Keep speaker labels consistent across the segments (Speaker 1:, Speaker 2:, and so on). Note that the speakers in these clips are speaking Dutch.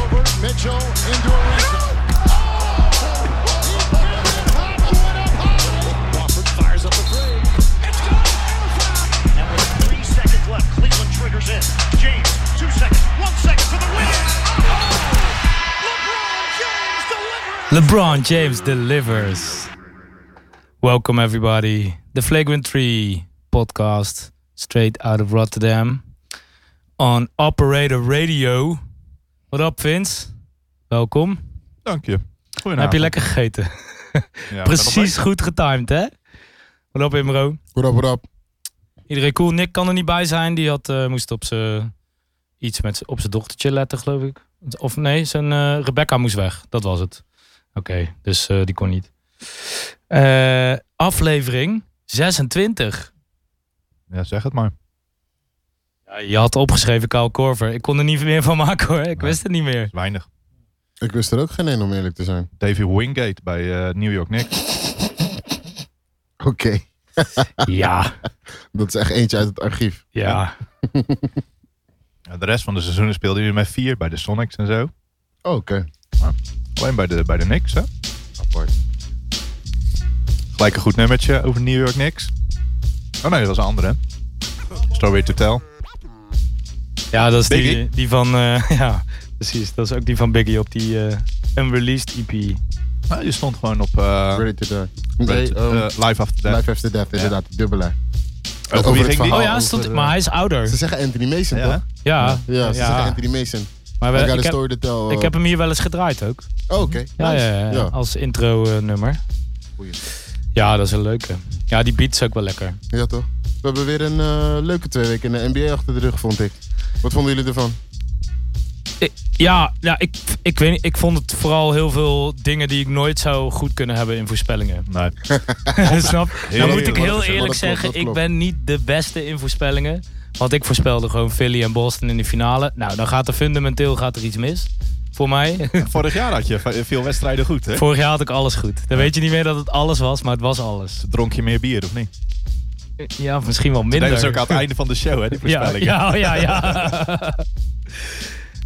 Speaker 1: Mitchell into a rebound. Wofford fires up a three. It's good. And a foul.
Speaker 2: And with three seconds left, Cleveland triggers in. James, two seconds, one second for the win.
Speaker 3: LeBron James delivers. Welcome, everybody. The Flagrant 3 podcast, straight out of Rotterdam on Operator Radio. What up, Vince? Welkom.
Speaker 4: Dank je.
Speaker 3: Heb
Speaker 4: Goedenavond.
Speaker 3: je lekker gegeten? Precies goed getimed, hè? What up, Imro?
Speaker 5: What up, what up?
Speaker 3: Iedereen cool. Nick kan er niet bij zijn. Die had, eh, moest op zijn iets met z'n- op zijn dochtertje letten, geloof ik. Of nee, zijn eh, Rebecca moest weg. Dat was het. Oké, dus eh, die kon niet. Eh, aflevering 26.
Speaker 4: Ja, zeg het maar.
Speaker 3: Ja, je had opgeschreven Kyle Korver. Ik kon er niet meer van maken hoor. Ik wist het niet meer.
Speaker 4: Weinig.
Speaker 5: Ik wist er ook geen één om eerlijk te zijn.
Speaker 4: David Wingate bij eh, New York Knicks.
Speaker 5: Oké.
Speaker 3: Ja,
Speaker 5: Dat is echt eentje uit het archief.
Speaker 3: ja.
Speaker 4: Ja, de rest van de seizoenen speelde hij met vier bij de Sonics en zo.
Speaker 5: Oh, Oké.
Speaker 4: Alleen bij de, bij de Knicks, hè?
Speaker 5: Apart.
Speaker 4: Gelijk een goed nummertje over New York Knicks. Oh nee, dat was een andere, hè? Strawberry to Tell.
Speaker 3: Ja, dat is die,
Speaker 4: Biggie?
Speaker 3: die van... eh, ja, precies. Dat is ook die van Biggie op die eh, E unreleased EP.
Speaker 4: Nou, je stond gewoon op eh,
Speaker 5: Ready to die.
Speaker 4: Red-
Speaker 5: Ah. Nee, ehm,
Speaker 4: eh, Live After Death.
Speaker 5: Life After Death, inderdaad. De dubbele.
Speaker 4: Over
Speaker 5: over
Speaker 4: wie
Speaker 5: het
Speaker 4: ging die?
Speaker 3: Oh
Speaker 5: verhaal.
Speaker 3: ja,
Speaker 5: over,
Speaker 3: stond,
Speaker 5: eh,
Speaker 3: maar hij is ouder.
Speaker 5: Ze zeggen Anthony Mason,
Speaker 4: Ja, hè?
Speaker 5: toch?
Speaker 3: Ja,
Speaker 5: Ja, dus ze zeggen Anthony Mason.
Speaker 3: Maar we,
Speaker 5: I got
Speaker 3: ik
Speaker 5: a
Speaker 3: heb-
Speaker 5: story to tell. eh.
Speaker 3: Ik heb hem hier wel eens gedraaid ook.
Speaker 5: Oh, oké.
Speaker 3: Ja,
Speaker 5: Nice.
Speaker 3: ja, ja,
Speaker 5: Ja.
Speaker 3: Als intro eh, nummer.
Speaker 5: Goeie.
Speaker 3: Ja, dat is een leuke. Ja, die beat is ook wel lekker.
Speaker 5: Ja, toch? We hebben weer een eh, leuke twee weken in de NBA achter de rug, vond ik. Wat vonden jullie ervan?
Speaker 3: Ik- ja, ja ik, ik weet niet. Ik vond het vooral heel veel dingen die ik nooit zou goed kunnen hebben in voorspellingen.
Speaker 4: Nee.
Speaker 3: Snap?
Speaker 4: Heel
Speaker 3: Dan moet
Speaker 4: eerlijk.
Speaker 3: ik heel
Speaker 5: Maar dat
Speaker 3: eerlijk
Speaker 5: klopt,
Speaker 3: zeggen,
Speaker 5: dat
Speaker 3: ik
Speaker 5: klopt.
Speaker 3: ben niet de beste in voorspellingen. Want ik voorspelde gewoon Philly en Boston in de finale. Nou, dan gaat er fundamenteel gaat er iets mis. Voor mij.
Speaker 4: Vorig jaar had je ve- veel wedstrijden goed, hè?
Speaker 3: Vorig jaar had ik alles goed. Dan weet je niet meer dat het alles was, maar het was alles.
Speaker 4: Dronk je meer bier, of niet?
Speaker 3: Ja, of misschien wel
Speaker 4: Nee,
Speaker 3: minder.
Speaker 4: dat is ook aan het einde van de show, hè? Die
Speaker 3: Ja,
Speaker 4: voorspellingen.
Speaker 3: ja, oh, ja, ja.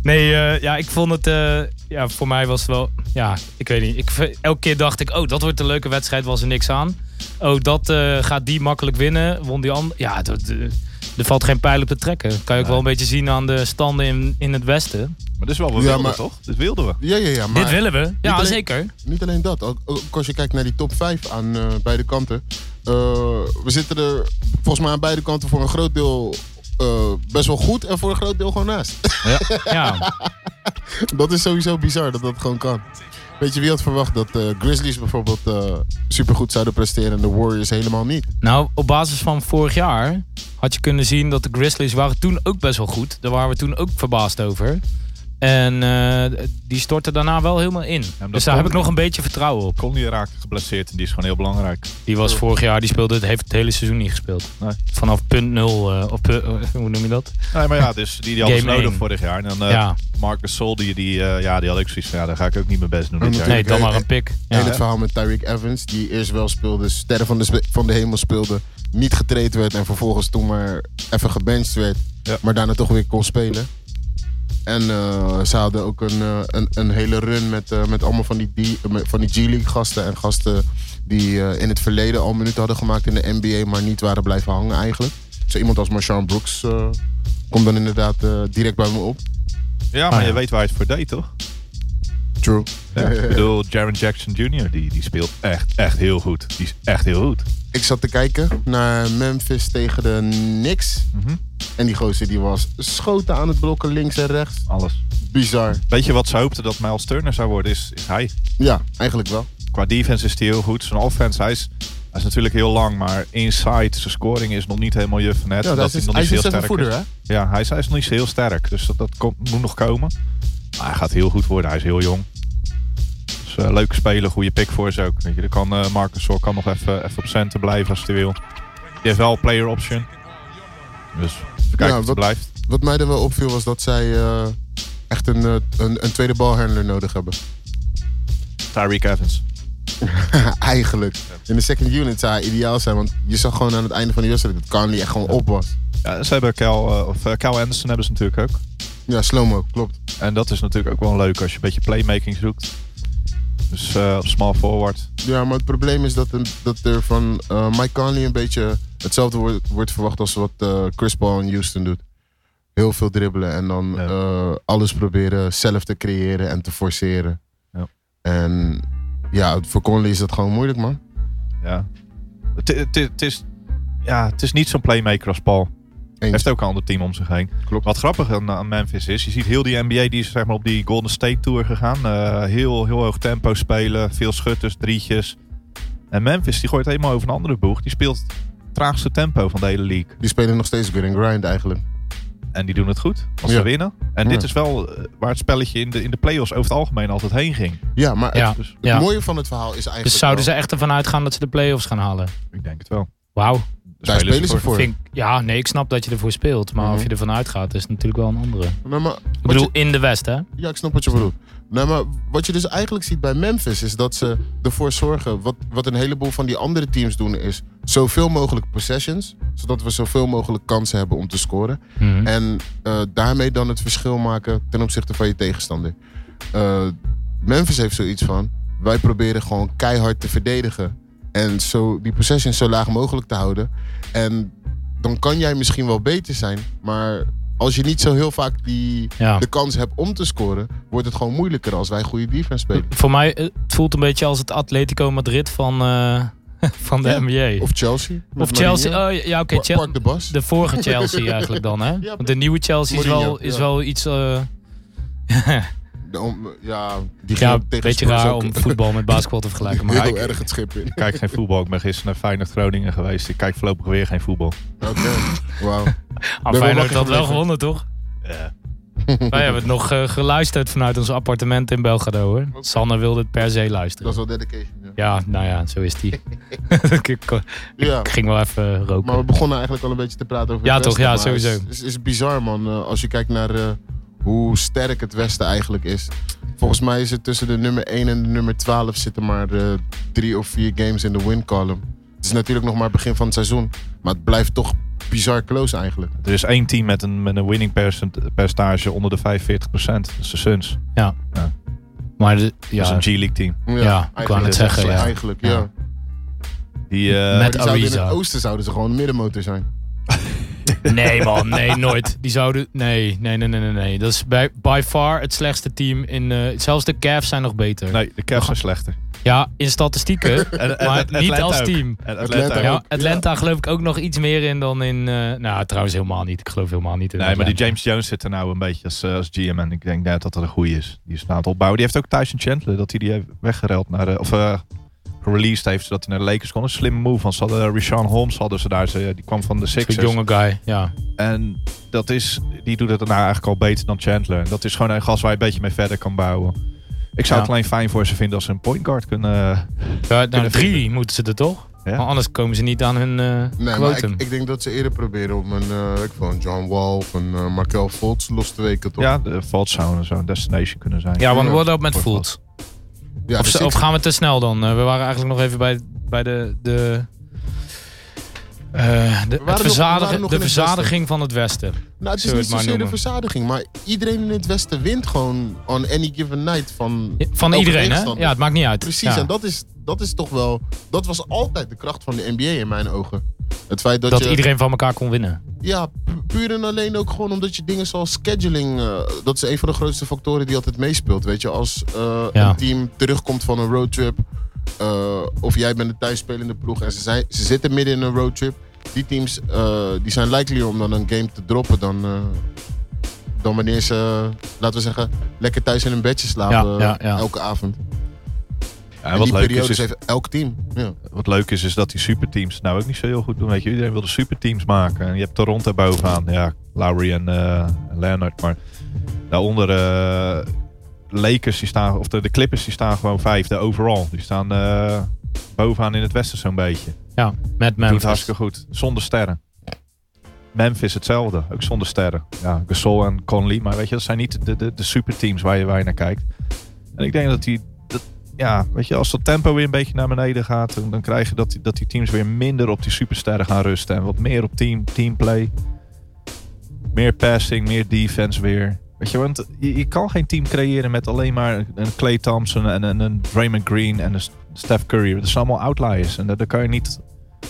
Speaker 3: Nee, eh, ja, ik vond het... eh, ja, voor mij was het wel... Ja, ik weet niet. Ik, v- elke keer dacht ik, oh, dat wordt een leuke wedstrijd. Was er niks aan. Oh, dat eh, gaat die makkelijk winnen. Won die ander... Ja, dat, eh, er valt geen pijl op te trekken. Kan je ook wel een beetje zien aan de standen in, in het westen.
Speaker 4: Maar dat is wel wat we
Speaker 5: Ja,
Speaker 4: wilden,
Speaker 5: maar-
Speaker 4: toch? Dat wilden we.
Speaker 5: Ja, ja, ja. Maar
Speaker 3: Dit willen we. Ja,
Speaker 5: alleen-
Speaker 3: zeker.
Speaker 5: Niet alleen dat, ook, ook als je kijkt naar die top 5 aan eh, beide kanten. Eh, we zitten er volgens mij aan beide kanten voor een groot deel eh, best wel goed en voor een groot deel gewoon naast.
Speaker 3: Ja.
Speaker 5: dat is sowieso bizar dat dat gewoon kan. Weet je wie had verwacht dat eh Grizzlies bijvoorbeeld eh, supergoed zouden presteren en de Warriors helemaal niet?
Speaker 3: Nou, op basis van vorig jaar had je kunnen zien dat de Grizzlies waren toen ook best wel goed. Daar waren we toen ook verbaasd over. En eh, die stortte daarna wel helemaal in.
Speaker 4: dat
Speaker 3: dus daar
Speaker 4: kon-
Speaker 3: heb ik nog een beetje vertrouwen op. Oh.
Speaker 4: Conley raakte geblesseerd en die is gewoon heel belangrijk.
Speaker 3: Die was vorig jaar, die speelde, het- heeft het hele seizoen niet gespeeld.
Speaker 4: Nee.
Speaker 3: Vanaf punt nul, eh, of pu- eh, hoe noem je dat?
Speaker 4: Nee, maar ja, dus die, die hadden ze
Speaker 3: Game
Speaker 4: nodig
Speaker 3: één.
Speaker 4: vorig jaar. En dan eh,
Speaker 3: Ja.
Speaker 4: Marcus Sol, die, die, eh, ja, die had ook zoiets van, ja, daar ga ik ook niet mijn best doen dit
Speaker 5: Nee.
Speaker 4: jaar.
Speaker 3: Nee,
Speaker 5: Tuurlijk,
Speaker 3: dan
Speaker 5: eh,
Speaker 3: maar een pik. Ja.
Speaker 5: Heel het verhaal met Tyreek Evans, die eerst wel speelde, sterren van de, spe- van de hemel speelde, niet getraind werd en vervolgens toen maar even gebenched werd,
Speaker 4: Ja.
Speaker 5: maar daarna toch weer kon spelen. En eh, ze hadden ook een, eh, een, een hele run met, eh, met allemaal van die, D- met- van die G-League gasten en gasten die eh, in het verleden al minuten hadden gemaakt in de NBA, maar niet waren blijven hangen eigenlijk. Zo iemand als Marshawn Brooks eh, komt dan inderdaad eh, direct bij me op.
Speaker 4: Ja, maar
Speaker 3: Ah, ja.
Speaker 4: je weet waar je het voor deed, toch?
Speaker 5: True.
Speaker 4: Ja. ik bedoel, Jaron Jackson Jr., die, die speelt echt, echt heel goed. Die is echt heel goed.
Speaker 5: Ik zat te kijken naar Memphis tegen de Knicks.
Speaker 4: Mhm.
Speaker 5: En die gozer die was schoten aan het blokken links en rechts.
Speaker 4: Alles.
Speaker 5: Bizar.
Speaker 4: Weet je wat ze hoopten dat Miles Turner zou worden? Is, is hij.
Speaker 5: Ja, eigenlijk wel.
Speaker 4: Qua defense is hij heel goed. Zijn offense, hij is, hij is natuurlijk heel lang, maar inside, zijn scoring is nog niet helemaal juf net.
Speaker 5: Ja, dat is, hij is dus een sevenvoeter, hè?
Speaker 4: Ja, hij is, hij is nog niet zo heel sterk. Dus dat, dat komt- moet nog komen. Maar hij gaat heel goed worden. Hij is heel jong. Dus eh, leuke speler, goede pick voor ze ook. Weet je, dan kan eh, Marcus Sol kan nog even, even op center blijven als hij wil. Die heeft wel een player option. Dus even kijken
Speaker 5: Ja,
Speaker 4: of
Speaker 5: wat-
Speaker 4: het blijft.
Speaker 5: Wat mij er wel opviel was dat zij eh, echt een, eh, een, een tweede balhandler nodig hebben.
Speaker 4: Tyreek Evans.
Speaker 5: eigenlijk. In de second unit zou hij ideaal zijn, want je zag gewoon aan het einde van de wedstrijd dat Conley echt gewoon op was.
Speaker 4: Ja, ze hebben Kel, eh, of, eh, Kel Anderson hebben ze natuurlijk ook.
Speaker 5: Ja, slow-mo, klopt.
Speaker 4: En dat is natuurlijk ook wel leuk als je een beetje playmaking zoekt. Dus eh, op small forward.
Speaker 5: Ja, maar het probleem is dat, een- dat er van eh, Mike Conley een beetje hetzelfde wordt, wordt verwacht als wat eh, Chris Paul in Houston doet. Heel veel dribbelen en dan
Speaker 4: Ja.
Speaker 5: eh, alles proberen zelf te creëren en te forceren.
Speaker 4: Ja.
Speaker 5: En ja, voor Conley is dat gewoon moeilijk, man.
Speaker 4: Ja. Het, het, het is, ja, het is niet zo'n playmaker als Paul. Hij heeft ook een ander team om zich heen.
Speaker 5: Klopt.
Speaker 4: Wat grappig aan, aan Memphis is, je ziet heel die NBA die is zeg maar, op die Golden State Tour gegaan. Eh, heel, heel hoog tempo spelen, veel schutters, drietjes. En Memphis die gooit helemaal over een andere boeg. Die speelt het traagste tempo van de hele league.
Speaker 5: Die spelen nog steeds weer in grind eigenlijk.
Speaker 4: En die doen het goed als
Speaker 5: Ja.
Speaker 4: ze winnen. En dit
Speaker 5: Ja.
Speaker 4: is wel eh, waar het spelletje in de, in de playoffs over het algemeen altijd heen ging.
Speaker 5: Ja, maar het,
Speaker 3: Ja.
Speaker 4: Dus
Speaker 5: het
Speaker 3: Ja.
Speaker 5: mooie van het verhaal is eigenlijk.
Speaker 3: Dus zouden ze
Speaker 5: wel-
Speaker 3: echt ervan uitgaan dat ze de play-offs gaan halen?
Speaker 4: ik denk het wel.
Speaker 3: Wauw.
Speaker 5: Daar spelen ze voor.
Speaker 3: Vind ik- Ja, nee, ik snap dat je ervoor speelt. Maar
Speaker 5: Mhm.
Speaker 3: of je ervan uitgaat, is natuurlijk wel een andere. Ik
Speaker 5: Nee, maar wat
Speaker 3: bedoel,
Speaker 5: je-
Speaker 3: in de West, hè?
Speaker 5: ja, ik snap wat je bedoelt. Nee, maar wat je dus eigenlijk ziet bij Memphis is dat ze ervoor zorgen. Wat, wat een heleboel van die andere teams doen is zoveel mogelijk possessions. Zodat we zoveel mogelijk kansen hebben om te scoren.
Speaker 3: Mhm.
Speaker 5: En eh, daarmee dan het verschil maken ten opzichte van je tegenstander. Eh, Memphis heeft zoiets van: wij proberen gewoon keihard te verdedigen. En zo, die possessions zo laag mogelijk te houden. En dan kan jij misschien wel beter zijn, maar als je niet zo heel vaak die,
Speaker 3: Ja.
Speaker 5: de kans hebt om te scoren, wordt het gewoon moeilijker als wij goede defense spelen.
Speaker 3: Voor mij eh, het voelt een beetje als het Atletico Madrid van, eh, van de
Speaker 5: Ja.
Speaker 3: NBA.
Speaker 5: Of Chelsea.
Speaker 3: Of Chelsea. Oh, ja, oké.
Speaker 5: Park
Speaker 3: Chel-
Speaker 5: de Bas.
Speaker 3: de vorige Chelsea eigenlijk dan, hè?
Speaker 5: Ja,
Speaker 3: Want de nieuwe Chelsea is
Speaker 5: Mourinho,
Speaker 3: wel, is
Speaker 5: ja.
Speaker 3: wel iets... eh,
Speaker 5: De om- ja, die
Speaker 3: ja,
Speaker 5: ging
Speaker 3: een
Speaker 5: tegen
Speaker 3: beetje
Speaker 5: Spurs
Speaker 3: raar
Speaker 5: ook
Speaker 3: om voetbal met basketbal te vergelijken. Maar
Speaker 5: heel
Speaker 4: ik-
Speaker 5: erg het schip in.
Speaker 4: Ik kijk geen voetbal. Ik ben gisteren naar Feyenoord Groningen geweest. Ik kijk voorlopig weer geen voetbal.
Speaker 5: Oké, wauw.
Speaker 3: ah,
Speaker 5: ben wel
Speaker 3: Feyenoord
Speaker 5: wakker
Speaker 3: had wel
Speaker 5: gebleven.
Speaker 3: gewonnen, toch? Wij hebben het nog eh, geluisterd vanuit ons appartement in Belgrado, hoor. Sanne wilde het per se
Speaker 5: Dat is
Speaker 3: luisteren.
Speaker 5: wel dedication. Ja.
Speaker 3: Ja, nou ja, zo is die. ik eh,
Speaker 5: Ja,
Speaker 3: ging wel even roken.
Speaker 5: maar we begonnen eigenlijk al een beetje te praten over
Speaker 3: Ja,
Speaker 5: het
Speaker 3: toch?
Speaker 5: Westen,
Speaker 3: Ja,
Speaker 5: maar
Speaker 3: sowieso.
Speaker 5: Het is, is, is bizar, man. eh, Als je kijkt naar eh, hoe sterk het Westen eigenlijk is. Volgens mij is het tussen de nummer 1 en de nummer 12 zitten maar eh, drie of vier games in de win column. Het is natuurlijk nog maar het begin van het seizoen. Maar het blijft toch bizar close eigenlijk.
Speaker 4: Er is één team met een, met een winning percent- percentage onder de 45%. Dat is de Suns.
Speaker 3: Maar de-
Speaker 5: Dus
Speaker 4: Dat is
Speaker 3: ja,
Speaker 4: een G-League team.
Speaker 3: Ja, ik
Speaker 5: eigenlijk
Speaker 3: wou net
Speaker 5: is
Speaker 3: zeggen,
Speaker 5: zo,
Speaker 3: ja.
Speaker 5: Eigenlijk,
Speaker 3: Ja.
Speaker 5: ja.
Speaker 4: Die, eh,
Speaker 5: Maar
Speaker 3: Met-
Speaker 5: die zouden in het
Speaker 3: Ariza.
Speaker 5: oosten zouden ze gewoon middenmotor zijn.
Speaker 3: Nee man, nee nooit. Die zouden... Nee, nee, nee, nee, nee. nee. Dat is bij, by far het slechtste team. In, eh, zelfs de Cavs zijn nog beter.
Speaker 4: Nee, de Cavs zijn slechter.
Speaker 3: Ja, in statistieken,
Speaker 4: En, en-
Speaker 3: maar
Speaker 4: en
Speaker 3: niet
Speaker 4: Atlanta
Speaker 3: als
Speaker 4: ook.
Speaker 3: team.
Speaker 4: En
Speaker 5: Atlanta
Speaker 4: Atlanta ook.
Speaker 5: ook.
Speaker 3: Ja, Atlanta geloof ik ook nog iets meer in dan in... eh, nou, trouwens helemaal niet. Ik geloof helemaal niet in
Speaker 4: Nee, maar die
Speaker 3: Atlanta.
Speaker 4: James Jones zit er nou een beetje als, eh, als GM. En ik denk net dat dat een goeie is. Die is na het opbouwen. Die heeft ook Tyson Chandler. Dat hij die heeft weggereld naar... eh, of eh, released heeft. Zodat hij naar de Lakers kon. Een slimme move. Want ze hadden eh, Rashawn Holmes. Hadden ze daar. Ze, eh, die kwam van de Sixers.
Speaker 3: Zo'n jonge guy, ja.
Speaker 4: En dat is, die doet het nou eigenlijk al beter dan Chandler. En Dat is gewoon een gast waar je een beetje mee verder kan bouwen. Ik zou
Speaker 3: Ja.
Speaker 4: het alleen fijn voor ze vinden als ze een point guard kunnen.
Speaker 3: ja nou, drie moeten ze er toch?
Speaker 4: Ja.
Speaker 3: Maar anders komen ze niet aan hun eh
Speaker 5: Nee, maar
Speaker 3: quotum.
Speaker 5: ik, ik denk dat ze eerder proberen om een, eh, ik wil een John Wall of een eh, Markel Fultz los te weken. Toch?
Speaker 4: Ja, de Vault zou zo'n destination kunnen zijn.
Speaker 3: ja, want
Speaker 5: Ja.
Speaker 3: what up met
Speaker 4: Wordt
Speaker 3: Fultz?
Speaker 5: Ja,
Speaker 3: Of,
Speaker 5: de
Speaker 3: ze-
Speaker 5: Sixers-
Speaker 3: of gaan we te snel dan? Eh, we waren eigenlijk nog even bij, bij de... de eh, de,
Speaker 5: waren nog-
Speaker 3: het
Speaker 5: we
Speaker 3: verzadigen,
Speaker 5: waren nog
Speaker 3: de
Speaker 5: in het
Speaker 3: verzadiging van het Westen.
Speaker 5: Nou, het is
Speaker 3: Zullen we
Speaker 5: niet
Speaker 3: het maar
Speaker 5: zozeer de
Speaker 3: noemen?
Speaker 5: verzadiging, maar iedereen in het Westen wint gewoon on any given night van.
Speaker 3: Ja, Van
Speaker 5: elke
Speaker 3: iedereen, hè?
Speaker 5: tegenstander.
Speaker 3: Ja, het maakt niet uit.
Speaker 5: Precies,
Speaker 3: Ja.
Speaker 5: en dat is, dat is toch wel. Dat was altijd de kracht van de NBA in mijn ogen. Het feit dat, eh,
Speaker 3: dat
Speaker 5: je.
Speaker 3: iedereen van elkaar kon winnen.
Speaker 5: Ja, pu- puur en alleen ook gewoon omdat je dingen zoals scheduling. eh, dat is een van de grootste factoren die altijd meespeelt. Weet je, als eh,
Speaker 3: Ja.
Speaker 5: een team terugkomt van een roadtrip. eh, of jij bent een thuisspelende ploeg en ze, zijn, ze zitten midden in een roadtrip. Die teams eh, die zijn likelier om dan een game te droppen dan, eh, dan wanneer ze, laten we zeggen, lekker thuis in een bedje slapen
Speaker 3: Ja, ja, ja.
Speaker 5: elke avond.
Speaker 4: Ja, en
Speaker 5: En
Speaker 4: wat,
Speaker 5: die
Speaker 4: leuk is,
Speaker 5: periodes
Speaker 3: dus-
Speaker 4: is,
Speaker 5: heeft elk team. Ja.
Speaker 4: wat leuk is, is dat die superteams het nou ook niet zo heel goed doen. Weet je, iedereen wil de superteams maken. En je hebt Toronto bovenaan. Ja, Lowry en, eh, en Leonard. Maar daaronder eh Lakers, die staan, of de, de Clippers, die staan gewoon vijfde overal. Die staan eh, bovenaan in het westen zo'n beetje.
Speaker 3: Ja, met
Speaker 4: Doet
Speaker 3: Memphis.
Speaker 4: hartstikke goed. Zonder sterren. Memphis hetzelfde. Ook zonder sterren. Ja, Gasol en Conley. Maar weet je, dat zijn niet de, de, de superteams waar je, waar je naar kijkt. En ik denk dat die... Dat, ja, weet je, als dat tempo weer een beetje naar beneden gaat... dan, dan krijg je dat die, dat die teams weer minder op die supersterren gaan rusten. En wat meer op team, teamplay. Meer passing, meer defense weer. Weet je, want je, je kan geen team creëren met alleen maar een Clay Thompson en een, een Draymond Green en een S- Steph Curry. Dat zijn allemaal outliers en daar, daar kan je niet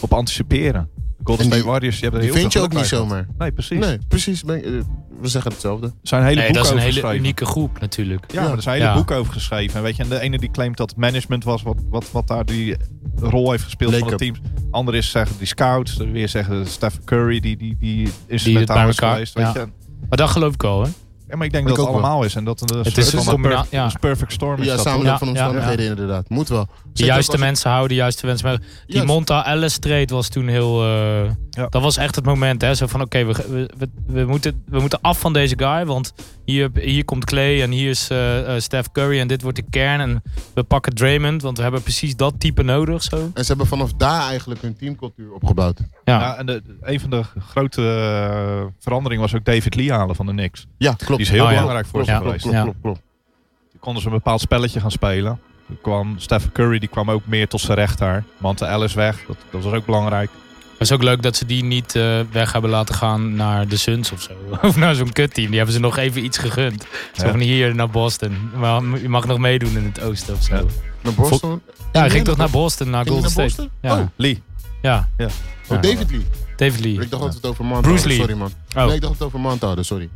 Speaker 4: op anticiperen. De Golden
Speaker 5: En die-
Speaker 4: State Warriors, die hebben er
Speaker 5: Die
Speaker 4: heel
Speaker 5: vind je
Speaker 4: veel
Speaker 5: ook niet
Speaker 4: geluk bij
Speaker 5: zomaar.
Speaker 4: gehad. Nee, precies.
Speaker 5: Nee, precies. Ben ik- eh, we zeggen hetzelfde.
Speaker 4: Er zijn hele
Speaker 3: Nee,
Speaker 4: boeken
Speaker 3: dat is een
Speaker 4: over
Speaker 3: hele
Speaker 4: geschreven.
Speaker 3: unieke groep natuurlijk.
Speaker 4: Ja, maar er zijn hele
Speaker 3: Ja.
Speaker 4: boeken over geschreven. En Weet je, en de ene die claimt dat het management was wat, wat, wat daar die rol heeft gespeeld van het
Speaker 5: Leek
Speaker 4: team. Anderen is zeggen die scouts. Er weer zeggen dat Stephen Curry die, die, die
Speaker 3: het bij
Speaker 4: instrumentaal is
Speaker 3: elkaar-
Speaker 4: geweest. Weet
Speaker 3: ja.
Speaker 4: je. En-
Speaker 3: Maar dat geloof ik wel, hè?
Speaker 4: Ja, maar ik denk
Speaker 5: Ik
Speaker 4: dat het
Speaker 5: ook wel.
Speaker 4: allemaal is. En dat een, soort
Speaker 3: is een
Speaker 4: van
Speaker 3: combina-
Speaker 4: perfect,
Speaker 3: ja.
Speaker 4: een perfect storm is
Speaker 5: Ja,
Speaker 4: dat.
Speaker 5: samen
Speaker 3: Ja,
Speaker 5: van
Speaker 3: ja,
Speaker 5: omstandigheden inderdaad. Moet wel.
Speaker 3: De
Speaker 5: Zeker
Speaker 3: juiste
Speaker 5: ook als-
Speaker 3: mensen houden, de juiste mensen. Maar die
Speaker 5: Juist.
Speaker 3: Monta Ellis trade was toen heel. eh,
Speaker 4: Ja.
Speaker 3: Dat was echt het moment, hè? Zo van: oké, we, we, we, we moeten, we moeten af van deze guy. Want hier, hier komt Clay en hier is eh, eh, Steph Curry en dit wordt de kern. En we pakken Draymond, want we hebben precies dat type nodig. Zo.
Speaker 5: En ze hebben vanaf daar eigenlijk hun teamcultuur opgebouwd.
Speaker 3: Ja.
Speaker 4: Ja, en de, een van de grote eh, veranderingen was ook David Lee halen van de Knicks.
Speaker 5: Ja, klopt.
Speaker 4: Die is heel
Speaker 3: Oh, ja.
Speaker 4: belangrijk voor
Speaker 5: klopt,
Speaker 4: ze
Speaker 3: Ja.
Speaker 5: klopt,
Speaker 4: geweest.
Speaker 5: klopt,
Speaker 3: Ja.
Speaker 5: klopt, klopt.
Speaker 4: Toen konden ze een bepaald spelletje gaan spelen. Toen kwam Stephen Curry, die kwam ook meer tot zijn recht daar. Mante Ellis weg, dat, dat was ook belangrijk.
Speaker 3: Het is ook leuk dat ze die niet eh, weg hebben laten gaan naar de Suns of zo. Of naar zo'n kutteam. Die hebben ze nog even iets gegund. Zo
Speaker 4: Ja.
Speaker 3: van hier naar Boston. Maar je mag nog meedoen in het oosten of zo.
Speaker 4: Ja.
Speaker 3: Ja,
Speaker 5: Naar Boston?
Speaker 3: hij ging toch naar Boston, naar
Speaker 5: Ging hij
Speaker 3: Golden
Speaker 5: naar
Speaker 3: State.
Speaker 5: Boston?
Speaker 3: Ja.
Speaker 5: Oh.
Speaker 4: Lee.
Speaker 3: ja,
Speaker 5: Oh, David Lee.
Speaker 3: David Lee.
Speaker 5: Ik dacht dat we het over Mant
Speaker 3: Bruce
Speaker 5: hadden.
Speaker 3: Lee.
Speaker 5: Sorry, man.
Speaker 3: Oh.
Speaker 5: Nee, ik dacht dat we het over Mant hadden. Sorry.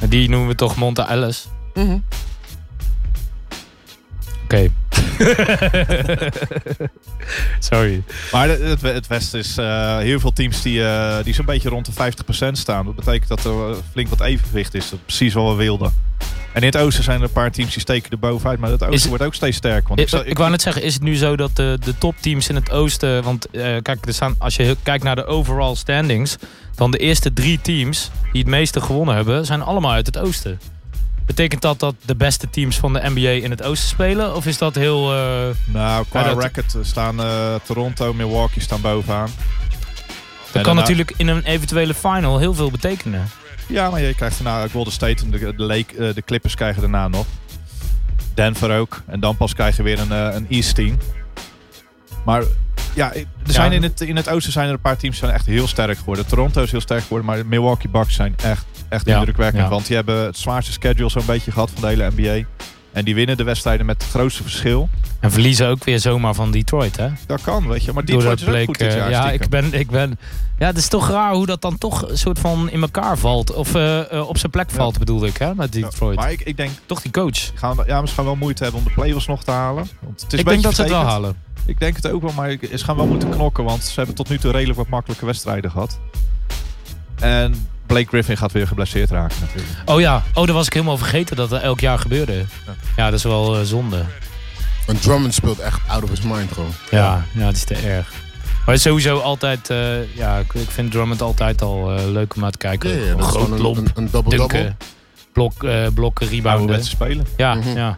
Speaker 3: En Die noemen we toch Monta Ellis.
Speaker 5: Mhm.
Speaker 3: Oké. Sorry.
Speaker 4: Maar het, het- het Westen is eh, heel veel teams die, eh, die zo'n beetje rond de 50% staan. Dat betekent dat er eh, flink wat evenwicht is. Dat is precies wat we wilden. En in het oosten zijn er een paar teams die steken er bovenuit. Maar het oosten
Speaker 3: Is-
Speaker 4: wordt ook steeds sterker. Want
Speaker 3: Ik,
Speaker 4: ik, zou-
Speaker 3: ik wou net zeggen, is het nu zo dat de, de topteams in het oosten... Want eh, kijk, er staan, als je heel- kijkt naar de overall standings... dan de eerste drie teams die het meeste gewonnen hebben... zijn allemaal uit het oosten. Betekent dat dat de beste teams van de NBA in het oosten spelen? Of is dat heel... eh,
Speaker 4: Nou, qua
Speaker 3: Ja, dat-
Speaker 4: racket staan eh, Toronto, Milwaukee staan bovenaan.
Speaker 3: dat kan natuurlijk in een eventuele final heel veel betekenen.
Speaker 4: Ja, maar je krijgt daarna Golden State en de, de, Lake, eh, de Clippers krijgen daarna nog. Denver ook. En dan pas krijg je weer een, eh, een East team. Maar ja, er zijn in, het, in het oosten zijn er een paar teams die zijn echt heel sterk geworden. Toronto is heel sterk geworden, maar de Milwaukee Bucks zijn echt, echt
Speaker 3: Ja,
Speaker 4: indrukwekkend.
Speaker 3: ja.
Speaker 4: Want die hebben het zwaarste schedule zo'n beetje gehad van de hele NBA. En die winnen de wedstrijden met het grootste verschil.
Speaker 3: En verliezen ook weer zomaar van Detroit, hè?
Speaker 4: Dat kan, weet je. Maar die
Speaker 3: Door
Speaker 4: is
Speaker 3: dat
Speaker 4: ook
Speaker 3: bleek.
Speaker 4: goed dit
Speaker 3: eh,
Speaker 4: jaar.
Speaker 3: ja,
Speaker 4: stiekem.
Speaker 3: ik ben, ik ben. Ja, het is toch raar hoe dat dan toch een soort van in elkaar valt. Of eh, eh, op zijn plek
Speaker 4: Ja.
Speaker 3: valt, bedoelde ik, hè, met
Speaker 4: Ja,
Speaker 3: Detroit.
Speaker 4: Maar ik, ik denk
Speaker 3: toch die coach.
Speaker 4: gaan we, ja, maar ze gaan wel moeite hebben om de play-offs nog te halen. Want het is
Speaker 3: Ik
Speaker 4: een beetje
Speaker 3: denk dat ze het wel
Speaker 4: vertekend.
Speaker 3: halen.
Speaker 4: Ik denk het ook wel, maar ik- ze gaan wel moeten knokken. Want ze hebben tot nu toe redelijk wat makkelijke wedstrijden gehad. En Blake Griffin gaat weer geblesseerd raken natuurlijk.
Speaker 3: Oh ja, oh, dat was ik helemaal vergeten dat dat elk jaar gebeurde.
Speaker 4: Ja.
Speaker 3: Ja, dat is wel eh, zonde.
Speaker 5: Want Drummond speelt echt out of his mind gewoon.
Speaker 3: Ja, ja, dat is te erg. Maar sowieso altijd, eh, ja, ik, ik vind Drummond altijd al eh, leuk om uit te kijken.
Speaker 5: Ja, ja,
Speaker 3: Een
Speaker 5: dat is
Speaker 3: groot
Speaker 5: gewoon
Speaker 3: lomp,
Speaker 5: een, een, een double-double.
Speaker 3: dunken, blok, eh, blokken,
Speaker 4: Oude
Speaker 3: rebounden.
Speaker 4: wedstrijd spelen.
Speaker 3: Ja,
Speaker 5: Mhm.
Speaker 3: ja.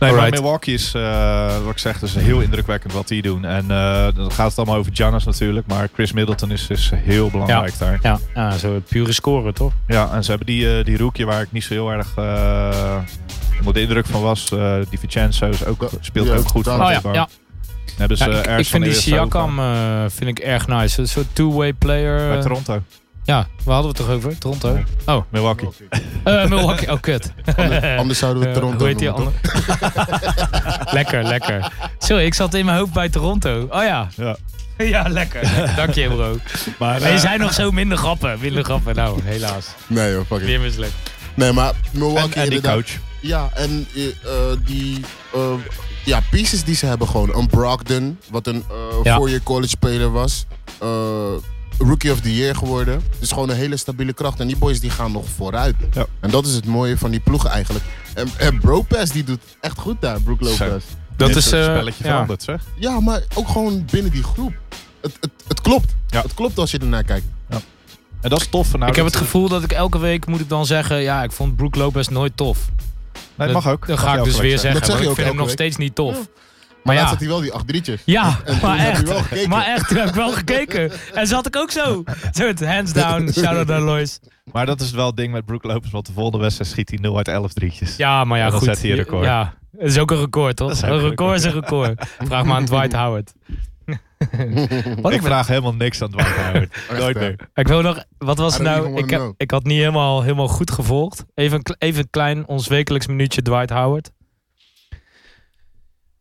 Speaker 4: Nee, maar
Speaker 3: Alright.
Speaker 4: Milwaukee is, eh, wat ik zeg, is heel indrukwekkend wat die doen. En eh, dan gaat het allemaal over Giannis natuurlijk. Maar Chris Middleton is, is heel belangrijk daar.
Speaker 3: Ja, ja, zo pure scoren, toch?
Speaker 4: Ja, en ze hebben die, eh, die rookie waar ik niet zo heel erg eh, onder de indruk van was. eh die Vincenzo is ook,
Speaker 5: Ja,
Speaker 4: speelt
Speaker 5: ja,
Speaker 4: ook goed.
Speaker 5: daar-
Speaker 4: vanaf
Speaker 3: Oh
Speaker 4: de
Speaker 3: ja,
Speaker 4: bank.
Speaker 3: ja.
Speaker 4: Dan Hebben ze
Speaker 3: Ja,
Speaker 4: eh,
Speaker 3: ik, ik
Speaker 4: ergens van
Speaker 3: vind die
Speaker 4: de eerste
Speaker 3: Siakam eh, vind ik erg nice. Een soort two-way player.
Speaker 4: over- Bij
Speaker 3: eh,
Speaker 4: Toronto,
Speaker 3: ja, waar hadden we het toch over? Toronto?
Speaker 4: Nee.
Speaker 3: Oh,
Speaker 4: Milwaukee.
Speaker 3: eh, Milwaukee. Oh, kut.
Speaker 5: Ander- Anders zouden we
Speaker 3: Eh,
Speaker 5: Toronto
Speaker 3: hoe heet die
Speaker 5: noemen,
Speaker 3: ander? lekker, lekker. Sorry, ik zat in mijn hoofd bij Toronto. Oh ja.
Speaker 4: Ja.
Speaker 3: Ja, lekker. Dank je, bro.
Speaker 4: Maar,
Speaker 3: Maar
Speaker 4: eh,
Speaker 3: je zijn nog zo minder grappen. Minder grappen. Nou, helaas.
Speaker 5: toch? Nee joh, fuck it.
Speaker 3: Weer mislukt.
Speaker 5: Nee, maar Milwaukee
Speaker 4: en, en die
Speaker 5: inderdaad.
Speaker 4: coach.
Speaker 5: Ja, en eh, eh, die eh, ja, pieces die ze hebben gewoon. Een Brogdon, wat een eh,
Speaker 3: Ja.
Speaker 5: voor je college speler was. Eh, rookie of the year geworden. Dus gewoon een hele stabiele kracht. En die boys die gaan nog vooruit.
Speaker 4: Ja.
Speaker 5: En dat is het mooie van die ploeg eigenlijk. En, en Bro Pass die doet echt goed daar, Brook
Speaker 4: Zo.
Speaker 5: Lopez.
Speaker 3: Dat
Speaker 4: Dit
Speaker 3: is,
Speaker 4: het
Speaker 3: eh,
Speaker 4: spelletje
Speaker 3: ja.
Speaker 4: veranderd, zeg.
Speaker 5: Ja, maar ook gewoon binnen die groep. Het, het, het klopt.
Speaker 4: Ja.
Speaker 5: Het klopt als je ernaar kijkt.
Speaker 4: En dat is tof. Nou,
Speaker 3: ik heb
Speaker 4: dat-
Speaker 3: het gevoel dat ik elke week moet ik dan zeggen... Ja, ik vond Brook Lopez nooit tof.
Speaker 4: Nee, dat mag ook.
Speaker 3: Dan
Speaker 4: Mag
Speaker 3: ga
Speaker 4: je
Speaker 3: ik
Speaker 4: ook
Speaker 3: dus
Speaker 4: gelijk
Speaker 3: weer zeggen.
Speaker 5: Dat
Speaker 3: want
Speaker 5: zeg je
Speaker 3: ik
Speaker 5: ook
Speaker 3: vind hem
Speaker 5: elke
Speaker 3: nog
Speaker 5: week.
Speaker 3: steeds niet tof. Maar
Speaker 5: Maar laatst
Speaker 3: ja.
Speaker 5: had hij wel die acht drietjes.
Speaker 3: Ja,
Speaker 5: En toen
Speaker 3: maar
Speaker 5: heb je wel
Speaker 3: echt.
Speaker 5: gekeken.
Speaker 3: Maar echt, toen heb ik wel gekeken. En zat ik ook zo. Zo het hands down, shout-out naar Lois.
Speaker 4: Maar dat is wel het ding met Brook Lopez. Want de volgende wedstrijd schiet hij 0 uit 11 drietjes.
Speaker 3: Ja, oh, maar ja,
Speaker 4: En dan
Speaker 3: goed.
Speaker 4: zet hij een record.
Speaker 3: Ja, het is ook een record, toch?
Speaker 4: Dat is ook
Speaker 3: een
Speaker 4: een
Speaker 3: record is een record. Vraag maar aan Dwight Howard. Wat
Speaker 4: ik
Speaker 3: ik,
Speaker 4: vraag helemaal niks aan Dwight
Speaker 3: Oh,
Speaker 4: Howard. Nooit
Speaker 5: hè?
Speaker 4: meer.
Speaker 3: ik wil nog, wat was
Speaker 5: I
Speaker 3: het
Speaker 5: don't
Speaker 3: nou?
Speaker 5: even wanna
Speaker 3: Ik, heb,
Speaker 5: know.
Speaker 3: ik had niet helemaal, helemaal goed gevolgd. Even, een kle- even een klein, ons wekelijks minuutje Dwight Howard.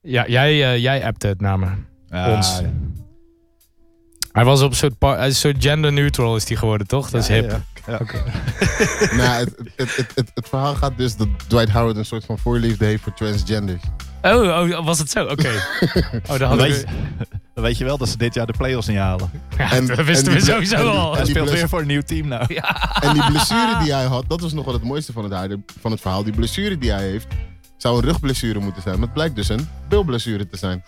Speaker 3: Ja, jij, eh, jij appte het naar me.
Speaker 4: Ja,
Speaker 3: Ons.
Speaker 4: Ah, ja.
Speaker 3: Hij was op een soort, par- hij is een soort gender neutral is die geworden, toch? Dat is
Speaker 4: Ja,
Speaker 3: hip.
Speaker 4: ja. Ja.
Speaker 5: Nou, het, het, het, het, het verhaal gaat dus dat Dwight Howard een soort van voorliefde heeft voor transgenders.
Speaker 3: Oh, oh, was het zo? Oké. Oh, daar had
Speaker 4: Weet,
Speaker 3: ik... Oh,
Speaker 4: je- dan weet je wel dat ze dit jaar de play-offs niet halen.
Speaker 3: Ja,
Speaker 5: en-
Speaker 3: dat wisten
Speaker 5: en
Speaker 3: we
Speaker 5: die-
Speaker 3: sowieso
Speaker 5: en die-
Speaker 3: al.
Speaker 4: Hij
Speaker 5: die
Speaker 4: speelt
Speaker 5: bless-
Speaker 4: weer voor een nieuw team nou.
Speaker 5: En die blessure die hij had, dat was nog wel het mooiste van het, huide- van het verhaal. Die blessure die hij heeft, zou een rugblessure moeten zijn. Maar het blijkt dus een bilblessure te zijn.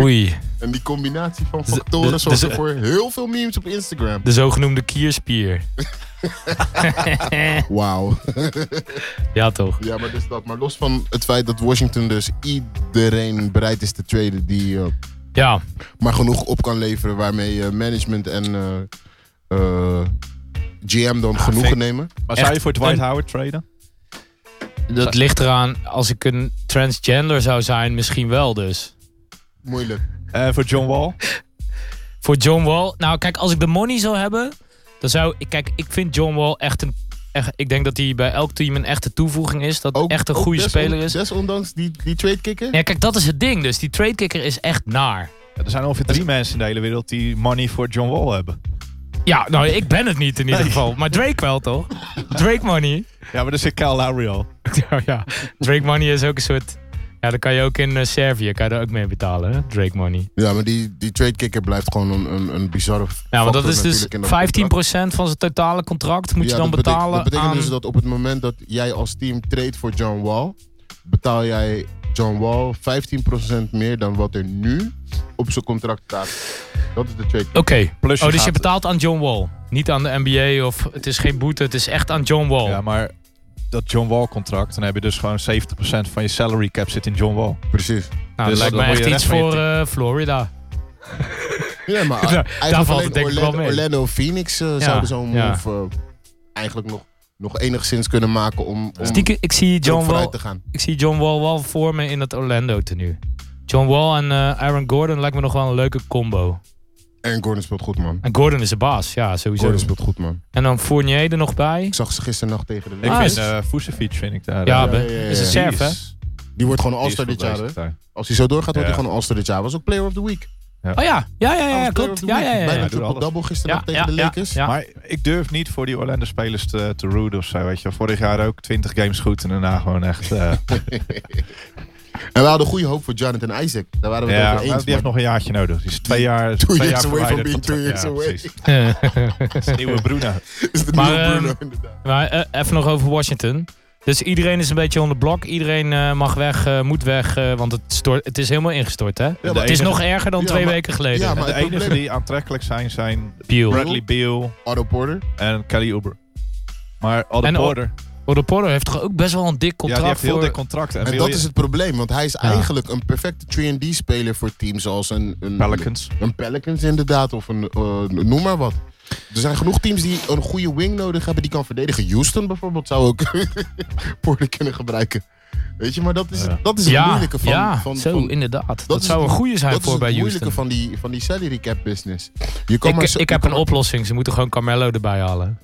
Speaker 3: Oei.
Speaker 5: En die combinatie van
Speaker 3: Dus-
Speaker 5: factoren
Speaker 3: dus-
Speaker 5: zorgde
Speaker 3: dus-
Speaker 5: voor heel veel memes op Instagram.
Speaker 3: De zogenoemde kierspier.
Speaker 5: Wauw.
Speaker 3: Ja, toch?
Speaker 5: Ja, maar dus dat. Maar los van het feit dat Washington dus iedereen bereid is te traden die eh,
Speaker 3: Ja.
Speaker 5: maar genoeg op kan leveren waarmee eh, management en eh, eh, GM
Speaker 3: Ah,
Speaker 5: dan genoegen
Speaker 3: vind-
Speaker 5: nemen.
Speaker 4: Maar
Speaker 3: Echt
Speaker 4: zou je voor Dwight
Speaker 3: een-
Speaker 4: Howard traden?
Speaker 3: Dat ligt eraan, als ik een transgender zou zijn, misschien wel dus.
Speaker 5: Moeilijk.
Speaker 4: Eh, voor John Wall?
Speaker 3: Voor John Wall. Nou, kijk, als ik de money zou hebben, dan zou ik. Kijk, ik vind John Wall echt een. Echt, ik denk dat hij bij elk team een echte toevoeging is. Dat hij echt een
Speaker 5: ook
Speaker 3: goede
Speaker 5: deson-
Speaker 3: speler is.
Speaker 5: Desondanks die, die trade kicker.
Speaker 3: Ja, kijk, dat is het ding dus. Die tradekicker is echt naar.
Speaker 4: Ja, er zijn ongeveer drie mensen in de hele wereld die money voor John Wall hebben.
Speaker 3: Ja, nou, ik ben het niet in ieder geval. Maar Drake wel, toch? Drake money.
Speaker 4: Ja, maar er zit Kyle Lowry al.
Speaker 3: Ja, Oh ja. Drake money is ook een soort... Ja, dan kan je ook in eh, Servië kan je daar ook mee betalen, hè? Drake money.
Speaker 5: Ja, maar die, die trade kicker blijft gewoon een, een, een bizarre.
Speaker 3: Ja,
Speaker 5: factor
Speaker 3: want dat is dus 15%
Speaker 5: natuurlijk in dat contract.
Speaker 3: van zijn totale contract moet
Speaker 5: Ja,
Speaker 3: je dan
Speaker 5: dat betek-
Speaker 3: betalen
Speaker 5: Dat betekent
Speaker 3: aan...
Speaker 5: dus dat op het moment dat jij als team trade voor John Wall, betaal jij John Wall 15% meer dan wat er nu op zijn contract staat. Dat is de trade kicker.
Speaker 3: Oké.
Speaker 4: Plus je
Speaker 3: Oh, dus je
Speaker 4: gaat-
Speaker 3: betaalt aan John Wall. Niet aan de NBA of het is geen boete. Het is echt aan John Wall. Nou,
Speaker 4: Ja, maar dat John Wall contract, dan heb je dus gewoon 70% van je salary cap zit in John Wall.
Speaker 5: Precies.
Speaker 3: nou,
Speaker 4: dus
Speaker 3: dat lijkt
Speaker 4: dan
Speaker 3: me
Speaker 4: moet je
Speaker 3: echt iets
Speaker 4: recht van je
Speaker 3: voor eh, Florida.
Speaker 5: Ja, maar
Speaker 3: daar
Speaker 5: eigenlijk
Speaker 3: valt
Speaker 5: alleen
Speaker 3: het denk ik wel
Speaker 5: Orlando,
Speaker 3: mee.
Speaker 5: Orlando Phoenix eh, zouden zo'n
Speaker 3: ja.
Speaker 5: move eh, eigenlijk nog, nog enigszins kunnen maken om, om
Speaker 3: Stiekem, ik zie Dus John Wall,
Speaker 5: vooruit te gaan.
Speaker 3: ik zie John Wall wel voor me in het Orlando tenue. John Wall en eh, Aaron Gordon lijkt me nog wel een leuke combo.
Speaker 5: En Gordon speelt goed, man.
Speaker 3: En Gordon is de baas, ja, sowieso.
Speaker 5: Gordon speelt goed, man.
Speaker 3: En dan Fournier er nog bij.
Speaker 5: Ik zag ze gisteren nog tegen de
Speaker 4: Ik
Speaker 3: Ah,
Speaker 4: vind
Speaker 3: is-
Speaker 4: eh Vucevic vind ik daar.
Speaker 3: Ja,
Speaker 4: eh,
Speaker 5: ja,
Speaker 3: be-
Speaker 5: ja, ja.
Speaker 3: is een
Speaker 5: Die
Speaker 3: serf, hè?
Speaker 4: is-
Speaker 5: Die wordt gewoon
Speaker 4: die
Speaker 5: een
Speaker 4: is
Speaker 5: all dit
Speaker 4: voor
Speaker 5: jaar, hè?
Speaker 4: deze partij.
Speaker 5: Als hij zo doorgaat, wordt
Speaker 4: Ja.
Speaker 5: hij gewoon een all dit jaar. Was ook Player of the Week.
Speaker 3: Oh ja, ja, ja, ja,
Speaker 5: Hij was Player of
Speaker 3: klopt.
Speaker 5: the
Speaker 3: Ja,
Speaker 5: Week.
Speaker 3: ja, ja.
Speaker 5: Bijna
Speaker 3: ja.
Speaker 4: doet
Speaker 5: triple double gisteren nog
Speaker 3: Ja,
Speaker 5: tegen de
Speaker 3: ja, ja,
Speaker 5: Lakers.
Speaker 3: ja.
Speaker 4: Maar ik durf niet voor die Orlando spelers te, te roeden of zo. Weet je. wel. Vorig jaar ook 20 games goed en daarna gewoon echt. eh,
Speaker 5: En we hadden goede hoop voor Jonathan Isaac. Daar waren we
Speaker 4: ja,
Speaker 5: het
Speaker 4: maar
Speaker 5: over eens.
Speaker 4: die heeft
Speaker 5: maar-
Speaker 4: nog een jaartje nodig. Die is twee jaar.
Speaker 5: Two
Speaker 4: twee
Speaker 5: years
Speaker 4: jaar
Speaker 5: away from
Speaker 4: verwijderd
Speaker 5: being
Speaker 4: van-
Speaker 5: two years
Speaker 4: ja,
Speaker 5: away.
Speaker 4: precies.
Speaker 3: Eh,
Speaker 4: Dat is de nieuwe Bruno.
Speaker 5: is de
Speaker 3: Maar,
Speaker 5: nieuwe
Speaker 3: ehm,
Speaker 5: Bruno, inderdaad.
Speaker 3: maar eh, even nog over Washington. Dus iedereen is een beetje on the block. Iedereen eh, mag weg, eh, moet weg, eh, want het, stort, het is helemaal ingestort, hè?
Speaker 5: maar
Speaker 4: de
Speaker 3: het is
Speaker 4: enige-
Speaker 3: nog erger dan
Speaker 5: Ja,
Speaker 3: twee
Speaker 5: maar-
Speaker 3: weken geleden.
Speaker 5: Ja, maar
Speaker 4: de
Speaker 5: het
Speaker 4: enige
Speaker 5: probleem...
Speaker 4: die aantrekkelijk zijn zijn
Speaker 3: Peel.
Speaker 4: Bradley Beal
Speaker 5: Otto Porter.
Speaker 4: en Kelly Oubre. Maar Alden
Speaker 3: En Al-
Speaker 4: Porter,
Speaker 3: Otto Porter Oh, heeft toch ook best wel een dik
Speaker 4: ja, die heeft
Speaker 3: contract
Speaker 4: heel
Speaker 3: voor...
Speaker 4: dik contract. En,
Speaker 5: En
Speaker 4: wil
Speaker 5: dat
Speaker 4: je-
Speaker 5: is het probleem, want hij is
Speaker 3: Ja.
Speaker 5: eigenlijk een perfecte 3D-speler voor teams als een, een,
Speaker 4: Pelicans.
Speaker 5: een Pelicans inderdaad, of een eh, noem maar wat. Er zijn genoeg teams die een goede wing nodig hebben die kan verdedigen. Houston bijvoorbeeld zou ook Porter kunnen gebruiken. Weet je, maar dat is,
Speaker 4: Ja.
Speaker 5: dat is het
Speaker 3: ja,
Speaker 5: moeilijke van...
Speaker 3: ja,
Speaker 5: van,
Speaker 3: zo,
Speaker 5: van-
Speaker 3: inderdaad. Dat,
Speaker 5: is
Speaker 3: zou een
Speaker 5: het-
Speaker 3: goede zijn
Speaker 5: dat is
Speaker 3: voor
Speaker 5: het
Speaker 3: bij
Speaker 5: moeilijke
Speaker 3: Houston.
Speaker 5: van die, van die salary cap business. Je kan
Speaker 3: ik,
Speaker 5: maar zo-
Speaker 3: ik
Speaker 5: je
Speaker 3: heb
Speaker 5: kan
Speaker 3: een oplossing. Ze moeten gewoon Carmelo erbij halen.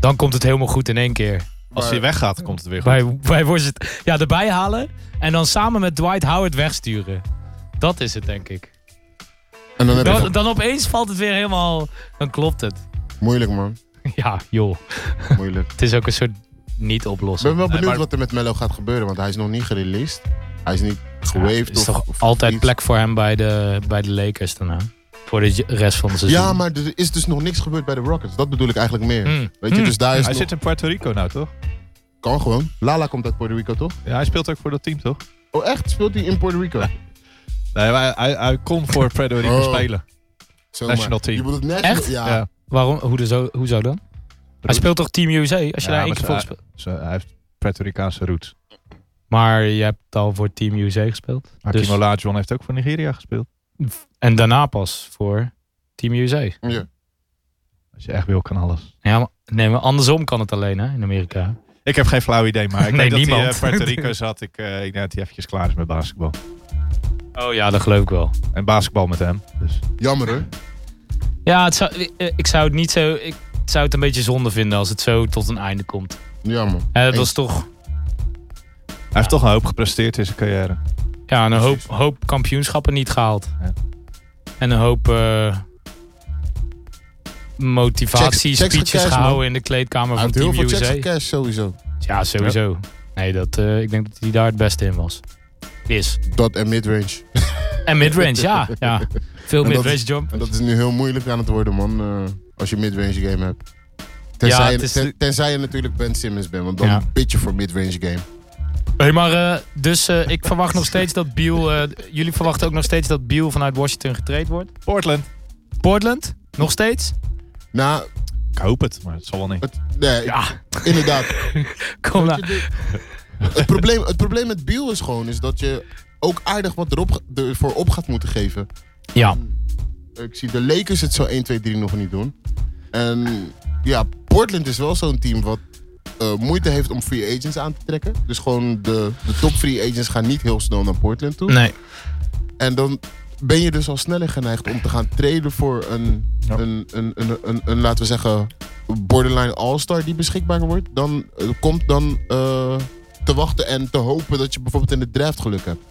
Speaker 3: Dan komt het helemaal goed in één keer.
Speaker 4: Als hij weggaat, komt het weer goed.
Speaker 3: Bij, bij Washington. Ja, erbij halen. En dan samen met Dwight Howard wegsturen. Dat is het, denk ik.
Speaker 5: En dan heb je
Speaker 3: Dan,
Speaker 5: het
Speaker 3: dan opeens valt het weer helemaal. Dan klopt het.
Speaker 5: Moeilijk man,
Speaker 3: Ja, joh.
Speaker 5: moeilijk.
Speaker 3: Het is ook een soort
Speaker 5: Ik
Speaker 3: niet-oplossing.
Speaker 5: ben wel benieuwd
Speaker 4: maar-
Speaker 5: wat er met Melo gaat gebeuren, want hij is nog niet gereleased. Hij is niet
Speaker 3: Ja,
Speaker 5: gewaved.
Speaker 3: er is
Speaker 5: of,
Speaker 3: toch
Speaker 5: of
Speaker 3: altijd
Speaker 5: iets.
Speaker 3: plek voor hem bij de, bij de Lakers daarna. Voor de j- rest van de seizoen.
Speaker 5: Ja, maar er is dus nog niks gebeurd bij de Rockets. Dat bedoel ik eigenlijk meer.
Speaker 3: Hmm.
Speaker 5: Weet je,
Speaker 3: Hmm.
Speaker 5: dus daar is
Speaker 4: Hij
Speaker 5: nog-
Speaker 4: zit in Puerto Rico nou, toch?
Speaker 5: kan gewoon. Lala komt uit Puerto Rico, toch?
Speaker 4: Ja, hij speelt ook voor dat team, toch?
Speaker 5: Oh, echt? Speelt hij in Puerto Rico?
Speaker 4: Nee, maar hij, hij, hij kon voor Puerto Rico
Speaker 5: Oh.
Speaker 4: spelen.
Speaker 5: Zo
Speaker 4: National
Speaker 5: maar.
Speaker 4: team.
Speaker 5: Je bedoelt national?
Speaker 3: Echt?
Speaker 5: Ja.
Speaker 4: Ja.
Speaker 3: Waarom? Hoe de zo, hoezo dan? Hij speelt toch Team USA? Als je
Speaker 4: Ja,
Speaker 3: daar
Speaker 4: maar
Speaker 3: één keer
Speaker 4: ze-
Speaker 3: voor speelt.
Speaker 4: Dus, eh, hij heeft Puerto Ricaanse roots.
Speaker 3: Maar je hebt al voor Team USA gespeeld.
Speaker 4: Hakim
Speaker 3: Dus-
Speaker 4: Olajuwon heeft ook voor Nigeria gespeeld.
Speaker 3: En daarna pas voor Team USA.
Speaker 5: Ja.
Speaker 4: Als je echt wil, kan alles.
Speaker 3: Ja, maar, nee, maar andersom kan het alleen hè, in Amerika.
Speaker 4: Ik heb geen flauw idee, maar ik
Speaker 3: Nee,
Speaker 4: denk dat hij
Speaker 3: niemand.
Speaker 4: eh, Puerto Rico zat. Ik, eh, ik denk dat hij eventjes klaar is met basketbal.
Speaker 3: Oh ja, dat geloof ik wel.
Speaker 4: En basketbal met hem. Dus
Speaker 5: Jammer hè?
Speaker 3: Ja, het zou, eh, ik zou het niet zo. Ik zou het een beetje zonde vinden als het zo tot een einde komt.
Speaker 5: Jammer.
Speaker 3: Hè, dat
Speaker 5: Eens.
Speaker 3: was toch
Speaker 4: hij heeft toch een hoop gepresteerd in zijn carrière.
Speaker 3: ja, een hoop, hoop kampioenschappen niet gehaald.
Speaker 4: Ja.
Speaker 3: En een hoop eh
Speaker 5: Checks-
Speaker 3: motivatie
Speaker 5: checks
Speaker 3: speeches
Speaker 5: gecashed, man.
Speaker 3: gehouden in de kleedkamer
Speaker 5: Hij
Speaker 3: van
Speaker 5: heeft heel
Speaker 3: Team
Speaker 5: veel checks
Speaker 3: USA.
Speaker 5: gecashed sowieso.
Speaker 3: Ja, sowieso. Nee, dat, eh, ik denk dat hij daar het beste in was. Is.
Speaker 5: Dat en midrange.
Speaker 3: En midrange, ja, ja. Veel
Speaker 5: En dat
Speaker 3: midrange
Speaker 5: is-
Speaker 3: jump.
Speaker 5: En dat is nu heel moeilijk aan het worden, man. eh, als je midrange game hebt. Tenzij,
Speaker 3: Ja,
Speaker 5: je,
Speaker 3: het is-
Speaker 5: ten- tenzij je natuurlijk Ben Simmons bent, want dan
Speaker 3: Ja.
Speaker 5: bid je voor midrange game.
Speaker 3: Hey, maar eh, dus eh, ik verwacht nog steeds dat Biel... eh, jullie verwachten ook nog steeds dat Biel vanuit Washington getraind wordt.
Speaker 4: Portland.
Speaker 3: Portland? Nog steeds?
Speaker 5: Nou,
Speaker 4: Ik hoop het, maar het zal wel niet.
Speaker 5: het, nee,
Speaker 3: Ja,
Speaker 5: inderdaad.
Speaker 3: kom nou.
Speaker 5: Het probleem, het probleem met Biel is gewoon is dat je ook aardig wat erop, ervoor op gaat moeten geven.
Speaker 3: Ja,
Speaker 5: Ik zie de Lakers het zo 1, 2, 3 nog niet doen. En ja, Portland is wel zo'n team wat eh, moeite heeft om free agents aan te trekken. Dus gewoon de, de top free agents gaan niet heel snel naar Portland toe.
Speaker 3: nee.
Speaker 5: En dan ben je dus al sneller geneigd om te gaan traden voor een,
Speaker 4: Ja.
Speaker 5: een, een, een, een, een, laten we zeggen, borderline all-star die beschikbaar wordt. Dan eh, komt dan eh, te wachten en te hopen dat je bijvoorbeeld in de draft geluk hebt.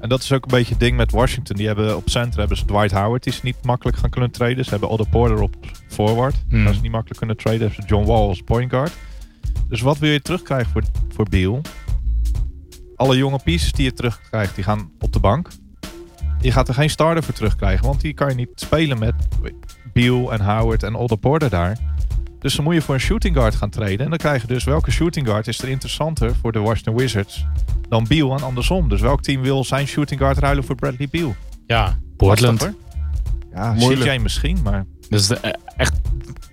Speaker 4: En dat is ook een beetje het ding met Washington. Die hebben op center hebben ze Dwight Howard, die ze niet makkelijk gaan kunnen traden. Ze hebben Otto Porter op forward,
Speaker 3: Hmm.
Speaker 4: gaan ze niet makkelijk kunnen traden. Hebben ze John Wall als point guard. Dus wat wil je terugkrijgen voor, voor Beal? Alle jonge pieces die je terugkrijgt, die gaan op de bank. Je gaat er geen starter voor terugkrijgen, want die kan je niet spelen met Beal en Howard en Otto Porter daar. Dus dan moet je voor een shooting guard gaan traden. En dan krijg je dus welke shooting guard is er interessanter voor de Washington Wizards dan Beal en andersom. Dus welk team wil zijn shooting guard ruilen voor Bradley Beal?
Speaker 3: Ja, Portland.
Speaker 4: Lastig, hoor. Ja,
Speaker 5: Moeilijk.
Speaker 4: CJ misschien, maar
Speaker 3: Dus de- eh, echt,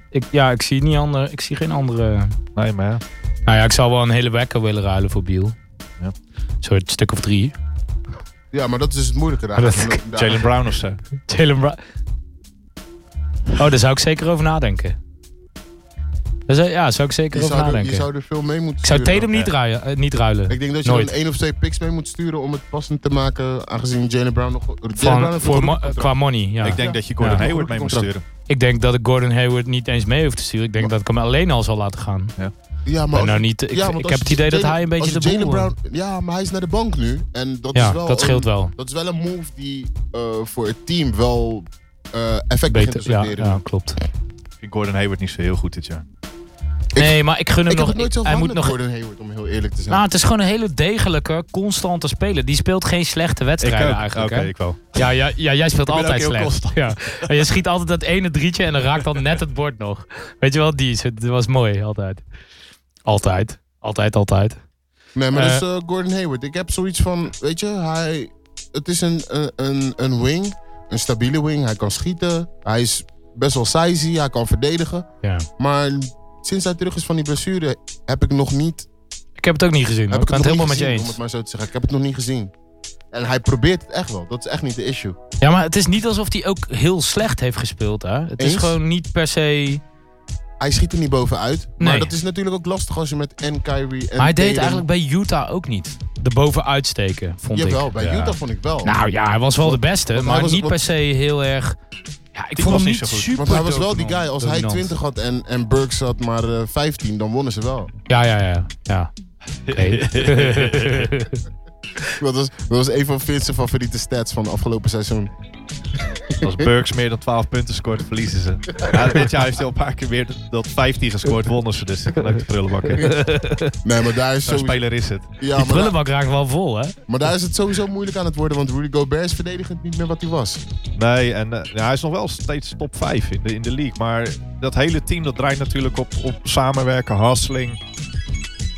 Speaker 3: ik, ja, ik zie, niet andere, ik zie geen andere.
Speaker 4: nee, maar ja.
Speaker 3: Nou ja, ik zou wel een hele wekker willen ruilen voor Biel.
Speaker 4: Ja.
Speaker 3: Een soort stuk of drie.
Speaker 5: Ja, maar dat is dus het moeilijke daar.
Speaker 3: Dat-
Speaker 5: daar-
Speaker 4: Jalen Brown of zo.
Speaker 3: Jalen Brown. Oh, daar zou ik zeker over nadenken. Daar zou, ja, daar zou ik zeker
Speaker 5: je,
Speaker 3: over
Speaker 5: zou er,
Speaker 3: nadenken.
Speaker 5: je zou er veel mee moeten
Speaker 3: ik zou
Speaker 5: sturen.
Speaker 3: Tatum niet, ruilen, eh, niet
Speaker 5: Ik
Speaker 3: ruilen.
Speaker 5: denk dat je
Speaker 3: Nooit.
Speaker 5: er één of twee picks mee moet sturen om het passend te maken. Aangezien Jalen Brown nog... Jalen Brown
Speaker 3: Van,
Speaker 5: heeft
Speaker 3: voor
Speaker 5: een
Speaker 3: mo- eh,
Speaker 5: goed
Speaker 3: qua money, ja.
Speaker 4: Ik denk dat je Gordon
Speaker 3: Ja.
Speaker 4: Hayward mee moet sturen.
Speaker 3: Ik denk dat ik Gordon Hayward niet eens mee hoef te sturen. Ik denk
Speaker 5: Maar-
Speaker 3: dat ik hem alleen al zal laten gaan.
Speaker 5: contract. Ja, maar
Speaker 3: Maar
Speaker 5: als-
Speaker 3: nou niet, ik
Speaker 5: ja, want
Speaker 3: ik
Speaker 5: als
Speaker 3: heb het
Speaker 5: je
Speaker 3: idee dat
Speaker 5: Jalen-
Speaker 3: hij een beetje
Speaker 5: als
Speaker 3: de boel...
Speaker 5: Jalen Brown, ja, maar hij is naar de bank nu. En dat
Speaker 3: ja,
Speaker 5: is wel
Speaker 3: dat scheelt
Speaker 5: een,
Speaker 3: wel.
Speaker 5: Dat is wel een move die eh, voor het team wel eh effect
Speaker 3: Beter,
Speaker 5: begint te
Speaker 3: ja,
Speaker 5: sorteren.
Speaker 3: ja, klopt.
Speaker 4: Ik vind Gordon Hayward niet zo heel goed dit jaar.
Speaker 3: Nee, maar ik gun hem
Speaker 5: Ik heb
Speaker 3: nog...
Speaker 5: het nooit zo
Speaker 3: hij
Speaker 5: veranderd
Speaker 3: moet
Speaker 5: nog...
Speaker 3: nog
Speaker 5: Gordon Hayward, om heel eerlijk te zijn.
Speaker 3: Nou, het is gewoon een hele degelijke, constante speler. Die speelt geen slechte
Speaker 4: Ik ook.
Speaker 3: wedstrijden
Speaker 4: Oké,
Speaker 3: eigenlijk. hè?
Speaker 4: ik wel.
Speaker 3: Ja, ja, ja, jij speelt
Speaker 4: Ik ben
Speaker 3: altijd
Speaker 4: ook heel
Speaker 3: slecht. Ja. En je schiet altijd dat ene drietje en dan raakt dan net het bord nog. Weet je wel, die is het. Dat was mooi, altijd. Altijd. Altijd, altijd.
Speaker 5: nee, maar
Speaker 3: eh,
Speaker 5: dus eh, Gordon Hayward. Ik heb zoiets van, weet je, hij, het is een, een- een, een wing. Een stabiele wing. Hij kan schieten. Hij is best wel sizey. Hij kan verdedigen.
Speaker 3: Ja.
Speaker 5: Maar sinds hij terug is van die blessure heb ik nog niet
Speaker 3: Ik heb het ook niet gezien. hoor.
Speaker 5: Heb
Speaker 3: Nou, Ik ben het
Speaker 5: nog
Speaker 3: helemaal
Speaker 5: niet
Speaker 3: met je
Speaker 5: gezien, Om
Speaker 3: eens.
Speaker 5: het maar zo te zeggen. Ik heb het nog niet gezien. En hij probeert het echt wel. Dat is echt niet de issue.
Speaker 3: Ja, maar het is niet alsof hij ook heel slecht heeft gespeeld. Hè? Het is
Speaker 5: Eens?
Speaker 3: gewoon niet per se...
Speaker 5: Hij schiet er niet bovenuit. Maar
Speaker 3: Nee.
Speaker 5: dat is natuurlijk ook lastig als je met en Kyrie en
Speaker 3: Maar hij deed het
Speaker 5: Tatum-
Speaker 3: eigenlijk bij Utah ook niet. De bovenuit steken, vond ik.
Speaker 5: Jawel, bij
Speaker 4: Ja.
Speaker 5: Utah vond ik wel.
Speaker 3: Nou ja, hij was wel de beste,
Speaker 5: want hij
Speaker 3: maar
Speaker 5: was-
Speaker 3: niet
Speaker 5: want-
Speaker 3: per se heel erg. Ja, ik
Speaker 4: Die
Speaker 3: vond
Speaker 4: was
Speaker 3: hem
Speaker 4: niet
Speaker 3: niet
Speaker 4: zo goed.
Speaker 3: super.
Speaker 5: Want hij was wel die
Speaker 3: dominant-
Speaker 5: guy. Als hij
Speaker 3: dominant.
Speaker 5: 20 had en, en Burks had maar eh, 15, dan wonnen ze wel.
Speaker 3: Ja, ja, ja. ja. Oké.
Speaker 5: Dat was, dat was een van Vince's favoriete stats van afgelopen seizoen.
Speaker 4: Als Burks meer dan 12 punten scoort, verliezen ze. Ja, dit jaar heeft hij al een paar keer weer dat 15 gescoord, wonnen ze. Dus ik kan ook de prullenbakken.
Speaker 5: Nee, maar daar is
Speaker 4: Zo'n
Speaker 5: sowieso,
Speaker 4: speler is het.
Speaker 5: ja,
Speaker 3: Die
Speaker 5: maar, daar,
Speaker 3: prullenbak raakt wel vol, hè?
Speaker 5: maar daar is het sowieso moeilijk aan het worden. Want Rudy Gobert is verdedigend niet meer wat hij was.
Speaker 4: Nee, en eh, ja, hij is nog wel steeds top 5 in de, in de league. Maar dat hele team dat draait natuurlijk op, op samenwerken, hustling.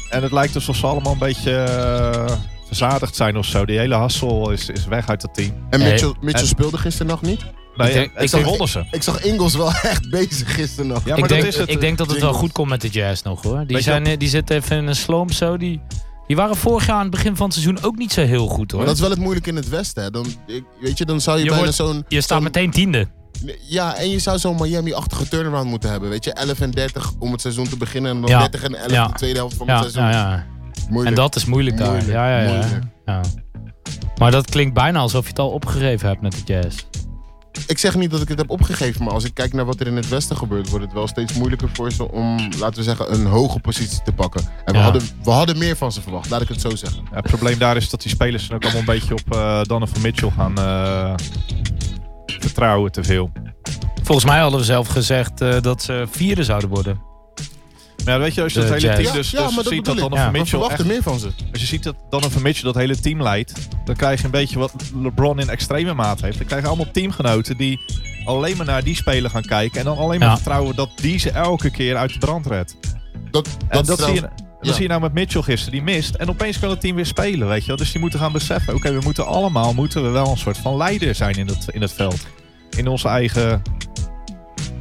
Speaker 4: En het lijkt alsof ze allemaal een beetje eh, verzadigd zijn of zo. Die hele hustle is, is weg uit het team.
Speaker 5: En
Speaker 3: Nee.
Speaker 5: Mitchell, Mitchell
Speaker 4: En-
Speaker 5: speelde gisternacht niet.
Speaker 4: Nee, eh,
Speaker 3: Ik denk-
Speaker 4: en
Speaker 3: ik
Speaker 4: zo
Speaker 3: denk-
Speaker 4: wonnen ze.
Speaker 5: Ik zag Ingles wel echt bezig gisternacht.
Speaker 4: Ja, maar
Speaker 3: ik,
Speaker 4: dat
Speaker 3: denk,
Speaker 4: is het.
Speaker 3: ik denk dat het wel
Speaker 5: Jingles.
Speaker 3: goed komt met de Jazz nog, hoor. Die,
Speaker 4: Weet je
Speaker 3: zijn, eh, die zitten even in een slump zo. Die, die waren vorig jaar aan het begin van het seizoen ook niet zo heel goed, hoor.
Speaker 5: Maar dat is wel het moeilijke in het Westen. Hè. Dan, ik, weet je, dan zou je,
Speaker 3: Je
Speaker 5: bijna
Speaker 3: wordt-
Speaker 5: zo'n...
Speaker 3: Je staat
Speaker 5: zo'n-
Speaker 3: meteen tiende.
Speaker 5: Ja, en je zou zo'n Miami-achtige turnaround moeten hebben. Weet je, 11 en 30 om het seizoen te beginnen. En dan
Speaker 3: Ja.
Speaker 5: 30 en 11
Speaker 3: Ja.
Speaker 5: de tweede helft van
Speaker 3: Ja,
Speaker 5: het seizoen.
Speaker 3: ja, ja. En
Speaker 5: Moeilijk.
Speaker 3: dat is moeilijk daar.
Speaker 5: Moeilijk,
Speaker 3: Ja, ja, ja.
Speaker 5: moeilijk.
Speaker 3: ja. Maar dat klinkt bijna alsof je het al opgegeven hebt met de jazz.
Speaker 5: Ik zeg niet dat ik het heb opgegeven, maar als ik kijk naar wat er in het Westen gebeurt, wordt het wel steeds moeilijker voor ze om, laten we zeggen, een hoge positie te pakken. En we,
Speaker 3: Ja.
Speaker 5: hadden, we hadden meer van ze verwacht, laat ik het zo zeggen.
Speaker 4: Ja, het probleem daar is dat die spelers dan ook allemaal een beetje op eh Donovan Mitchell gaan eh, vertrouwen te veel.
Speaker 3: Volgens mij hadden we zelf gezegd eh, dat ze vierde zouden worden.
Speaker 4: Maar ja, weet je, als je
Speaker 3: De
Speaker 4: dat hele
Speaker 3: Jazz.
Speaker 4: team
Speaker 5: Ja,
Speaker 4: dus,
Speaker 5: ja,
Speaker 4: dus
Speaker 5: maar dat
Speaker 4: ziet
Speaker 5: bedoel
Speaker 4: dat
Speaker 5: ik.
Speaker 4: Donovan
Speaker 3: Ja.
Speaker 5: We
Speaker 4: Mitchell echt
Speaker 5: verwachten meer van ze.
Speaker 4: Als je ziet dat Donovan Mitchell dat hele team leidt, dan krijg je een beetje wat LeBron in extreme maat heeft. Dan krijg je allemaal teamgenoten die alleen maar naar die speler gaan kijken en dan alleen maar
Speaker 3: Ja.
Speaker 4: vertrouwen dat die ze elke keer uit de brand redt.
Speaker 5: Dat,
Speaker 4: En dat,
Speaker 5: is
Speaker 4: zie je,
Speaker 5: trouwens-
Speaker 4: dat
Speaker 5: ja.
Speaker 4: zie je nou met Mitchell gisteren, die mist. En opeens kan het team weer spelen, weet je wel. Dus die moeten gaan beseffen, oké, we moeten allemaal moeten we wel een soort van leider zijn in het, in het veld. In onze eigen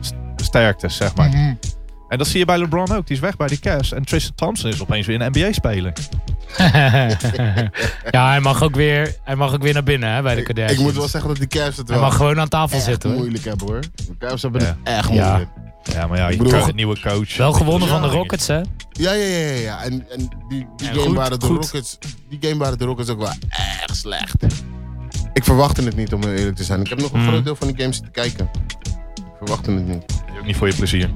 Speaker 4: st- sterktes, zeg maar.
Speaker 5: Mhm.
Speaker 4: En dat zie je bij LeBron ook, die is weg bij de Cavs. En Tristan Thompson is opeens weer een NBA-speler.
Speaker 3: ja, hij mag ook weer, hij mag ook weer naar binnen hè, bij de
Speaker 5: ik,
Speaker 3: Kardashians.
Speaker 5: moet wel zeggen dat die Cavs het
Speaker 3: hij
Speaker 5: wel
Speaker 3: mag gewoon aan tafel
Speaker 5: echt
Speaker 3: zitten. hoor.
Speaker 5: moeilijk hebben hoor. De Cavs hebben
Speaker 4: Ja.
Speaker 5: het echt
Speaker 3: Ja.
Speaker 5: moeilijk.
Speaker 4: Ja, maar ja, je
Speaker 5: bedoel-
Speaker 4: kan een nieuwe coach.
Speaker 3: Wel gewonnen
Speaker 5: Ja,
Speaker 3: van de
Speaker 5: ik-
Speaker 3: Rockets, hè?
Speaker 5: Ja, ja, ja, ja. ja. En, en die, die,
Speaker 3: En
Speaker 5: game
Speaker 3: goed,
Speaker 5: waren de
Speaker 3: goed.
Speaker 5: Rockets, die game waren de Rockets ook wel erg slecht. Ik verwachtte het niet, om heel eerlijk te zijn. Ik heb nog een
Speaker 3: Mm.
Speaker 5: groot deel van die games te kijken. Ik verwachtte het niet.
Speaker 4: Ook niet voor je plezier.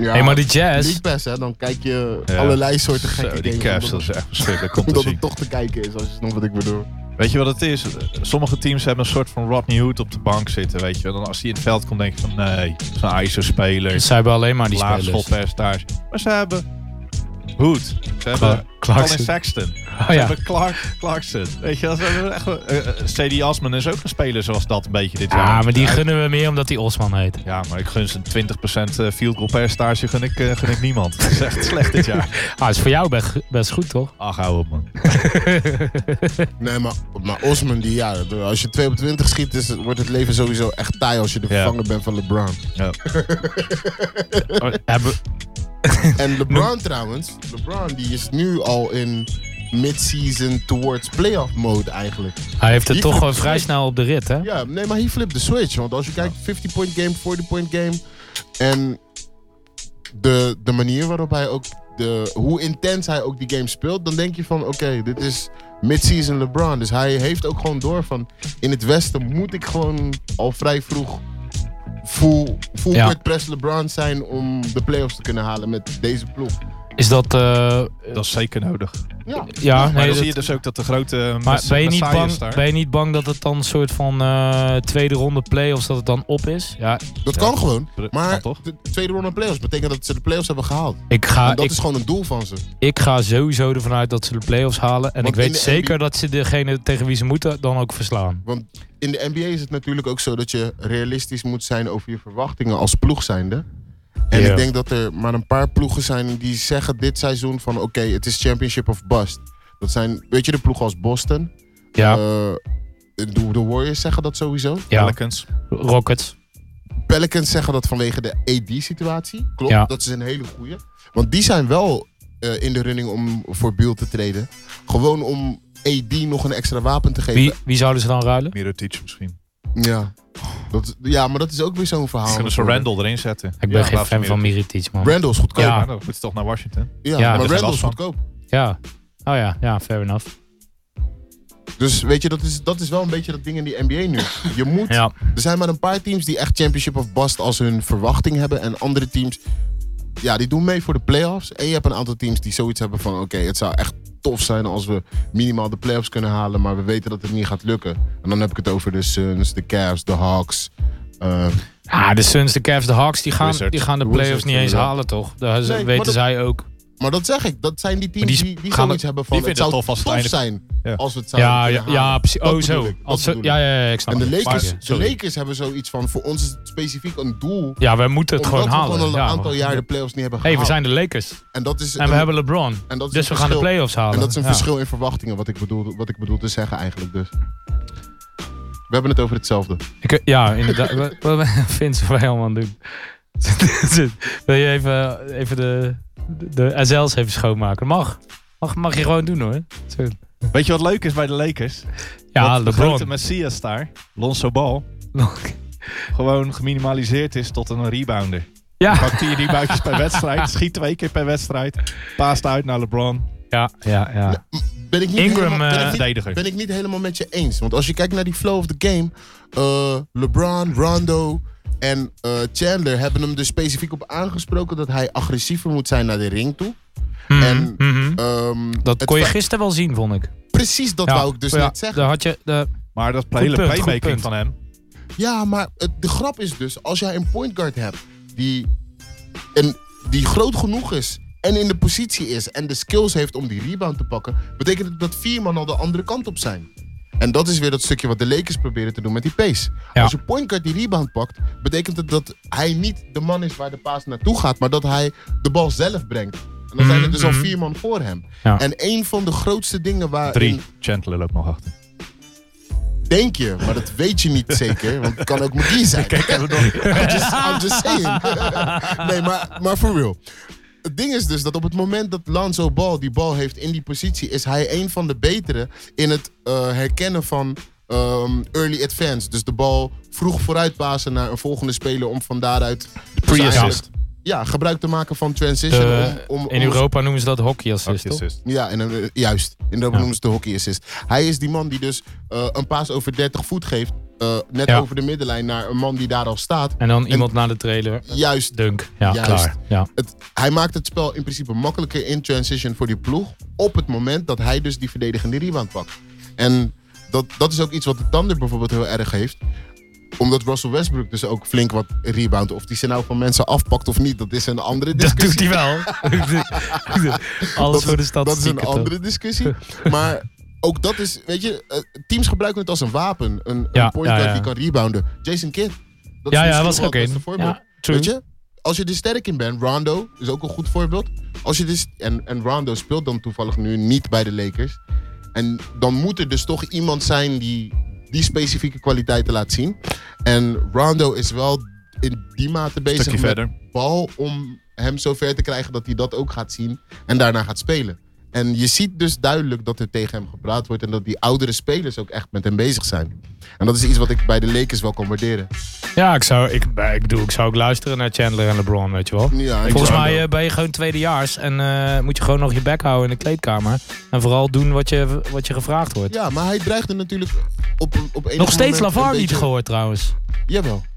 Speaker 5: Ja,
Speaker 3: hey, maar die jazz.
Speaker 5: League Pass, hè, dan kijk je
Speaker 4: Ja.
Speaker 5: allerlei soorten gekke
Speaker 4: Zo, die
Speaker 5: games.
Speaker 4: Cavs, dat
Speaker 5: omdat,
Speaker 4: is echt verschrikkelijk om te
Speaker 5: omdat
Speaker 4: zien.
Speaker 5: het toch te kijken is, als je snapt wat ik bedoel.
Speaker 4: Weet je wat het is? Sommige teams hebben een soort van Rodney Hood op de bank zitten, weet je. wel. Dan als hij in het veld komt, denk je van nee, zo'n ISO-speler,
Speaker 3: Ze hebben alleen maar die
Speaker 4: laag
Speaker 3: spelers.
Speaker 4: schotpercentage. Maar ze hebben Hood, ze hebben
Speaker 3: Clarkson.
Speaker 4: Colin Sexton,
Speaker 3: Oh,
Speaker 4: ze
Speaker 3: ja.
Speaker 4: hebben Clark, Clarkson. Weet je, wel, ze hebben echt, wel- eh, eh, CD Asman is ook een speler zoals dat een beetje dit
Speaker 3: Ja,
Speaker 4: jaar.
Speaker 3: maar die gunnen we meer omdat die Osman heet.
Speaker 4: Ja, maar ik gun ze een 20% field goal percentage, gun ik, eh, gun ik niemand. Dat is echt slecht dit jaar.
Speaker 3: Ah, is voor jou best, best goed, toch?
Speaker 4: Ach, hou op man.
Speaker 5: Nee, maar, maar Osman, die, ja, als je 2 op 20 schiet, is, wordt het leven sowieso echt taai als je de
Speaker 4: Ja.
Speaker 5: vervanger bent van LeBron.
Speaker 4: Ja.
Speaker 3: Hebben-
Speaker 5: En LeBron trouwens, LeBron die is nu al in mid-season towards playoff mode eigenlijk.
Speaker 3: Hij heeft het
Speaker 5: Die
Speaker 3: toch
Speaker 5: gaat
Speaker 3: gewoon vrij
Speaker 5: terug.
Speaker 3: snel op de rit, hè?
Speaker 5: Ja, nee, maar hij flipt de switch. Want als je kijkt, 50-point game, 40-point game. En de, de manier waarop hij ook, de, hoe intens hij ook die game speelt, dan denk je van, oké, dit is mid-season LeBron. Dus hij heeft ook gewoon door van, in het Westen moet ik gewoon al vrij vroeg full, full
Speaker 3: Ja.
Speaker 5: court press LeBron zijn om de playoffs te kunnen halen met deze ploeg.
Speaker 3: Is dat... eh,
Speaker 4: Dat is zeker nodig.
Speaker 5: Ja.
Speaker 3: ja,
Speaker 4: maar
Speaker 3: nee,
Speaker 4: dan
Speaker 3: dat-
Speaker 4: zie je dus ook dat de grote
Speaker 3: maar
Speaker 4: mess-
Speaker 3: ben je, niet
Speaker 4: messiahs
Speaker 3: bang,
Speaker 4: daar-
Speaker 3: ben je niet bang dat het dan een soort van eh, tweede ronde play-offs dat het dan op is? Ja,
Speaker 5: Dat kan gewoon.
Speaker 4: Kan
Speaker 5: Maar
Speaker 4: toch?
Speaker 5: de tweede ronde playoffs betekent dat ze de playoffs hebben gehaald.
Speaker 3: ik ga,
Speaker 5: en dat
Speaker 3: Ah, ik,
Speaker 5: is gewoon een doel van ze.
Speaker 3: ik ga sowieso ervan uit dat ze de play-offs halen. En
Speaker 5: Want
Speaker 3: ik
Speaker 5: in
Speaker 3: weet
Speaker 5: de
Speaker 3: zeker dat ze degene tegen wie ze moeten dan ook verslaan.
Speaker 5: Want in de NBA is het natuurlijk ook zo dat je realistisch moet zijn over je verwachtingen als ploeg zijnde. En
Speaker 3: Ja.
Speaker 5: ik denk dat er maar een paar ploegen zijn die zeggen dit seizoen van oké, het is championship of bust. Dat zijn, weet je, de ploegen als Boston.
Speaker 3: Ja,
Speaker 5: Eh, de, de Warriors zeggen dat sowieso.
Speaker 3: ja.
Speaker 4: Pelicans.
Speaker 3: Rockets.
Speaker 5: Pelicans zeggen dat vanwege de AD-situatie. Klopt,
Speaker 3: Ja.
Speaker 5: dat is een hele goeie. Want die zijn wel eh, in de running om voor Biel te treden. Gewoon om AD nog een extra wapen te geven.
Speaker 3: Wie, wie zouden ze dan ruilen?
Speaker 4: Mirotic misschien.
Speaker 5: Ja. Dat, ja, maar dat is ook weer zo'n
Speaker 4: Ze
Speaker 5: verhaal.
Speaker 4: kunnen ze
Speaker 5: natuurlijk.
Speaker 4: Randall erin zetten.
Speaker 3: Ah, Ik ben geen fan van Miritich, man.
Speaker 5: Randall is goedkoop.
Speaker 4: Ja,
Speaker 5: Ja,
Speaker 4: maar dan moet ze toch naar Washington.
Speaker 3: Ja,
Speaker 5: maar
Speaker 4: daar zijn
Speaker 5: Randall is
Speaker 4: we af
Speaker 5: goedkoop.
Speaker 3: Ja. Oh ja, ja, fair enough.
Speaker 5: Dus weet je, dat is, dat is wel een beetje dat ding in die NBA nu. Je moet,
Speaker 3: Ja,
Speaker 5: Er zijn maar een paar teams die echt championship of bust als hun verwachting hebben. En andere teams, ja, die doen mee voor de playoffs. En je hebt een aantal teams die zoiets hebben van... oké, het zou echt tof zijn als we minimaal de playoffs kunnen halen... maar we weten dat het niet gaat lukken. En dan heb ik het over de Suns, de Cavs, de Hawks... eh,
Speaker 3: Ah, de Suns, de Cavs, de Hawks, die gaan,
Speaker 4: Wizards.
Speaker 3: die gaan de
Speaker 5: Wizards,
Speaker 3: playoffs niet eens
Speaker 5: inderdaad.
Speaker 3: halen, toch? Daar
Speaker 5: Nee, maar
Speaker 3: weten
Speaker 5: dat-
Speaker 3: zij ook.
Speaker 5: maar dat zeg ik, dat zijn die teams
Speaker 3: Maar die
Speaker 5: die, die,
Speaker 3: gaan-
Speaker 5: zoiets hebben van...
Speaker 4: die
Speaker 5: het
Speaker 4: vinden
Speaker 5: zou
Speaker 4: het tof als het einde-
Speaker 5: zijn
Speaker 4: Ja.
Speaker 5: als we het zouden
Speaker 3: Ja,
Speaker 5: kunnen
Speaker 3: ja,
Speaker 5: halen.
Speaker 3: ja, precies.
Speaker 5: Dat
Speaker 3: Oh,
Speaker 5: bedoel
Speaker 3: zo.
Speaker 5: ik, dat
Speaker 3: Als ze-
Speaker 5: bedoel ik.
Speaker 3: ja, ja, ja, ik snap
Speaker 5: En de
Speaker 3: het.
Speaker 5: Lakers,
Speaker 3: Maar-
Speaker 5: de
Speaker 3: sorry.
Speaker 5: Lakers hebben zoiets van, voor ons is het specifiek een doel.
Speaker 3: Ja, wij moeten het
Speaker 5: omdat
Speaker 3: gewoon
Speaker 5: we
Speaker 3: halen.
Speaker 5: gewoon al een
Speaker 3: ja.
Speaker 5: aantal jaar de playoffs niet hebben
Speaker 3: Hey,
Speaker 5: gehaald.
Speaker 3: we zijn de Lakers.
Speaker 5: en dat is
Speaker 3: En we
Speaker 5: een-
Speaker 3: hebben LeBron.
Speaker 5: en dat is
Speaker 3: Dus
Speaker 5: een
Speaker 3: we gaan de
Speaker 5: verschil.
Speaker 3: playoffs halen.
Speaker 5: En dat is een
Speaker 3: Ja.
Speaker 5: verschil in verwachtingen, wat ik, bedoel, wat ik bedoel te zeggen eigenlijk dus. We hebben het over hetzelfde.
Speaker 3: Ik- ja, inderdaad. Wat- Wat vindt ze wij allemaal aan het doen? Wil je even, even de, de SL's even schoonmaken? Mag. Mag, mag je gewoon doen hoor. Zo.
Speaker 4: Weet je wat leuk is bij de Lakers?
Speaker 3: Ja,
Speaker 4: dat de grote
Speaker 3: LeBron.
Speaker 4: messias daar, Lonzo Ball, gewoon geminimaliseerd is tot een rebounder.
Speaker 3: Ja,
Speaker 4: Pakt 10 reboundjes per wedstrijd, schiet twee keer per wedstrijd, paast uit naar Lebron.
Speaker 3: ja, ja. ja.
Speaker 5: ben ik niet
Speaker 3: Ingram,
Speaker 5: helemaal, ben
Speaker 3: eh,
Speaker 5: ik niet-
Speaker 4: verdediger.
Speaker 5: ben ik niet helemaal met je eens. Want als je kijkt naar die flow of the game. eh, LeBron, Rondo en eh, Chandler hebben hem er specifiek op aangesproken dat hij agressiever moet zijn naar de ring toe.
Speaker 3: Mhm,
Speaker 5: En,
Speaker 3: mhm.
Speaker 5: Ehm,
Speaker 3: Dat
Speaker 5: het
Speaker 3: kon je
Speaker 5: feit-
Speaker 3: gisteren wel zien, vond ik.
Speaker 5: Precies dat
Speaker 3: Ja,
Speaker 5: wou ik dus
Speaker 3: ja,
Speaker 5: net zeggen.
Speaker 3: Daar had je, daar-
Speaker 4: Maar dat
Speaker 3: Goed
Speaker 4: hele
Speaker 3: punt, goed
Speaker 4: playmaking
Speaker 3: punt.
Speaker 4: van hem.
Speaker 5: Ja, maar het- de grap is dus, als jij een point guard hebt die, en, die groot genoeg is en in de positie is en de skills heeft om die rebound te pakken, betekent het dat vier man al de andere kant op zijn. En dat is weer dat stukje wat de Lakers proberen te doen met die pace.
Speaker 3: Ja.
Speaker 5: Als je point guard die rebound pakt, betekent het dat hij niet de man is waar de paas naartoe gaat, maar dat hij de bal zelf brengt. En dan zijn er dus al
Speaker 3: Mhm.
Speaker 5: vier man voor hem.
Speaker 3: Ja.
Speaker 5: En een van de grootste dingen waar.
Speaker 4: Drie. Chandler loopt nog achter.
Speaker 5: Denk je, maar dat weet je niet zeker. Want het kan ook McGee zijn. I'm, just, I'm just saying. nee, maar, maar for real. Het ding is dus dat op het moment dat Lanzo Ball die bal heeft in die positie... is hij een van de betere in het eh, herkennen van ehm, early advance. Dus de bal vroeg vooruit pasen naar een volgende speler... om van daaruit dus
Speaker 4: Pre-assist.
Speaker 5: eigenlijk, Ja, gebruik te maken van transition.
Speaker 3: de-
Speaker 5: om, om,
Speaker 3: eh, in
Speaker 5: om-
Speaker 3: Europa noemen ze dat hockey assist, toch?
Speaker 4: Assist.
Speaker 5: ja, en, dan, eh, juist. En dat noemen ze de hockey assist. Hij is die man die dus eh, een paas over 30 voet geeft. eh, net
Speaker 3: Ja.
Speaker 5: over de middenlijn naar een man die daar al staat.
Speaker 3: En dan iemand na de trailer.
Speaker 5: Juist.
Speaker 3: Dunk. Ja,
Speaker 5: Juist.
Speaker 3: klaar. Ja.
Speaker 5: Het, hij maakt het spel in principe makkelijker in transition voor die ploeg. Op het moment dat hij dus die verdedigende rebound pakt. En dat, dat is ook iets wat de Thunder bijvoorbeeld heel erg heeft. Omdat Russell Westbrook dus ook flink wat rebound. Of die ze nou van mensen afpakt of niet, dat is een andere
Speaker 3: Dat
Speaker 5: discussie.
Speaker 3: doet hij wel. Alles
Speaker 5: Dat is-
Speaker 3: voor de stad.
Speaker 5: Dat is een andere discussie. Maar ook dat is, weet je, eh, teams gebruiken het als een wapen. Een,
Speaker 3: Ja,
Speaker 5: een point guard
Speaker 3: ja, ja.
Speaker 5: die kan rebounden. Jason Kidd. Dat
Speaker 3: Ja,
Speaker 5: is
Speaker 3: ja,
Speaker 5: misschien
Speaker 3: was
Speaker 5: wel
Speaker 3: ook
Speaker 5: het beste
Speaker 3: één.
Speaker 5: voorbeeld.
Speaker 3: Ja, true.
Speaker 5: Weet je, als je er sterk in bent, Rondo is ook een goed voorbeeld. Als je dus, en, en Rondo speelt dan toevallig nu niet bij de Lakers. En dan moet er dus toch iemand zijn die die specifieke kwaliteiten laat zien. En Rondo is wel in die mate bezig
Speaker 4: Stukje
Speaker 5: met
Speaker 4: verder.
Speaker 5: bal om hem zover te krijgen dat hij dat ook gaat zien en daarna gaat spelen. En je ziet dus duidelijk dat er tegen hem gepraat wordt en dat die oudere spelers ook echt met hem bezig zijn. En dat is iets wat ik bij de Lakers wel kan waarderen.
Speaker 3: Ja, ik zou, ik, eh, ik, bedoel, ik zou ook luisteren naar Chandler en LeBron, weet je wel.
Speaker 5: Ja, en
Speaker 3: Volgens
Speaker 5: Rondo.
Speaker 3: mij eh, ben je gewoon tweedejaars en eh, moet je gewoon nog je bek houden in de kleedkamer. En vooral doen wat je, wat je gevraagd wordt.
Speaker 5: Ja, maar hij dreigde natuurlijk op, op een
Speaker 3: nog steeds
Speaker 5: Lavar
Speaker 3: Lavar niet gehoord trouwens.
Speaker 5: Jawel.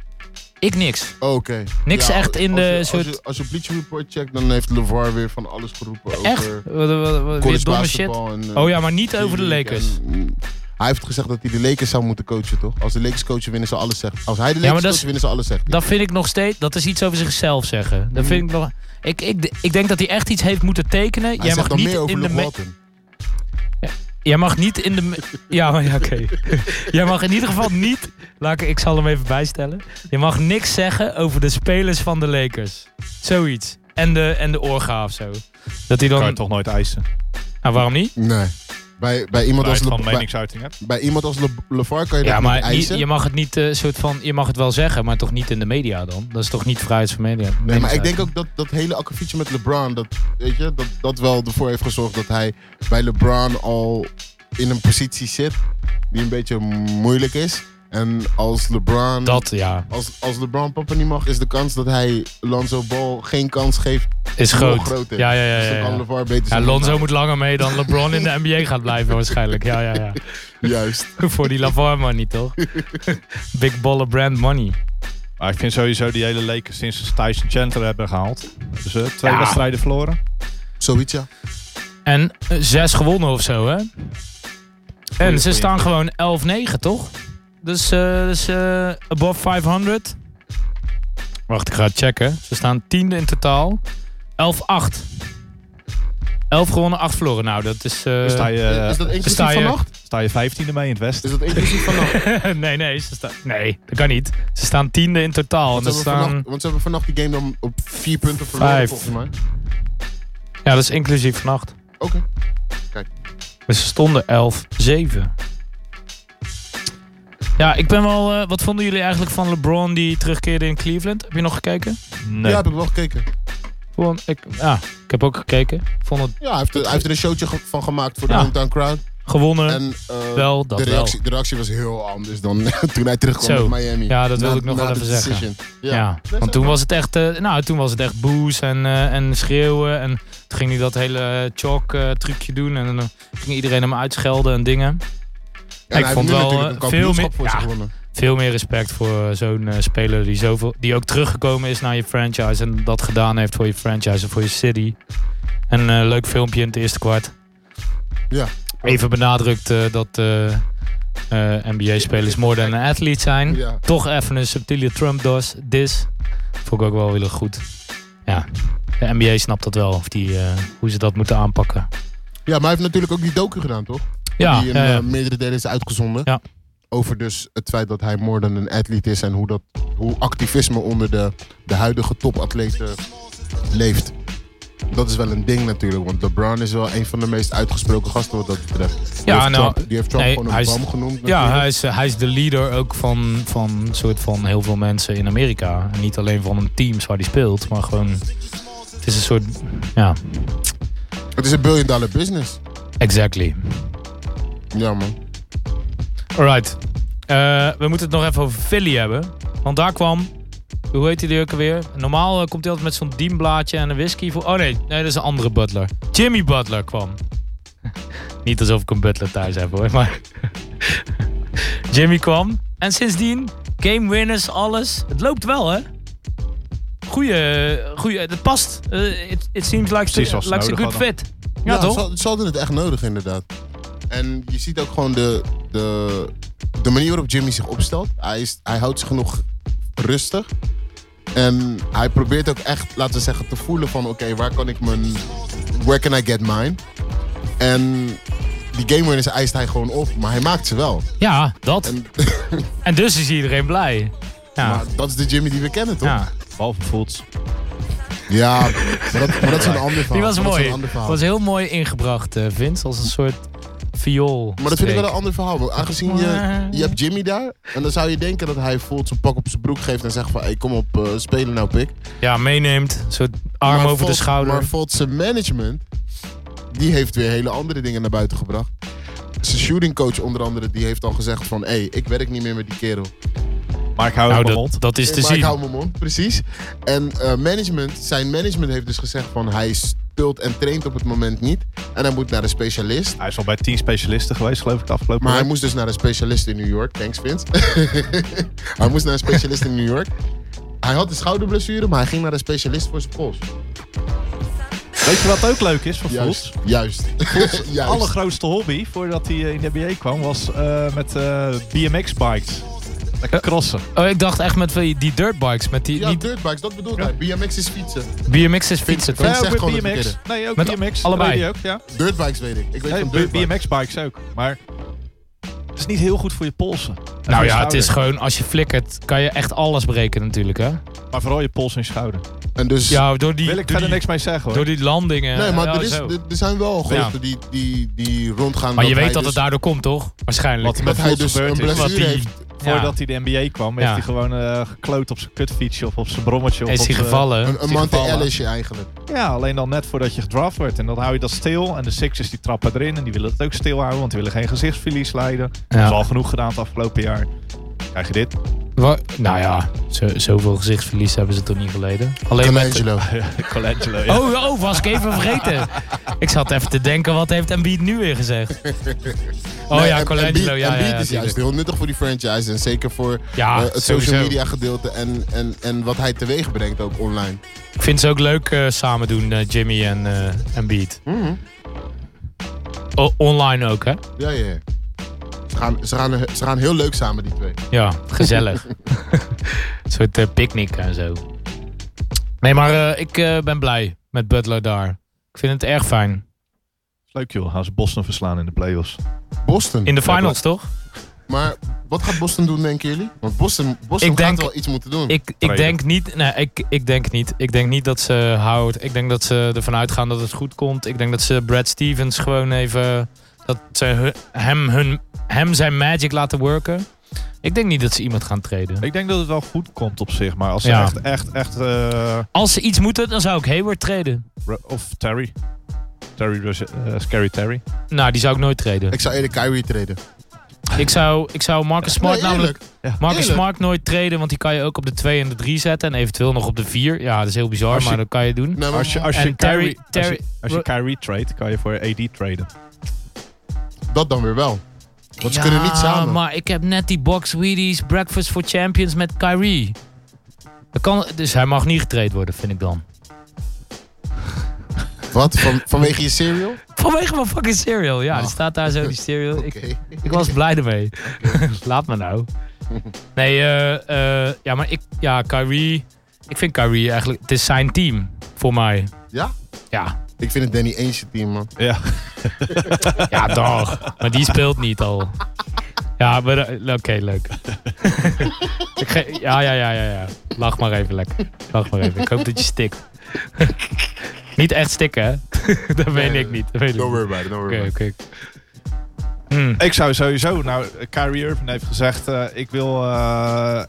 Speaker 3: Ik niks.
Speaker 5: Oké.
Speaker 3: Niks
Speaker 5: Ja,
Speaker 3: echt in
Speaker 5: als
Speaker 3: de
Speaker 5: je- als
Speaker 3: soort-
Speaker 5: Je, als je Bleacher Report checkt, dan heeft LeVar weer van alles geroepen over...
Speaker 3: Echt? Wat, wat- wat- weer
Speaker 5: college
Speaker 3: domme shit.
Speaker 5: basketbal en, eh,
Speaker 3: Oh ja, maar niet over de
Speaker 5: League
Speaker 3: Lakers.
Speaker 5: en, mm, hij heeft gezegd dat hij de Lakers zou moeten coachen, toch? Als de Lakers coachen, winnen ze alles, zegt Als hij de
Speaker 3: maar
Speaker 5: Lakers
Speaker 3: dat
Speaker 5: coacht,
Speaker 3: is-
Speaker 5: winnen ze alles, zegt hij.
Speaker 3: Dat vind ik nog steeds. Dat is iets over zichzelf zeggen. Dat vind ik nog. Ik, ik, ik denk dat hij echt iets heeft moeten tekenen.
Speaker 5: Hmm. Hij
Speaker 3: jij
Speaker 5: zegt
Speaker 3: mag
Speaker 5: dan
Speaker 3: niet
Speaker 5: meer over
Speaker 3: in de.
Speaker 5: Luke
Speaker 3: me-
Speaker 5: Walton.
Speaker 3: Jij mag niet in de. me- Ja, maar ja, oké. Jij mag in ieder geval niet. Laat ik, ik zal hem even bijstellen. Je mag niks zeggen over de spelers van de Lakers. Zoiets. En de, en de orga of zo. Dat hij
Speaker 4: Kan je
Speaker 3: dan.
Speaker 4: toch nooit eisen?
Speaker 3: Nou, waarom niet?
Speaker 5: Nee. Bij, bij, iemand, als
Speaker 4: Als je
Speaker 5: Le,
Speaker 4: van
Speaker 5: bij,
Speaker 4: meningsuiting hebt.
Speaker 5: bij iemand als Le- LeVar kan je
Speaker 3: Ja,
Speaker 5: dat niet
Speaker 3: maar niet-
Speaker 5: eisen.
Speaker 3: je mag het niet. eh, soort van, je mag het wel zeggen, maar toch niet in de media dan? Dat is toch niet vrijheid van media?
Speaker 5: Nee, maar ik denk ook dat dat hele akkefietje met LeBron, dat, weet je, dat, dat wel ervoor heeft gezorgd dat hij bij LeBron al in een positie zit die een beetje moeilijk is. En als LeBron,
Speaker 3: Dat ja,
Speaker 5: als, als LeBron papa niet mag, is de kans dat hij Lonzo Ball geen kans geeft
Speaker 3: is
Speaker 5: nog
Speaker 3: groot.
Speaker 5: groter.
Speaker 3: Ja, ja, ja.
Speaker 5: Dus
Speaker 3: ja,
Speaker 5: dan
Speaker 3: ja.
Speaker 5: kan LeVar beter
Speaker 3: Ja,
Speaker 5: zijn.
Speaker 3: Lonzo moet langer mee dan LeBron in de NBA gaat blijven waarschijnlijk. Ja, ja, ja.
Speaker 5: Juist.
Speaker 3: Voor die Lavar money toch? Big baller brand money.
Speaker 4: Maar ik vind sowieso die hele Lakers sinds ze Tyson Chandler hebben gehaald. Dus eh, twee
Speaker 3: Ja.
Speaker 4: wedstrijden verloren.
Speaker 5: Zoiets, ja.
Speaker 3: En eh, zes gewonnen of zo, hè? En ze
Speaker 4: goeie.
Speaker 3: staan gewoon 11-9, toch? Dus, eh dus eh, above 500. Wacht, ik ga het checken. Ze staan tiende in totaal. 11-8. 11 gewonnen, 8 verloren. Nou, dat is... eh,
Speaker 4: sta, je,
Speaker 5: Is- is dat inclusief
Speaker 3: sta je-
Speaker 5: vannacht?
Speaker 4: sta je vijftiende mee in het
Speaker 5: Is
Speaker 4: Westen.
Speaker 5: dat inclusief vannacht?
Speaker 3: nee, nee, ze staan... Nee, dat kan niet. Ze staan tiende in totaal. En
Speaker 5: Want ze,
Speaker 3: dat
Speaker 5: hebben
Speaker 3: staan...
Speaker 5: vannacht want ze hebben vannacht die game dan op vier punten verloren,
Speaker 3: Vijf.
Speaker 5: volgens mij.
Speaker 3: Ja, dat is inclusief vannacht.
Speaker 5: Oké.
Speaker 3: Maar ze stonden 11-7. Ja, ik ben wel. eh, wat vonden jullie eigenlijk van LeBron die terugkeerde in Cleveland? Heb je nog gekeken?
Speaker 4: Nee.
Speaker 5: Ja, heb ik wel gekeken.
Speaker 3: Gewoon, ik, ja, ik heb ook gekeken. Vond het,
Speaker 5: Ja, hij heeft, er- hij heeft er een showtje ge- van gemaakt voor de
Speaker 3: Ja.
Speaker 5: hometown crowd.
Speaker 3: gewonnen.
Speaker 5: En eh,
Speaker 3: Wel, dat
Speaker 5: de,
Speaker 3: wel.
Speaker 5: reactie, de reactie was heel anders dan toen hij terugkwam
Speaker 3: Zo.
Speaker 5: uit Miami.
Speaker 3: Ja, dat
Speaker 5: Na-
Speaker 3: wilde ik nog
Speaker 5: na
Speaker 3: wel
Speaker 5: de
Speaker 3: even zeggen.
Speaker 5: decision.
Speaker 3: Ja, want toen was het echt, eh, nou, toen was het echt boos en, eh, en schreeuwen. En toen ging hij dat hele chalk eh, trucje doen. En dan ging iedereen hem uitschelden en dingen.
Speaker 5: En
Speaker 3: ik
Speaker 5: hij
Speaker 3: vond
Speaker 5: heeft nu
Speaker 3: wel,
Speaker 5: natuurlijk
Speaker 3: eh,
Speaker 5: een
Speaker 3: veel meer-
Speaker 5: kampioenschap voor
Speaker 3: ja.
Speaker 5: zich gewonnen.
Speaker 3: Veel meer respect voor eh, zo'n eh, speler die, zoveel, die ook teruggekomen is naar je franchise. En dat gedaan heeft voor je franchise en voor je city. En een leuk filmpje in het eerste kwart.
Speaker 5: Ja.
Speaker 3: Even benadrukt eh, dat eh, eh, NBA-spelers more than an athlete zijn.
Speaker 5: Ja.
Speaker 3: toch even een subtiele Trump-dos. Dis. Vond ik ook wel heel goed. Ja, de NBA snapt dat wel. Of die, eh, hoe ze dat moeten aanpakken.
Speaker 5: ja, maar hij heeft natuurlijk ook die docu gedaan, toch?
Speaker 3: Ja,
Speaker 5: die in
Speaker 3: ja, ja.
Speaker 5: eh, meerdere delen is uitgezonden.
Speaker 3: Ja.
Speaker 5: Over dus het feit dat hij more dan een atleet is en hoe, dat, hoe activisme onder de, de huidige topatleten leeft. Dat is wel een ding natuurlijk, want LeBron is wel een van de meest uitgesproken gasten wat dat betreft. Die
Speaker 3: Ja,
Speaker 5: heeft
Speaker 3: nou,
Speaker 5: Trump, die heeft Trump
Speaker 3: nee,
Speaker 5: gewoon
Speaker 3: hij
Speaker 5: een
Speaker 3: is-
Speaker 5: bam genoemd.
Speaker 3: ja
Speaker 5: natuurlijk.
Speaker 3: hij, is, eh, hij is de leader ook van, van soort van heel veel mensen in Amerika. En niet alleen van een teams waar hij speelt, maar gewoon. Het is een soort. Ja,
Speaker 5: Het is een billion dollar business.
Speaker 3: exactly.
Speaker 5: Ja man.
Speaker 3: Alright. Eh, we moeten het nog even over Philly hebben. Want daar kwam. Hoe heet die ook alweer? Normaal eh, komt hij altijd met zo'n dienblaadje en een whisky. Voor... Oh nee, nee, dat is een andere butler. Jimmy Butler kwam. Niet alsof ik een butler thuis heb hoor, maar... Jimmy kwam. En sindsdien, game winners, alles. Het loopt wel hè? Goeie, goeie het past. Eh, it, it seems like,
Speaker 4: Precies
Speaker 3: the,
Speaker 4: wat ze
Speaker 3: like a
Speaker 4: nodig
Speaker 3: good
Speaker 4: hadden.
Speaker 3: fit. Ja, toch?
Speaker 5: Ze, had- ze hadden het echt nodig inderdaad. En je ziet ook gewoon de, de, de manier waarop Jimmy zich opstelt. Hij, is, hij houdt zich genoeg rustig. En hij probeert ook echt, laten we zeggen, te voelen van... Oké, waar kan ik mijn... Where can I get mine? En die game winners eist hij gewoon op. Maar hij maakt ze wel.
Speaker 3: Ja, dat.
Speaker 5: En,
Speaker 3: En dus is iedereen blij. Ja.
Speaker 5: maar dat is de Jimmy die we kennen, toch? Ja,
Speaker 3: ja.
Speaker 4: Behalve Fultz.
Speaker 5: maar, dat, maar dat is een ander verhaal.
Speaker 3: Die was
Speaker 5: Maar dat is
Speaker 3: mooi.
Speaker 5: een ander verhaal.
Speaker 3: was heel mooi ingebracht, eh, Vince. Als een soort viool.
Speaker 5: Maar dat vind ik wel een ander verhaal. want Aangezien je, je hebt Jimmy daar. En dan zou je denken dat hij voelt zijn pak op zijn broek geeft. En zegt van, hey, kom op, eh, spelen nou pik.
Speaker 3: Ja, meeneemt. Een soort arm
Speaker 5: Maar
Speaker 3: over
Speaker 5: Volt-
Speaker 3: de schouder.
Speaker 5: Maar Volt zijn management, die heeft weer hele andere dingen naar buiten gebracht. Zijn shootingcoach onder andere, die heeft al gezegd van... Hé, hey, ik werk niet meer met die kerel.
Speaker 4: Maar ik hou
Speaker 3: nou,
Speaker 4: hem mijn
Speaker 3: dat,
Speaker 4: mond.
Speaker 3: dat is
Speaker 5: Ik-
Speaker 3: te
Speaker 5: maar ik hou
Speaker 3: zien.
Speaker 5: mijn mond, precies. En eh, management, zijn management heeft dus gezegd van... Hij speelt en traint op het moment niet. En hij moet naar een specialist.
Speaker 4: Hij is al bij tien specialisten geweest, geloof ik, de afgelopen
Speaker 5: Maar hij
Speaker 4: week.
Speaker 5: moest dus naar een specialist in New York. Thanks, Vince. hij moest naar een specialist in New York. Hij had een schouderblessure, maar hij ging naar een specialist voor zijn pols.
Speaker 4: Weet je wat ook leuk is van Fultz?
Speaker 5: Juist. Juist. Juist.
Speaker 4: De allergrootste hobby voordat hij eh, in de NBA kwam was eh, met eh, BMX bikes.
Speaker 5: Eh,
Speaker 4: Lekker crossen.
Speaker 3: Oh, ik dacht echt met die die dirtbikes. Met die
Speaker 5: ja,
Speaker 3: niet
Speaker 5: dirtbikes, dat bedoelt hij. BMX is fietsen.
Speaker 3: BMX's fietsen.
Speaker 5: Vince
Speaker 3: toch?
Speaker 4: Ja,
Speaker 5: zegt
Speaker 4: ook
Speaker 5: gewoon
Speaker 4: met
Speaker 5: het
Speaker 4: BMX.
Speaker 5: verkeerde.
Speaker 4: Nee, ook
Speaker 3: Met
Speaker 4: BMX.
Speaker 3: allebei.
Speaker 4: Weet je ook, ja.
Speaker 5: Dirtbikes weet ik. Ik weet
Speaker 4: Nee,
Speaker 5: van dirtbikes.
Speaker 4: BMX bikes ook. Maar het is niet heel goed voor je polsen. En voor
Speaker 3: Nou
Speaker 4: je
Speaker 3: ja, het
Speaker 4: schouder.
Speaker 3: is gewoon als je flikkert, kan je echt alles breken natuurlijk,
Speaker 5: Dus
Speaker 3: hè?
Speaker 4: Maar vooral je pols en je schouder.
Speaker 5: En dus...
Speaker 3: Ja, door die,
Speaker 4: Wil ik
Speaker 3: door
Speaker 4: verder
Speaker 3: die,
Speaker 4: niks mee zeggen hoor.
Speaker 3: door die landingen.
Speaker 5: Nee, maar
Speaker 3: Ja,
Speaker 5: er, is,
Speaker 3: zo.
Speaker 5: er, er zijn wel goden
Speaker 3: Ja.
Speaker 5: die, die, die rondgaan.
Speaker 3: Maar je weet
Speaker 5: hij
Speaker 3: dat het
Speaker 5: dus-
Speaker 3: daardoor komt, toch? Waarschijnlijk.
Speaker 4: Wat er met
Speaker 5: Dat hij
Speaker 4: Fultz
Speaker 5: dus een
Speaker 4: gebeurd is.
Speaker 3: Wat
Speaker 5: blessure
Speaker 3: die-
Speaker 5: heeft.
Speaker 3: Ja.
Speaker 4: Voordat hij de NBA kwam, heeft
Speaker 3: Ja.
Speaker 4: hij gewoon eh, gekloot op zijn kutfietsje of op zijn brommetje. Of
Speaker 3: Is
Speaker 4: op
Speaker 3: hij
Speaker 4: zijn-
Speaker 3: gevallen?
Speaker 5: eh, Een, een
Speaker 4: die
Speaker 5: Monte
Speaker 4: gevallen.
Speaker 5: Ellisje eigenlijk.
Speaker 4: Ja, alleen dan net voordat je gedraft werd. En dan hou je dat stil. En de Sixers die trappen erin. En die willen het ook stil houden, want die willen geen gezichtsverlies leiden. Dat
Speaker 3: Ja.
Speaker 4: is al genoeg gedaan het afgelopen jaar. Krijg je dit?
Speaker 3: Wa- nou ja, zo, zoveel gezichtsverlies hebben ze toch niet geleden. Alleen met,
Speaker 5: Colangelo.
Speaker 4: Colangelo, ja.
Speaker 3: Oh, oh, was ik even vergeten. ik zat even te denken, wat heeft Embiid nu weer gezegd? Oh
Speaker 5: Nee,
Speaker 3: ja,
Speaker 5: en- en
Speaker 3: Colangelo,
Speaker 5: Beat-
Speaker 3: ja,
Speaker 5: en
Speaker 3: ja,
Speaker 5: Beat
Speaker 3: ja,
Speaker 5: is juist
Speaker 3: tuurlijk.
Speaker 5: heel nuttig voor die franchise. En zeker voor
Speaker 3: Ja,
Speaker 5: eh, het
Speaker 3: sowieso.
Speaker 5: social media gedeelte en, en, en wat hij teweeg brengt ook online.
Speaker 3: Ik vind ze ook leuk eh, samen doen, eh, Jimmy en eh Embiid.
Speaker 5: Mhm.
Speaker 3: O- online ook, hè?
Speaker 5: Ja, ja, ja. Ze gaan, ze, gaan, ze gaan heel leuk samen, die twee.
Speaker 3: Ja, gezellig. Een soort eh, picknick en zo. Nee, maar eh, ik eh, ben blij met Butler daar. Ik vind het erg fijn.
Speaker 4: Leuk joh, gaan ze Boston verslaan in de playoffs.
Speaker 5: Boston.
Speaker 3: In de finals, toch?
Speaker 5: Maar wat gaat Boston doen, denken jullie? Want Boston, Boston
Speaker 3: Ik
Speaker 5: gaat
Speaker 3: denk-
Speaker 5: wel iets moeten doen.
Speaker 3: Ik, ik
Speaker 4: Trainer.
Speaker 3: denk niet. Nee, ik, ik denk niet. Ik denk niet dat ze houdt. Ik denk dat ze ervan uitgaan dat het goed komt. Ik denk dat ze Brad Stevens gewoon even. Dat ze hu- hem, hun, hem zijn magic laten worken. Ik denk niet dat ze iemand gaan treden.
Speaker 4: Ik denk dat het wel goed komt op zich. Maar als ze
Speaker 3: Ja.
Speaker 4: echt, echt, echt... eh,
Speaker 3: Als ze iets moeten, dan zou ik Hayward treden.
Speaker 4: Ro- of Terry. Terry Rus- eh, Scary Terry.
Speaker 3: Nou, die zou ik nooit treden.
Speaker 5: Ik zou eerder Kyrie treden.
Speaker 3: Ik zou, ik zou Marcus Smart
Speaker 5: Nee,
Speaker 3: namelijk
Speaker 5: eerlijk.
Speaker 3: Marcus
Speaker 5: Eerlijk?
Speaker 3: Smart nooit treden, want die kan je ook op de 2 en de 3 zetten. En eventueel nog op de 4. Ja, dat is heel bizar,
Speaker 4: Als je-
Speaker 3: maar dat kan je doen.
Speaker 5: Nee, maar-
Speaker 4: Als je, als je,
Speaker 3: En Terry-
Speaker 4: Kyrie, als je,
Speaker 3: Terry-
Speaker 4: als je Kyrie trade, kan je voor AD traden.
Speaker 5: Dat dan weer wel. Want ze
Speaker 3: Ja,
Speaker 5: kunnen niet samen.
Speaker 3: maar ik heb net die box Wheaties Breakfast for Champions met Kyrie. Dat kan, dus hij mag niet getraind worden, vind ik dan.
Speaker 5: Wat? Van, vanwege je cereal?
Speaker 3: Vanwege mijn fucking cereal. Ja,
Speaker 5: Ah.
Speaker 3: die staat daar zo, die cereal.
Speaker 5: Oké.
Speaker 3: Ik, ik was blij ermee. Laat me nou. Nee, eh, eh, ja, maar ik, ja, Kyrie. Ik vind Kyrie eigenlijk, het is zijn team voor mij.
Speaker 5: Ja?
Speaker 3: Ja,
Speaker 5: Ik vind het Danny Ainge team, man.
Speaker 4: Ja.
Speaker 3: ja, dag. Maar die speelt niet al. Ja, maar eh, oké, leuk. ik ge- ja, ja, ja, ja, ja. Lach maar even lekker. Lach maar even. Ik hoop dat je stikt. niet echt stikken, hè? dat weet
Speaker 5: nee,
Speaker 3: ik niet. Dat weet ik niet.
Speaker 5: Don't
Speaker 3: Oké,
Speaker 5: worry about it, don't worry
Speaker 3: oké.
Speaker 5: about
Speaker 3: Hmm.
Speaker 4: Ik zou sowieso, nou, Kyrie Irving heeft gezegd, eh, ik wil eh,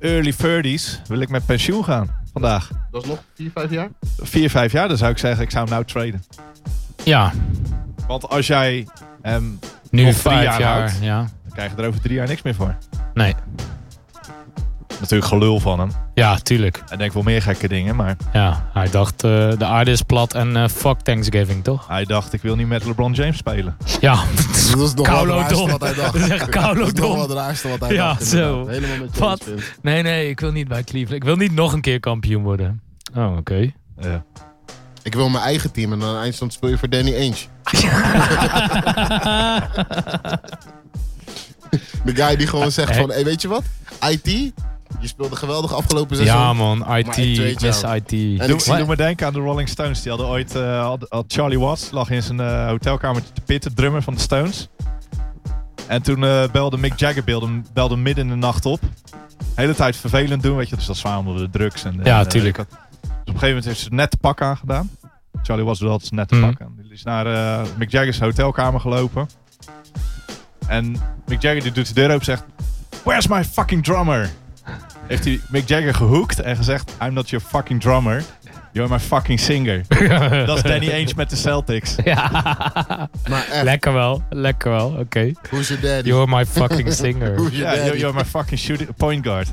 Speaker 4: early 30s, wil ik met pensioen gaan vandaag.
Speaker 5: it. Dat is nog 4, 5 jaar?
Speaker 4: Vier, vijf jaar, dan zou ik zeggen, ik zou hem nou traden.
Speaker 3: Ja,
Speaker 4: Want als jij hem,
Speaker 3: nu
Speaker 4: Nog drie
Speaker 3: vijf
Speaker 4: jaar
Speaker 3: jaar.
Speaker 4: oud.
Speaker 3: ja.
Speaker 4: dan krijg je er over drie jaar niks meer voor.
Speaker 3: Nee.
Speaker 4: Natuurlijk gelul van hem.
Speaker 3: Ja, tuurlijk.
Speaker 4: Hij denkt wel meer gekke dingen, maar
Speaker 3: Ja, hij dacht eh, de aarde is plat en eh, fuck Thanksgiving, toch?
Speaker 4: hij dacht, ik wil niet met LeBron James spelen.
Speaker 3: Ja,
Speaker 5: Dat is nog
Speaker 3: Koulo
Speaker 5: wel het raarste
Speaker 3: dom.
Speaker 5: wat hij dacht.
Speaker 3: Dat is echt koulo
Speaker 5: Dat is nog
Speaker 3: dom.
Speaker 5: wel het raarste wat hij
Speaker 3: Ja,
Speaker 5: dacht.
Speaker 3: zo.
Speaker 5: inderdaad. Helemaal met je
Speaker 3: Wat?
Speaker 5: eens, Vince.
Speaker 3: nee, nee, ik wil niet bij Cleveland. Ik wil niet nog een keer kampioen worden. Oh, oké.
Speaker 4: Ja.
Speaker 5: Ik wil mijn eigen team en dan aan het eindstand speel je voor Danny Ainge. De guy die gewoon zegt van, hey, weet je wat? IT, je speelde geweldig afgelopen seizoen.
Speaker 3: Ja, man, IT.
Speaker 4: Maar
Speaker 5: ik weet
Speaker 3: Ik mis
Speaker 5: jou.
Speaker 3: IT.
Speaker 5: En
Speaker 4: Doe,
Speaker 5: ik zie-
Speaker 4: doe me denken aan de Rolling Stones. Die hadden ooit, eh, had, had Charlie Watts lag in zijn eh, hotelkamertje te pitten, drummer van de Stones. En toen eh, belde Mick Jagger belde, hem- belde hem midden in de nacht op. De hele tijd vervelend doen, weet je. Dus dat is zwaar onder de drugs. En,
Speaker 3: Ja,
Speaker 4: en, eh,
Speaker 3: tuurlijk.
Speaker 4: ik had- dus op een gegeven moment heeft ze net de pak aangedaan. Charlie Watts had ze net de
Speaker 3: Mhm.
Speaker 4: pak aan. Die is naar eh, Mick Jagger's hotelkamer gelopen. En Mick Jagger die doet de deur open en zegt... Where's my fucking drummer? Heeft hij Mick Jagger gehoekt en gezegd... I'm not your fucking drummer. You're my fucking singer. Dat is Danny Ainge met de Celtics.
Speaker 3: Ja,
Speaker 5: maar echt,
Speaker 3: lekker wel, lekker wel, oké.
Speaker 5: who's your daddy?
Speaker 3: You're my fucking singer.
Speaker 5: Who's your
Speaker 4: Ja,
Speaker 5: daddy?
Speaker 4: you're, you're my fucking shooting point guard.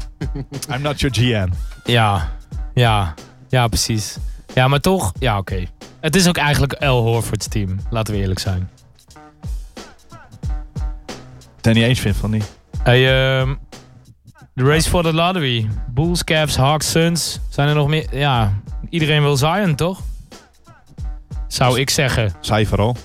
Speaker 4: I'm not your GM.
Speaker 3: Ja, ja, ja, precies. Ja, maar toch, ja, oké. Het is ook eigenlijk El Horford's team, laten we eerlijk zijn.
Speaker 4: Danny Ainge vindt van niet.
Speaker 3: Hey, ehm, de race for the lottery. Bulls, Cavs, Hawks, Suns. Zijn er nog meer? Ja, iedereen wil Zion, toch? Zou ik zeggen.
Speaker 4: Zij vooral.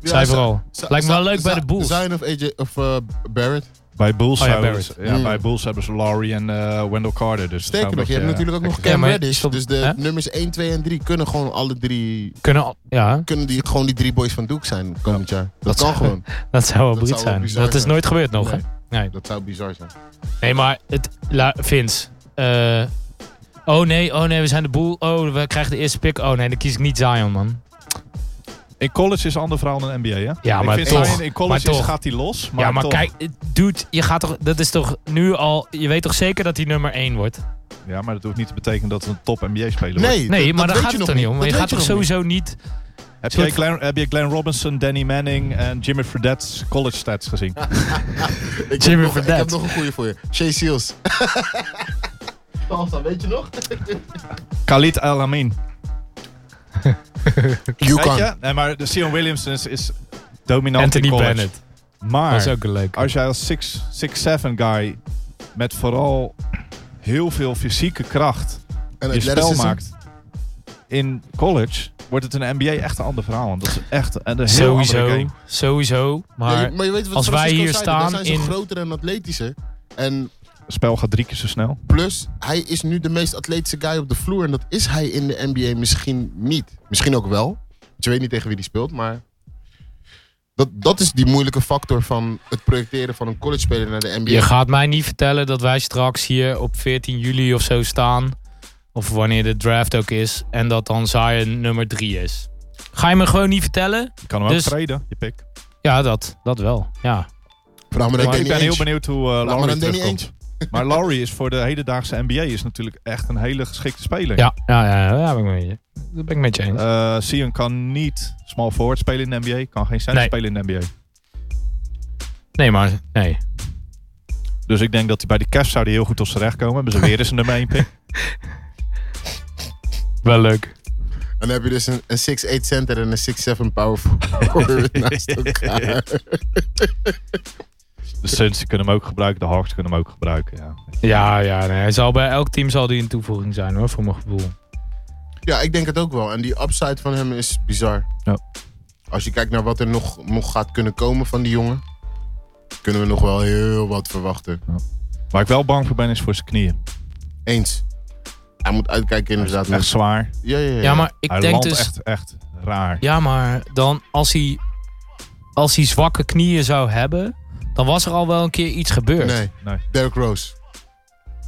Speaker 5: Ja,
Speaker 3: Zij
Speaker 5: Z-
Speaker 3: vooral.
Speaker 5: Z-
Speaker 3: Lijkt me wel
Speaker 5: Z-
Speaker 3: leuk bij
Speaker 5: Z-
Speaker 3: de Bulls.
Speaker 5: Zion of, AJ, of eh, Barrett.
Speaker 4: Bij Bulls,
Speaker 3: Oh ja,
Speaker 4: zouden
Speaker 3: Barrett.
Speaker 4: ze- ja,
Speaker 5: Mm.
Speaker 4: bij Bulls hebben ze Laurie en eh, Wendell Carter. Dus het zou
Speaker 5: Sterker
Speaker 4: een
Speaker 5: nog, je
Speaker 4: beetje-
Speaker 5: hebt natuurlijk ook nog
Speaker 3: Ja,
Speaker 5: Cam
Speaker 3: maar-
Speaker 5: Reddish.
Speaker 3: stop.
Speaker 5: Dus de
Speaker 3: Hè?
Speaker 5: nummers 1, 2 en 3 kunnen gewoon alle drie...
Speaker 3: Kunnen, al- ja,
Speaker 5: Kunnen die, gewoon die drie boys van Duke zijn komend jaar. Dat kan gewoon.
Speaker 3: dat zou wel
Speaker 5: Dat
Speaker 3: bruut
Speaker 5: zou wel
Speaker 3: zijn.
Speaker 5: bizar
Speaker 3: Dat is
Speaker 5: zijn.
Speaker 3: nooit gebeurd nog,
Speaker 5: Nee.
Speaker 3: hè? Nee.
Speaker 5: Dat zou bizar zijn.
Speaker 3: Nee, maar het, la, Vince. eh, oh nee, oh nee, we zijn de boel. Oh, we krijgen de eerste pick. Oh nee, dan kies ik niet Zion, man.
Speaker 4: In college is een ander verhaal dan NBA, hè?
Speaker 3: Ja, maar
Speaker 4: ik vind
Speaker 3: toch.
Speaker 4: Zion in college
Speaker 3: Maar
Speaker 4: is-
Speaker 3: toch.
Speaker 4: gaat hij los. Maar
Speaker 3: ja, maar
Speaker 4: toch.
Speaker 3: kijk, dude, je gaat toch, dat is toch nu al, je weet toch zeker dat hij nummer 1 wordt?
Speaker 4: Ja, maar dat hoeft niet te betekenen dat het een top NBA-speler wordt.
Speaker 3: Nee,
Speaker 5: Nee,
Speaker 3: maar
Speaker 5: dat- dat
Speaker 3: daar
Speaker 5: weet
Speaker 3: gaat
Speaker 5: je
Speaker 3: het
Speaker 5: nog
Speaker 3: toch niet om.
Speaker 5: Dat
Speaker 3: Je
Speaker 5: weet
Speaker 3: gaat
Speaker 5: je
Speaker 3: toch
Speaker 5: nog niet.
Speaker 3: sowieso niet.
Speaker 4: Heb,
Speaker 3: Soort
Speaker 4: jij Glenn, heb je Glenn Robinson, Danny Manning en Jimmy Fredette's college stats gezien?
Speaker 5: Ik heb,
Speaker 3: Jimmy
Speaker 5: nog, ik
Speaker 3: Fredette.
Speaker 5: heb nog een goede voor je. Chase Seals. Weet je nog?
Speaker 4: Khalid Al-Amin.
Speaker 5: You
Speaker 4: Weet
Speaker 5: can.
Speaker 4: je? Nee, maar de Sion Williamson is, is dominant
Speaker 3: Anthony
Speaker 4: in college.
Speaker 3: Bennett.
Speaker 4: Maar
Speaker 3: Dat is ook een leuk.
Speaker 4: als jij als 6'7 guy met vooral heel veel fysieke kracht
Speaker 5: En
Speaker 4: je spel
Speaker 5: athleticism.
Speaker 4: maakt in college, wordt het in de NBA echt een ander verhaal. Want dat is echt een, een heel andere
Speaker 3: Sowieso,
Speaker 4: game.
Speaker 3: sowieso.
Speaker 5: Ja,
Speaker 3: Maar
Speaker 5: je- maar je weet wat
Speaker 3: als wij
Speaker 5: Francisco
Speaker 3: hier
Speaker 5: zei, dan
Speaker 3: staan
Speaker 5: zijn ze
Speaker 3: in-
Speaker 5: groter en atletischer. En
Speaker 4: Het spel gaat drie keer zo snel.
Speaker 5: plus, hij is nu de meest atletische guy op de vloer. En dat is hij in de NBA misschien niet. Misschien ook wel. Want je weet niet tegen wie die speelt, maar... Dat, dat is die moeilijke factor van het projecteren van een college-speler naar de NBA.
Speaker 3: je gaat mij niet vertellen dat wij straks hier op 14 juli of zo staan. Of wanneer de draft ook is. En dat dan Zion nummer 3 is. Ga je me gewoon niet vertellen?
Speaker 4: Je kan hem
Speaker 3: Dus-
Speaker 4: ook traden, je pick.
Speaker 3: Ja, dat, dat wel. Ja.
Speaker 5: Vraag me
Speaker 4: Ik, ik
Speaker 5: dan Danny
Speaker 4: ben heel
Speaker 5: Ainge.
Speaker 4: benieuwd hoe eh
Speaker 5: Laat maar
Speaker 4: Lowry
Speaker 5: dan Danny
Speaker 4: terugkomt. Maar Laurie is voor de hedendaagse NBA is natuurlijk echt een hele geschikte speler.
Speaker 3: Ja, ja, ja, ja, daar ben ik met je, dat ben ik met je eens.
Speaker 4: Eh, Sion kan niet small forward spelen in de NBA. Kan geen center
Speaker 3: Nee.
Speaker 4: spelen in de NBA.
Speaker 3: nee, maar nee.
Speaker 4: Dus ik denk dat hij bij de Cavs zou die heel goed tot z'n recht komen. Hebben ze weer eens een nummer 1 pick.
Speaker 3: Wel leuk.
Speaker 5: En dan heb je dus een, een 6-8 center en een 6-7 power forward naast elkaar.
Speaker 4: De Suns die kunnen hem ook gebruiken. De Hawks kunnen hem ook gebruiken. Ja.
Speaker 3: Ja, ja, nee. Hij zal bij elk team zal die een toevoeging zijn hoor, voor mijn gevoel.
Speaker 5: Ja, ik denk het ook wel. En die upside van hem is bizar.
Speaker 4: Ja.
Speaker 5: Als je kijkt naar wat er nog, nog gaat kunnen komen van die jongen, kunnen we nog wel heel wat verwachten.
Speaker 4: Waar ik wel bang voor ben is voor zijn knieën.
Speaker 5: Eens. Hij moet uitkijken inderdaad.
Speaker 4: Echt zwaar.
Speaker 5: Ja, ja, ja.
Speaker 3: Ja, maar ik
Speaker 4: hij
Speaker 3: denk
Speaker 4: landt
Speaker 3: dus.
Speaker 4: echt, echt raar.
Speaker 3: Ja, maar dan als hij, als hij zwakke knieën zou hebben, dan was er al wel een keer iets gebeurd.
Speaker 5: Nee,
Speaker 4: Nee.
Speaker 5: Derrick Rose.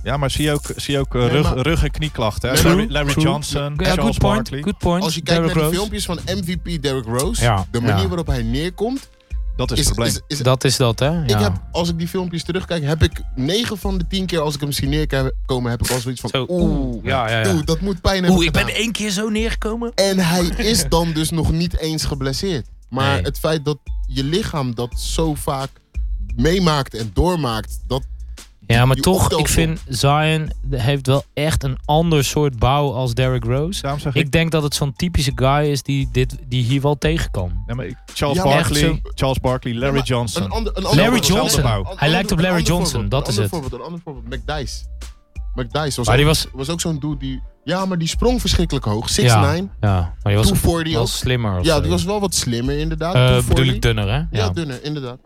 Speaker 4: Ja, maar zie je ook, zie je ook eh,
Speaker 5: Nee,
Speaker 4: rug,
Speaker 5: maar-
Speaker 4: rug- en knieklachten. hè?
Speaker 5: Nee,
Speaker 4: Larry,
Speaker 5: maar-
Speaker 4: Larry
Speaker 5: True.
Speaker 4: Johnson,
Speaker 3: Ja,
Speaker 4: Charles
Speaker 3: good point.
Speaker 4: Barkley.
Speaker 3: Good point.
Speaker 5: Als je kijkt
Speaker 3: Derrick
Speaker 5: naar de
Speaker 3: Rose.
Speaker 5: filmpjes van MVP Derrick Rose,
Speaker 3: Ja,
Speaker 5: de manier
Speaker 3: ja.
Speaker 5: waarop hij neerkomt,
Speaker 4: Dat is
Speaker 5: is,
Speaker 4: het probleem.
Speaker 5: is, is-
Speaker 3: Dat is dat, hè? Ja.
Speaker 5: ik heb, als ik die filmpjes terugkijk, heb ik 9 van de 10 keer als ik hem zie neerkomen, heb ik al zoiets van,
Speaker 3: Zo,
Speaker 5: oeh,
Speaker 3: ja, ja, ja.
Speaker 5: oeh, dat moet pijn hebben
Speaker 3: Oeh, ik ben
Speaker 5: gedaan.
Speaker 3: één keer zo neergekomen.
Speaker 5: En hij is dan dus nog niet eens geblesseerd. Maar
Speaker 3: Nee.
Speaker 5: het feit dat je lichaam dat zo vaak meemaakt en doormaakt, dat
Speaker 3: Ja, maar
Speaker 5: Die
Speaker 3: toch,
Speaker 5: optelsom.
Speaker 3: ik vind Zion heeft wel echt een ander soort bouw als Derrick Rose.
Speaker 4: Daarom zeg ik,
Speaker 3: Ik denk dat het zo'n typische guy is die, dit, die hier wel tegen kan.
Speaker 4: nee, maar ik- Charles,
Speaker 5: Ja, maar-
Speaker 4: Barkley,
Speaker 3: Echt
Speaker 4: Charles Barkley, Larry Johnson.
Speaker 5: een ander, een ander
Speaker 3: Larry
Speaker 5: voorbeeld-
Speaker 4: Johnson.
Speaker 5: een
Speaker 4: Hij
Speaker 5: ander-
Speaker 3: lijkt op
Speaker 5: een ander
Speaker 3: Larry Johnson,
Speaker 5: voorbeeld,
Speaker 3: dat
Speaker 5: een
Speaker 3: is het.
Speaker 5: ander Voorbeeld, een ander voorbeeld, McDice. McDice was,
Speaker 3: Maar die
Speaker 5: ook,
Speaker 3: was...
Speaker 5: was ook zo'n dude die... Ja, maar die sprong verschrikkelijk hoog. 6'9,
Speaker 3: ja, ja, maar die was
Speaker 5: 240
Speaker 3: wel
Speaker 5: ook.
Speaker 3: slimmer. of
Speaker 5: Ja,
Speaker 3: zo.
Speaker 5: die was wel wat slimmer inderdaad.
Speaker 3: Eh,
Speaker 5: 240.
Speaker 3: bedoel ik dunner, hè?
Speaker 5: Ja, dunner, inderdaad.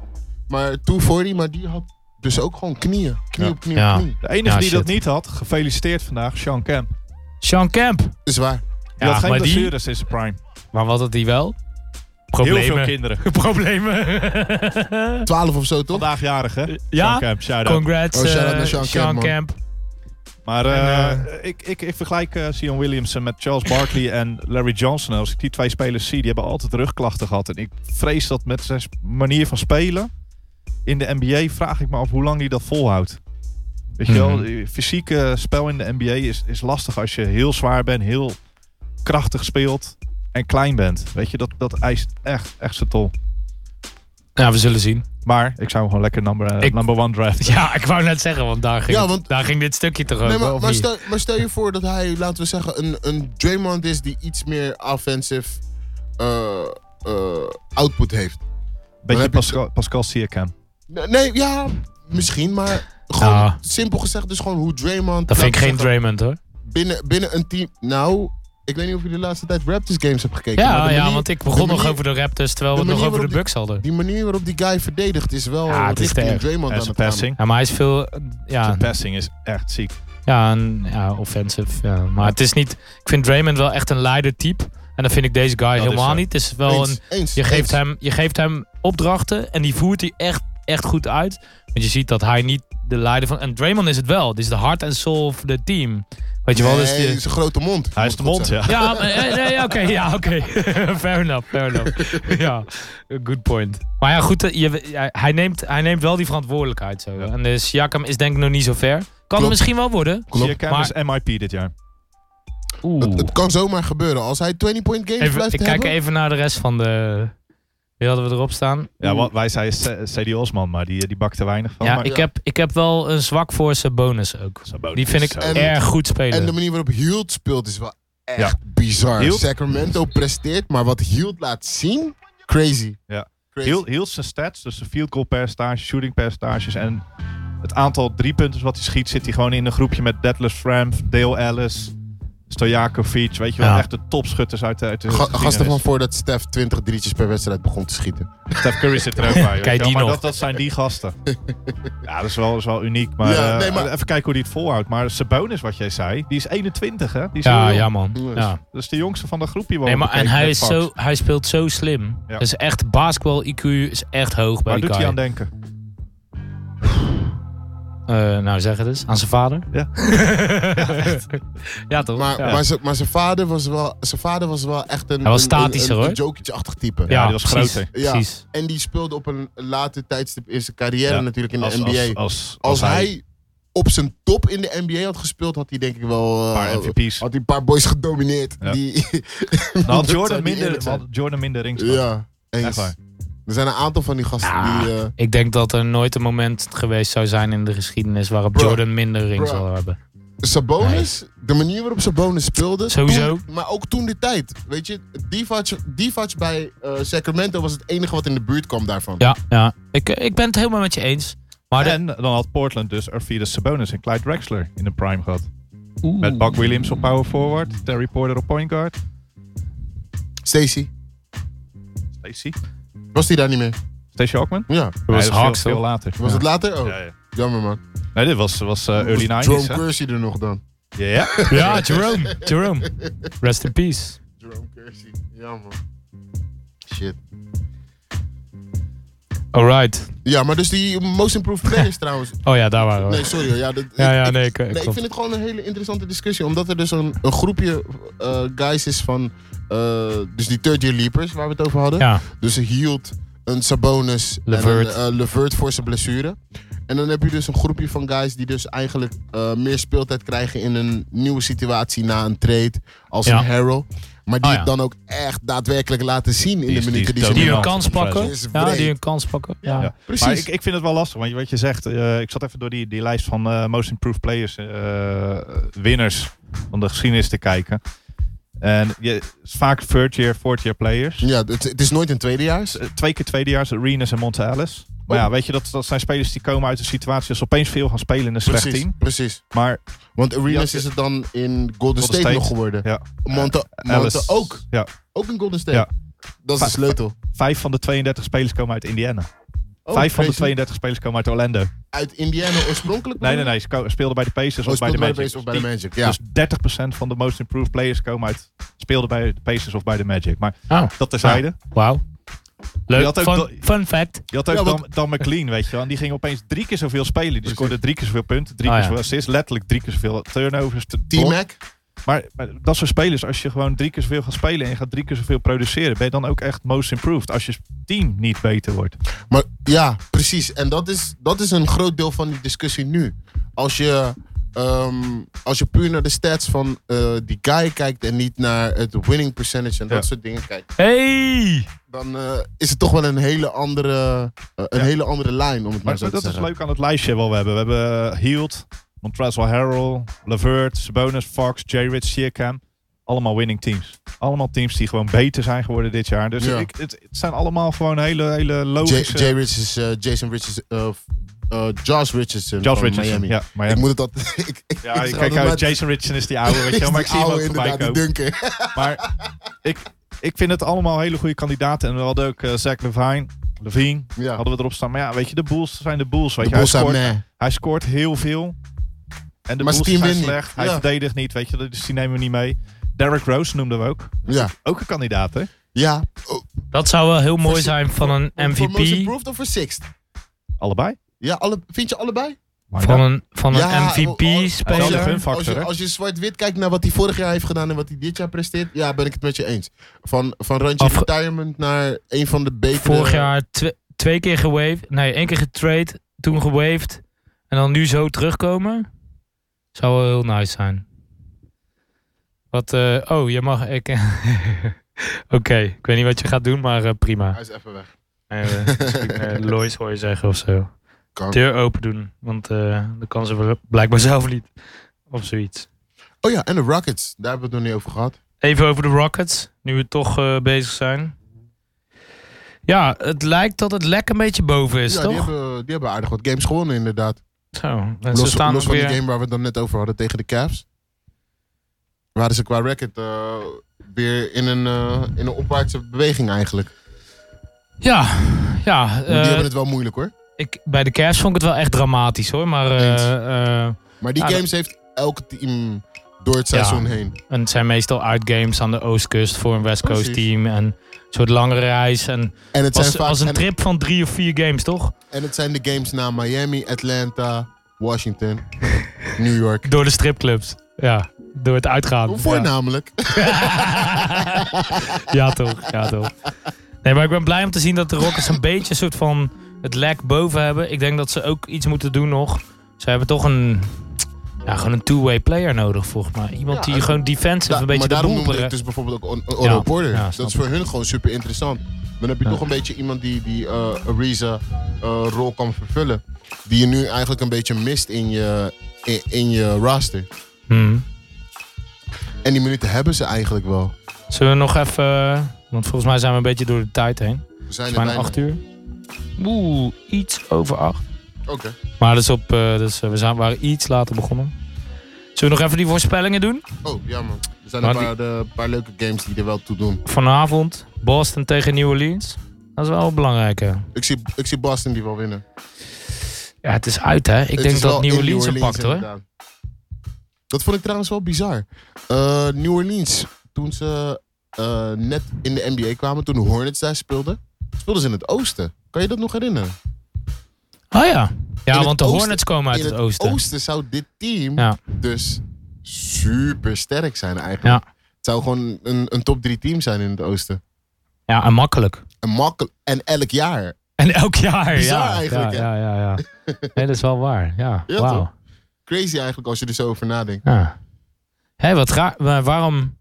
Speaker 5: Maar 240, maar die had dus ook gewoon knieën. Knie
Speaker 4: Ja.
Speaker 5: op knie
Speaker 3: Ja.
Speaker 5: op knie.
Speaker 4: De enige
Speaker 3: Ja,
Speaker 4: die dat
Speaker 3: shit.
Speaker 4: niet had, gefeliciteerd vandaag, Sean Kemp. Die
Speaker 3: Sean Kemp.
Speaker 5: Dat is waar.
Speaker 3: Ja,
Speaker 4: had geen
Speaker 3: maar die-
Speaker 4: blessures in zijn prime.
Speaker 3: Maar wat had hij
Speaker 4: Heel
Speaker 3: wel?
Speaker 4: veel
Speaker 3: Problemen.
Speaker 4: kinderen.
Speaker 3: Problemen.
Speaker 5: 12 of zo, toch?
Speaker 4: Vandaag jarig, hè? Sean
Speaker 3: ja?
Speaker 4: Kemp, shout-out.
Speaker 3: Congrats,
Speaker 5: Oh,
Speaker 3: eh,
Speaker 5: shout-out naar Sean
Speaker 3: Sean,
Speaker 5: Kemp, man.
Speaker 3: Kemp.
Speaker 4: Maar eh, ik, ik, ik vergelijk eh Sion Williamson met Charles Barkley en Larry Johnson. Als ik die twee spelers zie, die hebben altijd rugklachten gehad. En ik vrees dat met zijn sp- manier van spelen in de NBA vraag ik me af hoe lang die dat volhoudt. Weet je wel,
Speaker 3: Mhm.
Speaker 4: eh, fysiek eh, spel in de NBA is, is lastig als je heel zwaar bent, heel krachtig speelt en klein bent. Weet je, dat, dat eist echt, echt zijn tol.
Speaker 3: Ja, we zullen zien.
Speaker 4: Maar ik zou hem gewoon lekker number, eh,
Speaker 3: Ik-
Speaker 4: number one draften.
Speaker 3: Ja, ik wou net zeggen, want daar ging,
Speaker 5: Ja,
Speaker 3: het-
Speaker 5: want-
Speaker 3: daar ging dit stukje toch
Speaker 5: Nee,
Speaker 3: over.
Speaker 5: maar,
Speaker 3: of
Speaker 5: maar,
Speaker 3: niet?
Speaker 5: stel, maar stel je voor dat hij, laten we zeggen, een, een Draymond is die iets meer offensive eh, eh, output heeft. Dan
Speaker 4: Beetje
Speaker 5: heb je- Oh,
Speaker 4: Pascal, Pascal Siakam.
Speaker 5: Nee, nee, ja, misschien, maar gewoon
Speaker 3: Nou.
Speaker 5: simpel gezegd, dus gewoon hoe Draymond.
Speaker 3: dat vind ik
Speaker 5: laten
Speaker 3: geen
Speaker 5: we zeggen,
Speaker 3: Draymond hoor.
Speaker 5: Binnen, binnen een team. Nou, ik weet niet of je de laatste tijd Raptors games hebt gekeken.
Speaker 3: Ja,
Speaker 5: maar de
Speaker 3: ja,
Speaker 5: manier-
Speaker 3: want ik
Speaker 5: de
Speaker 3: begon nog
Speaker 5: manier-
Speaker 3: over de Raptors, terwijl we
Speaker 5: de
Speaker 3: het nog
Speaker 5: manier
Speaker 3: over de Bucks
Speaker 5: waarop
Speaker 3: hadden.
Speaker 5: Die manier waarop die guy verdedigt is wel
Speaker 3: Ja, het is
Speaker 5: richting
Speaker 3: sterk.
Speaker 5: Draymond
Speaker 4: En
Speaker 5: aan
Speaker 4: zijn
Speaker 5: het gaan.
Speaker 4: passing.
Speaker 3: Ja, maar hij is veel... eh, Ja,
Speaker 4: Zijn passing is echt ziek.
Speaker 3: ja, een, ja offensive. Ja. Maar het is niet... Ik vind Draymond wel echt een leidertype. En dat vind ik deze guy
Speaker 4: is
Speaker 3: helemaal
Speaker 4: zo.
Speaker 3: niet. Het is wel een...
Speaker 5: Eens, eens,
Speaker 3: Je geeft,
Speaker 5: eens.
Speaker 3: hem, je geeft hem opdrachten en die voert hij echt, echt goed uit. Want je ziet dat hij niet de leider van... En Draymond is het wel. Dit is de heart and soul van het team. Weet je wel? Dus
Speaker 5: Nee,
Speaker 3: die-
Speaker 5: is een grote mond.
Speaker 4: Hij is de mond, ja.
Speaker 3: Ja, maar, eh, nee, ja, oké. ja, oké. fair enough, fair enough. ja, good point. Maar ja, goed, eh, je, ja, hij, neemt, hij neemt wel die verantwoordelijkheid zo. En de Siakam is denk ik nog niet zo ver. Kan het misschien wel worden.
Speaker 5: Klopt.
Speaker 4: Siakam
Speaker 3: Maar-
Speaker 4: is MIP dit jaar.
Speaker 3: Oeh.
Speaker 5: Het kan zomaar gebeuren. Als hij 20-point games
Speaker 3: Even,
Speaker 5: blijft
Speaker 3: ik kijk
Speaker 5: hebben...
Speaker 3: even naar de rest van de... Wie hadden we erop staan?
Speaker 4: Ja, wa- wij zeiden C- CD Osman, maar die, die bakt er weinig van.
Speaker 3: Mm. Ja,
Speaker 4: maar
Speaker 3: ik heb, ik heb wel een zwak voor Sabonis ook.
Speaker 4: Sabonis
Speaker 3: Die vind
Speaker 4: Oh, is
Speaker 3: ik
Speaker 4: zo-
Speaker 5: En-
Speaker 3: erg goed
Speaker 5: En de
Speaker 3: spelen.
Speaker 5: manier waarop Hield speelt is wel echt
Speaker 4: Ja.
Speaker 5: bizar.
Speaker 4: Hield-
Speaker 5: Sacramento presteert, maar wat Hield laat zien, crazy.
Speaker 4: Ja.
Speaker 5: Crazy.
Speaker 4: Heel, heel zijn stats, dus zijn field goal percentage, shooting percentages en het aantal driepunters wat hij schiet, zit hij gewoon in een groepje met Detlef Schrempf, Dale Ellis, Stojakovic, weet je wel,
Speaker 3: Ja.
Speaker 4: echt de topschutters uit de, uit de
Speaker 5: Ga-
Speaker 4: geschiedenis.
Speaker 5: gasten van voordat Stef 20 drietjes per wedstrijd begon te schieten.
Speaker 4: Steph Curry zit er ook bij. weet je
Speaker 3: Kijk
Speaker 4: wel,
Speaker 3: die
Speaker 4: maar
Speaker 3: nog.
Speaker 4: Dat, dat zijn die gasten. ja, dat is wel, dat is wel uniek. Maar,
Speaker 5: Ja,
Speaker 4: eh,
Speaker 5: nee, maar-
Speaker 4: even kijken hoe die het volhoudt. Maar Sabonis, wat jij zei, die is 21, hè? Die is heel
Speaker 3: Ja,
Speaker 4: jong.
Speaker 3: ja man.
Speaker 5: Jongens.
Speaker 3: Ja.
Speaker 4: Dat is de jongste van de groepje.
Speaker 3: Nee, maar, en hij, is
Speaker 4: zo
Speaker 3: zo, hij speelt zo slim.
Speaker 4: Ja.
Speaker 3: Dus echt, basketbal IQ is echt hoog bij
Speaker 4: Waar doet
Speaker 3: die guy.
Speaker 4: hij aan denken?
Speaker 3: Eh, nou, zeg het eens. Aan zijn vader?
Speaker 4: Ja.
Speaker 3: ja, toch?
Speaker 5: Maar,
Speaker 3: ja.
Speaker 5: maar, ze- maar zijn, vader was wel, zijn vader was wel echt een,
Speaker 3: Hij was
Speaker 5: een- een-
Speaker 3: statischer,
Speaker 5: een,
Speaker 3: hoor.
Speaker 5: een Jokic-achtig type.
Speaker 3: Ja,
Speaker 4: die was
Speaker 3: precies,
Speaker 4: groter.
Speaker 5: Ja.
Speaker 3: Precies.
Speaker 5: En die speelde op een later tijdstip in zijn carrière
Speaker 4: Ja.
Speaker 5: natuurlijk in de
Speaker 4: Als,
Speaker 5: NBA.
Speaker 4: als,
Speaker 5: Als,
Speaker 4: als, als
Speaker 5: hij, op zijn top in de NBA had gespeeld, had hij denk ik wel... eh,
Speaker 4: Paar MVP's.
Speaker 5: Had hij een paar boys gedomineerd.
Speaker 4: Ja.
Speaker 5: Die,
Speaker 4: Dan had
Speaker 5: Dat zou
Speaker 4: Jordan
Speaker 5: niet eerlijk
Speaker 4: minder,
Speaker 5: zijn.
Speaker 4: had Jordan minder rings. gehad.
Speaker 5: Ja, eens.
Speaker 4: Echt waar.
Speaker 5: Er zijn een aantal van die gasten die... eh,
Speaker 3: Ik denk dat er nooit een moment geweest zou zijn in de geschiedenis waarop
Speaker 5: Bro.
Speaker 3: Jordan minder rings
Speaker 5: Bro.
Speaker 3: zal hebben.
Speaker 5: Sabonis, de manier waarop Sabonis speelde.
Speaker 3: Sowieso.
Speaker 5: toen- maar ook toen de tijd. Weet je, Divac, Divac bij eh, Sacramento was het enige wat in de buurt kwam daarvan.
Speaker 3: Ja, ja. Ik, ik ben het helemaal met je eens. Maar de-
Speaker 4: En dan had Portland dus Arvidas Sabonis en Clyde Drexler in de prime gehad.
Speaker 3: Oeh.
Speaker 4: Met Buck Williams op power forward, Terry Porter op point guard.
Speaker 5: Stacy,
Speaker 4: Stacey.
Speaker 5: was die daar niet meer?
Speaker 4: Stacey Hawkman?
Speaker 5: Ja.
Speaker 4: Nee,
Speaker 3: was
Speaker 4: dat veel-
Speaker 3: Hawks,
Speaker 4: veel,
Speaker 3: toch?
Speaker 4: later.
Speaker 5: Was
Speaker 4: Ja.
Speaker 5: het later? Oh,
Speaker 4: Ja, ja.
Speaker 5: jammer man.
Speaker 4: Nee, dit was, was eh, early
Speaker 5: Was
Speaker 4: 90s.
Speaker 5: Jerome
Speaker 4: hè?
Speaker 5: Kersey er nog dan?
Speaker 4: Ja, ja.
Speaker 3: Ja, Jerome. Jerome. Rest in peace.
Speaker 5: Jerome Kersey, jammer. Shit.
Speaker 3: Alright.
Speaker 5: Ja, maar dus die most improved players trouwens.
Speaker 3: Oh ja, daar waren we.
Speaker 5: Nee, sorry hoor. Ja, dat,
Speaker 3: Ja,
Speaker 5: ik-
Speaker 3: ja,
Speaker 5: ik-
Speaker 3: nee, ik- ik
Speaker 5: ik
Speaker 3: klopt.
Speaker 5: vind het gewoon een hele interessante discussie. Omdat er dus een, een groepje eh, guys is van... eh, dus die third year leapers waar we het over hadden.
Speaker 3: Ja.
Speaker 5: Dus ze hield een Sabonis
Speaker 3: Levert.
Speaker 5: en een eh, Levert voor zijn blessure. En dan heb je dus een groepje van guys die dus eigenlijk eh, meer speeltijd krijgen in een nieuwe situatie na een trade als
Speaker 3: Ja.
Speaker 5: een Harrell. Maar die
Speaker 3: Ah, ja.
Speaker 5: het dan ook echt daadwerkelijk laten zien in
Speaker 4: Die is- die
Speaker 5: de minuten
Speaker 4: is
Speaker 5: die ze
Speaker 3: Die
Speaker 5: nu
Speaker 3: een
Speaker 4: dominant.
Speaker 3: kans pakken.
Speaker 5: Is
Speaker 3: Ja,
Speaker 5: breed.
Speaker 3: die een kans pakken. Ja.
Speaker 4: Ja.
Speaker 5: Precies.
Speaker 4: Maar ik, ik vind het wel lastig, want wat je zegt, eh, ik zat even door die, die lijst van eh, most improved players, eh, winners van de geschiedenis te kijken. En je, vaak third year, fourth year players.
Speaker 5: Ja, het, het is nooit een tweedejaars.
Speaker 4: Eh, twee keer tweedejaars, Arenas en Monte Ellis. Maar
Speaker 5: Oh.
Speaker 4: ja, weet je, dat, dat zijn spelers die komen uit een situatie als ze opeens veel gaan spelen in een slecht
Speaker 5: Precies,
Speaker 4: team.
Speaker 5: precies.
Speaker 4: Maar
Speaker 5: Want Arenas
Speaker 4: Ja,
Speaker 5: is het dan in Golden, State,
Speaker 4: State.
Speaker 5: nog geworden.
Speaker 4: ja,
Speaker 5: Monte, Monte
Speaker 4: Ellis
Speaker 5: eh, ook.
Speaker 4: Ja,
Speaker 5: Ook in Golden State.
Speaker 4: Ja.
Speaker 5: Dat is de
Speaker 4: Va-
Speaker 5: sleutel.
Speaker 4: vijf van de 32 spelers komen uit Indiana.
Speaker 5: Oh,
Speaker 4: vijf van de
Speaker 5: crazy.
Speaker 4: 32 spelers komen uit Orlando.
Speaker 5: Uit Indiana oorspronkelijk?
Speaker 4: Nee, nee, nee. Ze ko- speelden bij de Pacers
Speaker 5: Oh,
Speaker 4: of bij de
Speaker 5: speelden
Speaker 4: Magic.
Speaker 5: bij de Pacers of bij de
Speaker 4: Die-
Speaker 5: Magic, ja.
Speaker 4: Dus 30% van de most improved players komen uit... speelden bij de Pacers of bij de Magic. Maar
Speaker 3: Oh.
Speaker 4: dat terzijde.
Speaker 3: Wauw.
Speaker 4: Je
Speaker 3: Leuk.
Speaker 4: had ook
Speaker 3: Fun,
Speaker 4: dat-
Speaker 3: fun fact.
Speaker 4: Je had ook
Speaker 5: Ja, want- Dus
Speaker 4: dan, dan McLean, weet je wel. En die ging opeens drie keer zoveel spelen. Die scoorde drie keer zoveel punten, drie
Speaker 3: Ah,
Speaker 4: keer
Speaker 3: ja.
Speaker 4: zoveel assists. Letterlijk drie keer zoveel turnovers. te- blok.
Speaker 5: T-Mac?
Speaker 4: Maar, maar dat soort spelers, als je gewoon drie keer zoveel gaat spelen... en je gaat drie keer zoveel produceren... ben je dan ook echt most improved. Als je team niet beter wordt.
Speaker 5: Maar ja, precies. En dat is, dat is een groot deel van die discussie nu. Als je, ehm, als je puur naar de stats van eh, die guy kijkt en niet naar het winning percentage en dat
Speaker 4: Ja.
Speaker 5: soort dingen kijkt,
Speaker 3: Hey!
Speaker 5: dan eh, is het toch wel een hele andere, eh, een
Speaker 4: Ja.
Speaker 5: hele andere lijn om het maar,
Speaker 4: Maar
Speaker 5: zo te
Speaker 4: dat is
Speaker 5: zeggen.
Speaker 4: leuk aan het lijstje wel we hebben. We hebben eh, Hield, Montrezl Harrell, Levert, Sabonis, Fox, J. Rich, Siakam. Allemaal winning teams. Allemaal teams die gewoon beter zijn geworden dit jaar. Dus
Speaker 5: Ja.
Speaker 4: ik, het, het zijn allemaal gewoon hele, hele
Speaker 5: J-
Speaker 4: logische...
Speaker 5: Jay Richards, eh, Jason Richards, eh, f- eh, Josh Richardson
Speaker 4: Josh
Speaker 5: van
Speaker 4: Richardson.
Speaker 5: Miami.
Speaker 4: Ja,
Speaker 5: Ik
Speaker 4: Miami.
Speaker 5: moet het altijd... ik, ik,
Speaker 4: Ja,
Speaker 5: ik
Speaker 4: ik kijk, uit, Jason Richardson is die oude, weet je wel. Maar ik zie hem ook voorbij
Speaker 5: inderdaad, die
Speaker 4: komen.
Speaker 5: dunker.
Speaker 4: Maar ik, ik vind het allemaal hele goede kandidaten. En we hadden ook eh, Zach Levine. Levine
Speaker 5: Ja.
Speaker 4: hadden we erop staan. Maar ja, weet je, de Bulls zijn de Bulls. Weet
Speaker 5: De
Speaker 4: je, hij
Speaker 5: Bulls zijn
Speaker 4: scoort-
Speaker 5: meh.
Speaker 4: Hij scoort heel veel. En de
Speaker 5: Maar
Speaker 4: Bulls
Speaker 5: zijn team
Speaker 4: zijn
Speaker 5: wint
Speaker 4: slecht.
Speaker 5: niet.
Speaker 4: Hij
Speaker 5: Ja.
Speaker 4: verdedigt niet, weet je. Dus die nemen we niet mee. Derrick Rose noemden we ook.
Speaker 5: Ja,
Speaker 4: Ook een kandidaat, hè?
Speaker 5: ja. Oh,
Speaker 3: Dat zou wel heel mooi
Speaker 5: Voor-
Speaker 3: zijn van een
Speaker 5: Voor most
Speaker 3: MVP.
Speaker 5: improved of voor sixth?
Speaker 4: Allebei.
Speaker 5: Ja, alle, vind je allebei?
Speaker 3: Van een, van een
Speaker 5: Ja,
Speaker 4: Zelfde
Speaker 3: MVP-speler.
Speaker 4: gunfactor,
Speaker 5: Als je,
Speaker 4: hè?
Speaker 5: als je zwart-wit kijkt naar wat hij vorig jaar heeft gedaan en wat hij dit jaar presteert, ja, ben ik het met je eens. Van, van randje
Speaker 3: Afge-
Speaker 5: retirement naar een van de betere.
Speaker 3: Vorig jaar twe- twee keer gewaved. Nee, één keer getrade. Toen gewaved. En dan nu zo terugkomen. Zou wel heel nice zijn. Wat, eh, oh, je mag. ik- Oké, ik weet niet wat je gaat doen, maar eh, prima.
Speaker 5: Hij is even weg.
Speaker 3: Nee, eh, misschien, eh, Lois hoor je zeggen of zo.
Speaker 5: Kan.
Speaker 3: Deur open doen, want eh dat kan ze wel- blijkbaar zelf niet. Of zoiets.
Speaker 5: Oh ja, en de Rockets. Daar hebben we het nog niet over gehad.
Speaker 3: Even over de Rockets, nu we toch eh, bezig zijn. Ja, het lijkt dat het lek een beetje boven is,
Speaker 5: ja,
Speaker 3: toch?
Speaker 5: Die, hebben, die hebben aardig wat games gewonnen, inderdaad.
Speaker 3: Zo, en ze
Speaker 5: Los,
Speaker 3: staan
Speaker 5: los
Speaker 3: ook
Speaker 5: van
Speaker 3: weer...
Speaker 5: die game waar we het dan net over hadden tegen de Cavs. Waren ze qua record eh, weer in een, eh, in een opwaartse beweging eigenlijk.
Speaker 3: Ja, ja.
Speaker 5: Die
Speaker 3: eh,
Speaker 5: hebben het wel moeilijk hoor.
Speaker 3: ik, bij de Cavs vond ik het wel echt dramatisch, hoor. Maar eh,
Speaker 5: Eens.
Speaker 3: eh,
Speaker 5: Maar die
Speaker 3: ja,
Speaker 5: games heeft elk team door het
Speaker 3: Ja.
Speaker 5: seizoen heen.
Speaker 3: en het zijn meestal uitgames aan de Oostkust voor een West Coast
Speaker 5: Precies.
Speaker 3: team. En een soort langere reis. En het
Speaker 5: En het zijn
Speaker 3: was,
Speaker 5: vaak,
Speaker 3: was een
Speaker 5: en-
Speaker 3: trip van drie of vier games, toch?
Speaker 5: En het zijn de games na Miami, Atlanta, Washington, New York.
Speaker 3: Door de stripclubs. Ja, door het uitgaan.
Speaker 5: Voor
Speaker 3: Ja.
Speaker 5: namelijk.
Speaker 3: ja toch, ja toch. Nee, maar ik ben blij om te zien dat de Rockets een beetje een soort van het lek boven hebben. Ik denk dat ze ook iets moeten doen nog Ze hebben toch een, ja, gewoon een two-way player nodig, volgens mij. Iemand die
Speaker 5: en-
Speaker 3: gewoon defensive
Speaker 5: Da-
Speaker 3: een beetje
Speaker 5: maar
Speaker 3: de
Speaker 5: daarom
Speaker 3: boel...
Speaker 5: noemde
Speaker 3: bere-
Speaker 5: ik dus bijvoorbeeld ook Or-
Speaker 3: Ja,
Speaker 5: Oral Porter.
Speaker 3: ja, snap
Speaker 5: dat is voor hun gewoon super interessant. Dan heb je toch een beetje iemand die die eh, Ariza eh, rol kan vervullen. Die je nu eigenlijk een beetje mist in je, in, in je roster.
Speaker 3: Hmm.
Speaker 5: En die minuten hebben ze eigenlijk wel.
Speaker 3: Zullen we nog even... eh, Want volgens mij zijn we een beetje door de tijd heen.
Speaker 5: We zijn
Speaker 3: Volgens
Speaker 5: er
Speaker 3: mij
Speaker 5: bijna.
Speaker 3: nog acht uur. Oeh, iets over acht.
Speaker 5: Oké.
Speaker 3: Maar dat is op... eh, dus eh, we zijn, waren iets later begonnen. Zullen we nog even die voorspellingen doen?
Speaker 5: Oh, ja man. Er zijn
Speaker 3: Maar
Speaker 5: een paar, eh, paar leuke games die er wel toe doen.
Speaker 3: Vanavond Boston tegen New Orleans. Dat is wel een belangrijke.
Speaker 5: Ik zie, ik zie Boston die wel winnen.
Speaker 3: Ja, het is uit hè. Ik
Speaker 5: Het
Speaker 3: denk
Speaker 5: is wel
Speaker 3: dat New
Speaker 5: in
Speaker 3: Orleans hem pakt hoor.
Speaker 5: inderdaad. Dat vond ik trouwens wel bizar. Eh, New Orleans, toen ze eh, net in de NBA kwamen, toen de Hornets daar speelden, speelden ze in het oosten. Kan je dat nog herinneren?
Speaker 3: Oh ja.
Speaker 5: In
Speaker 3: Ja,
Speaker 5: het
Speaker 3: want de
Speaker 5: oosten-
Speaker 3: Hornets komen uit
Speaker 5: in
Speaker 3: het oosten.
Speaker 5: zou dit team
Speaker 3: Ja.
Speaker 5: dus super sterk zijn eigenlijk. Het zou gewoon een, een top 3 team zijn in het oosten.
Speaker 3: Ja, en makkelijk.
Speaker 5: En, makkelijk, en elk jaar.
Speaker 3: En elk jaar.
Speaker 5: Bizar
Speaker 3: ja,
Speaker 5: eigenlijk,
Speaker 3: ja, ja, ja, ja. Nee, dat is wel waar. Ja,
Speaker 5: Ja,
Speaker 3: wauw.
Speaker 5: toch? Crazy eigenlijk als je er zo over nadenkt.
Speaker 3: Ja. Hé, wat raar. Maar waarom...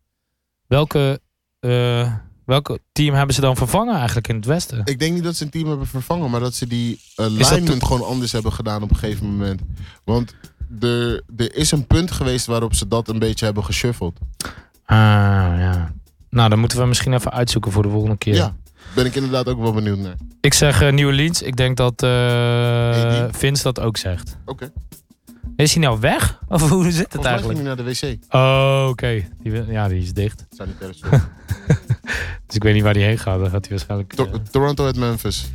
Speaker 3: Welke, eh, welke team hebben ze dan vervangen eigenlijk in het westen?
Speaker 5: Ik denk niet dat ze een team hebben vervangen, maar dat ze die eh
Speaker 3: dat
Speaker 5: alignment gewoon anders hebben gedaan op een gegeven moment. Want er, er is een punt geweest waarop ze dat een beetje hebben geshuffeld.
Speaker 3: Ah, ja. Nou, dan moeten we misschien even uitzoeken voor de volgende keer.
Speaker 5: Ja. Ben ik inderdaad ook wel benieuwd naar.
Speaker 3: Ik zeg eh, New Orleans. Ik denk dat eh
Speaker 5: AD.
Speaker 3: Vince dat ook zegt.
Speaker 5: Oké. Volgens
Speaker 3: Is hij nou weg? Of hoe zit het
Speaker 5: mij ging
Speaker 3: eigenlijk?
Speaker 5: hij naar de wc.
Speaker 3: Oh, oké. Die wil- Ja, die is dicht.
Speaker 5: Sanitaire zorg.
Speaker 3: Dus ik weet niet waar die heen gaat. Dan gaat hij waarschijnlijk...
Speaker 5: To-
Speaker 3: eh,
Speaker 5: Toronto at Memphis.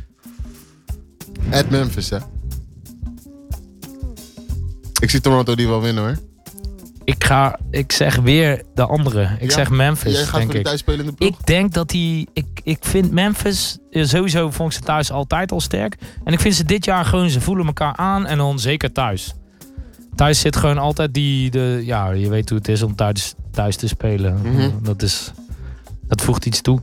Speaker 5: At Memphis, hè. Ik zie Toronto die wel winnen, hoor.
Speaker 3: ik, ga, ik zeg weer de andere. Ik
Speaker 5: Ja.
Speaker 3: zeg Memphis,
Speaker 5: Jij gaat
Speaker 3: denk
Speaker 5: voor de
Speaker 3: ik.
Speaker 5: thuisspelende ploeg?
Speaker 3: Ik denk dat die... Ik, ik vind Memphis... eh, Sowieso vond ik ze thuis altijd al sterk. En ik vind ze dit jaar gewoon... Ze voelen elkaar aan en dan zeker thuis. Thuis zit gewoon altijd die... De, ja, je weet hoe het is om thuis, thuis te spelen.
Speaker 5: Mhm.
Speaker 3: Dat is... Dat voegt iets toe.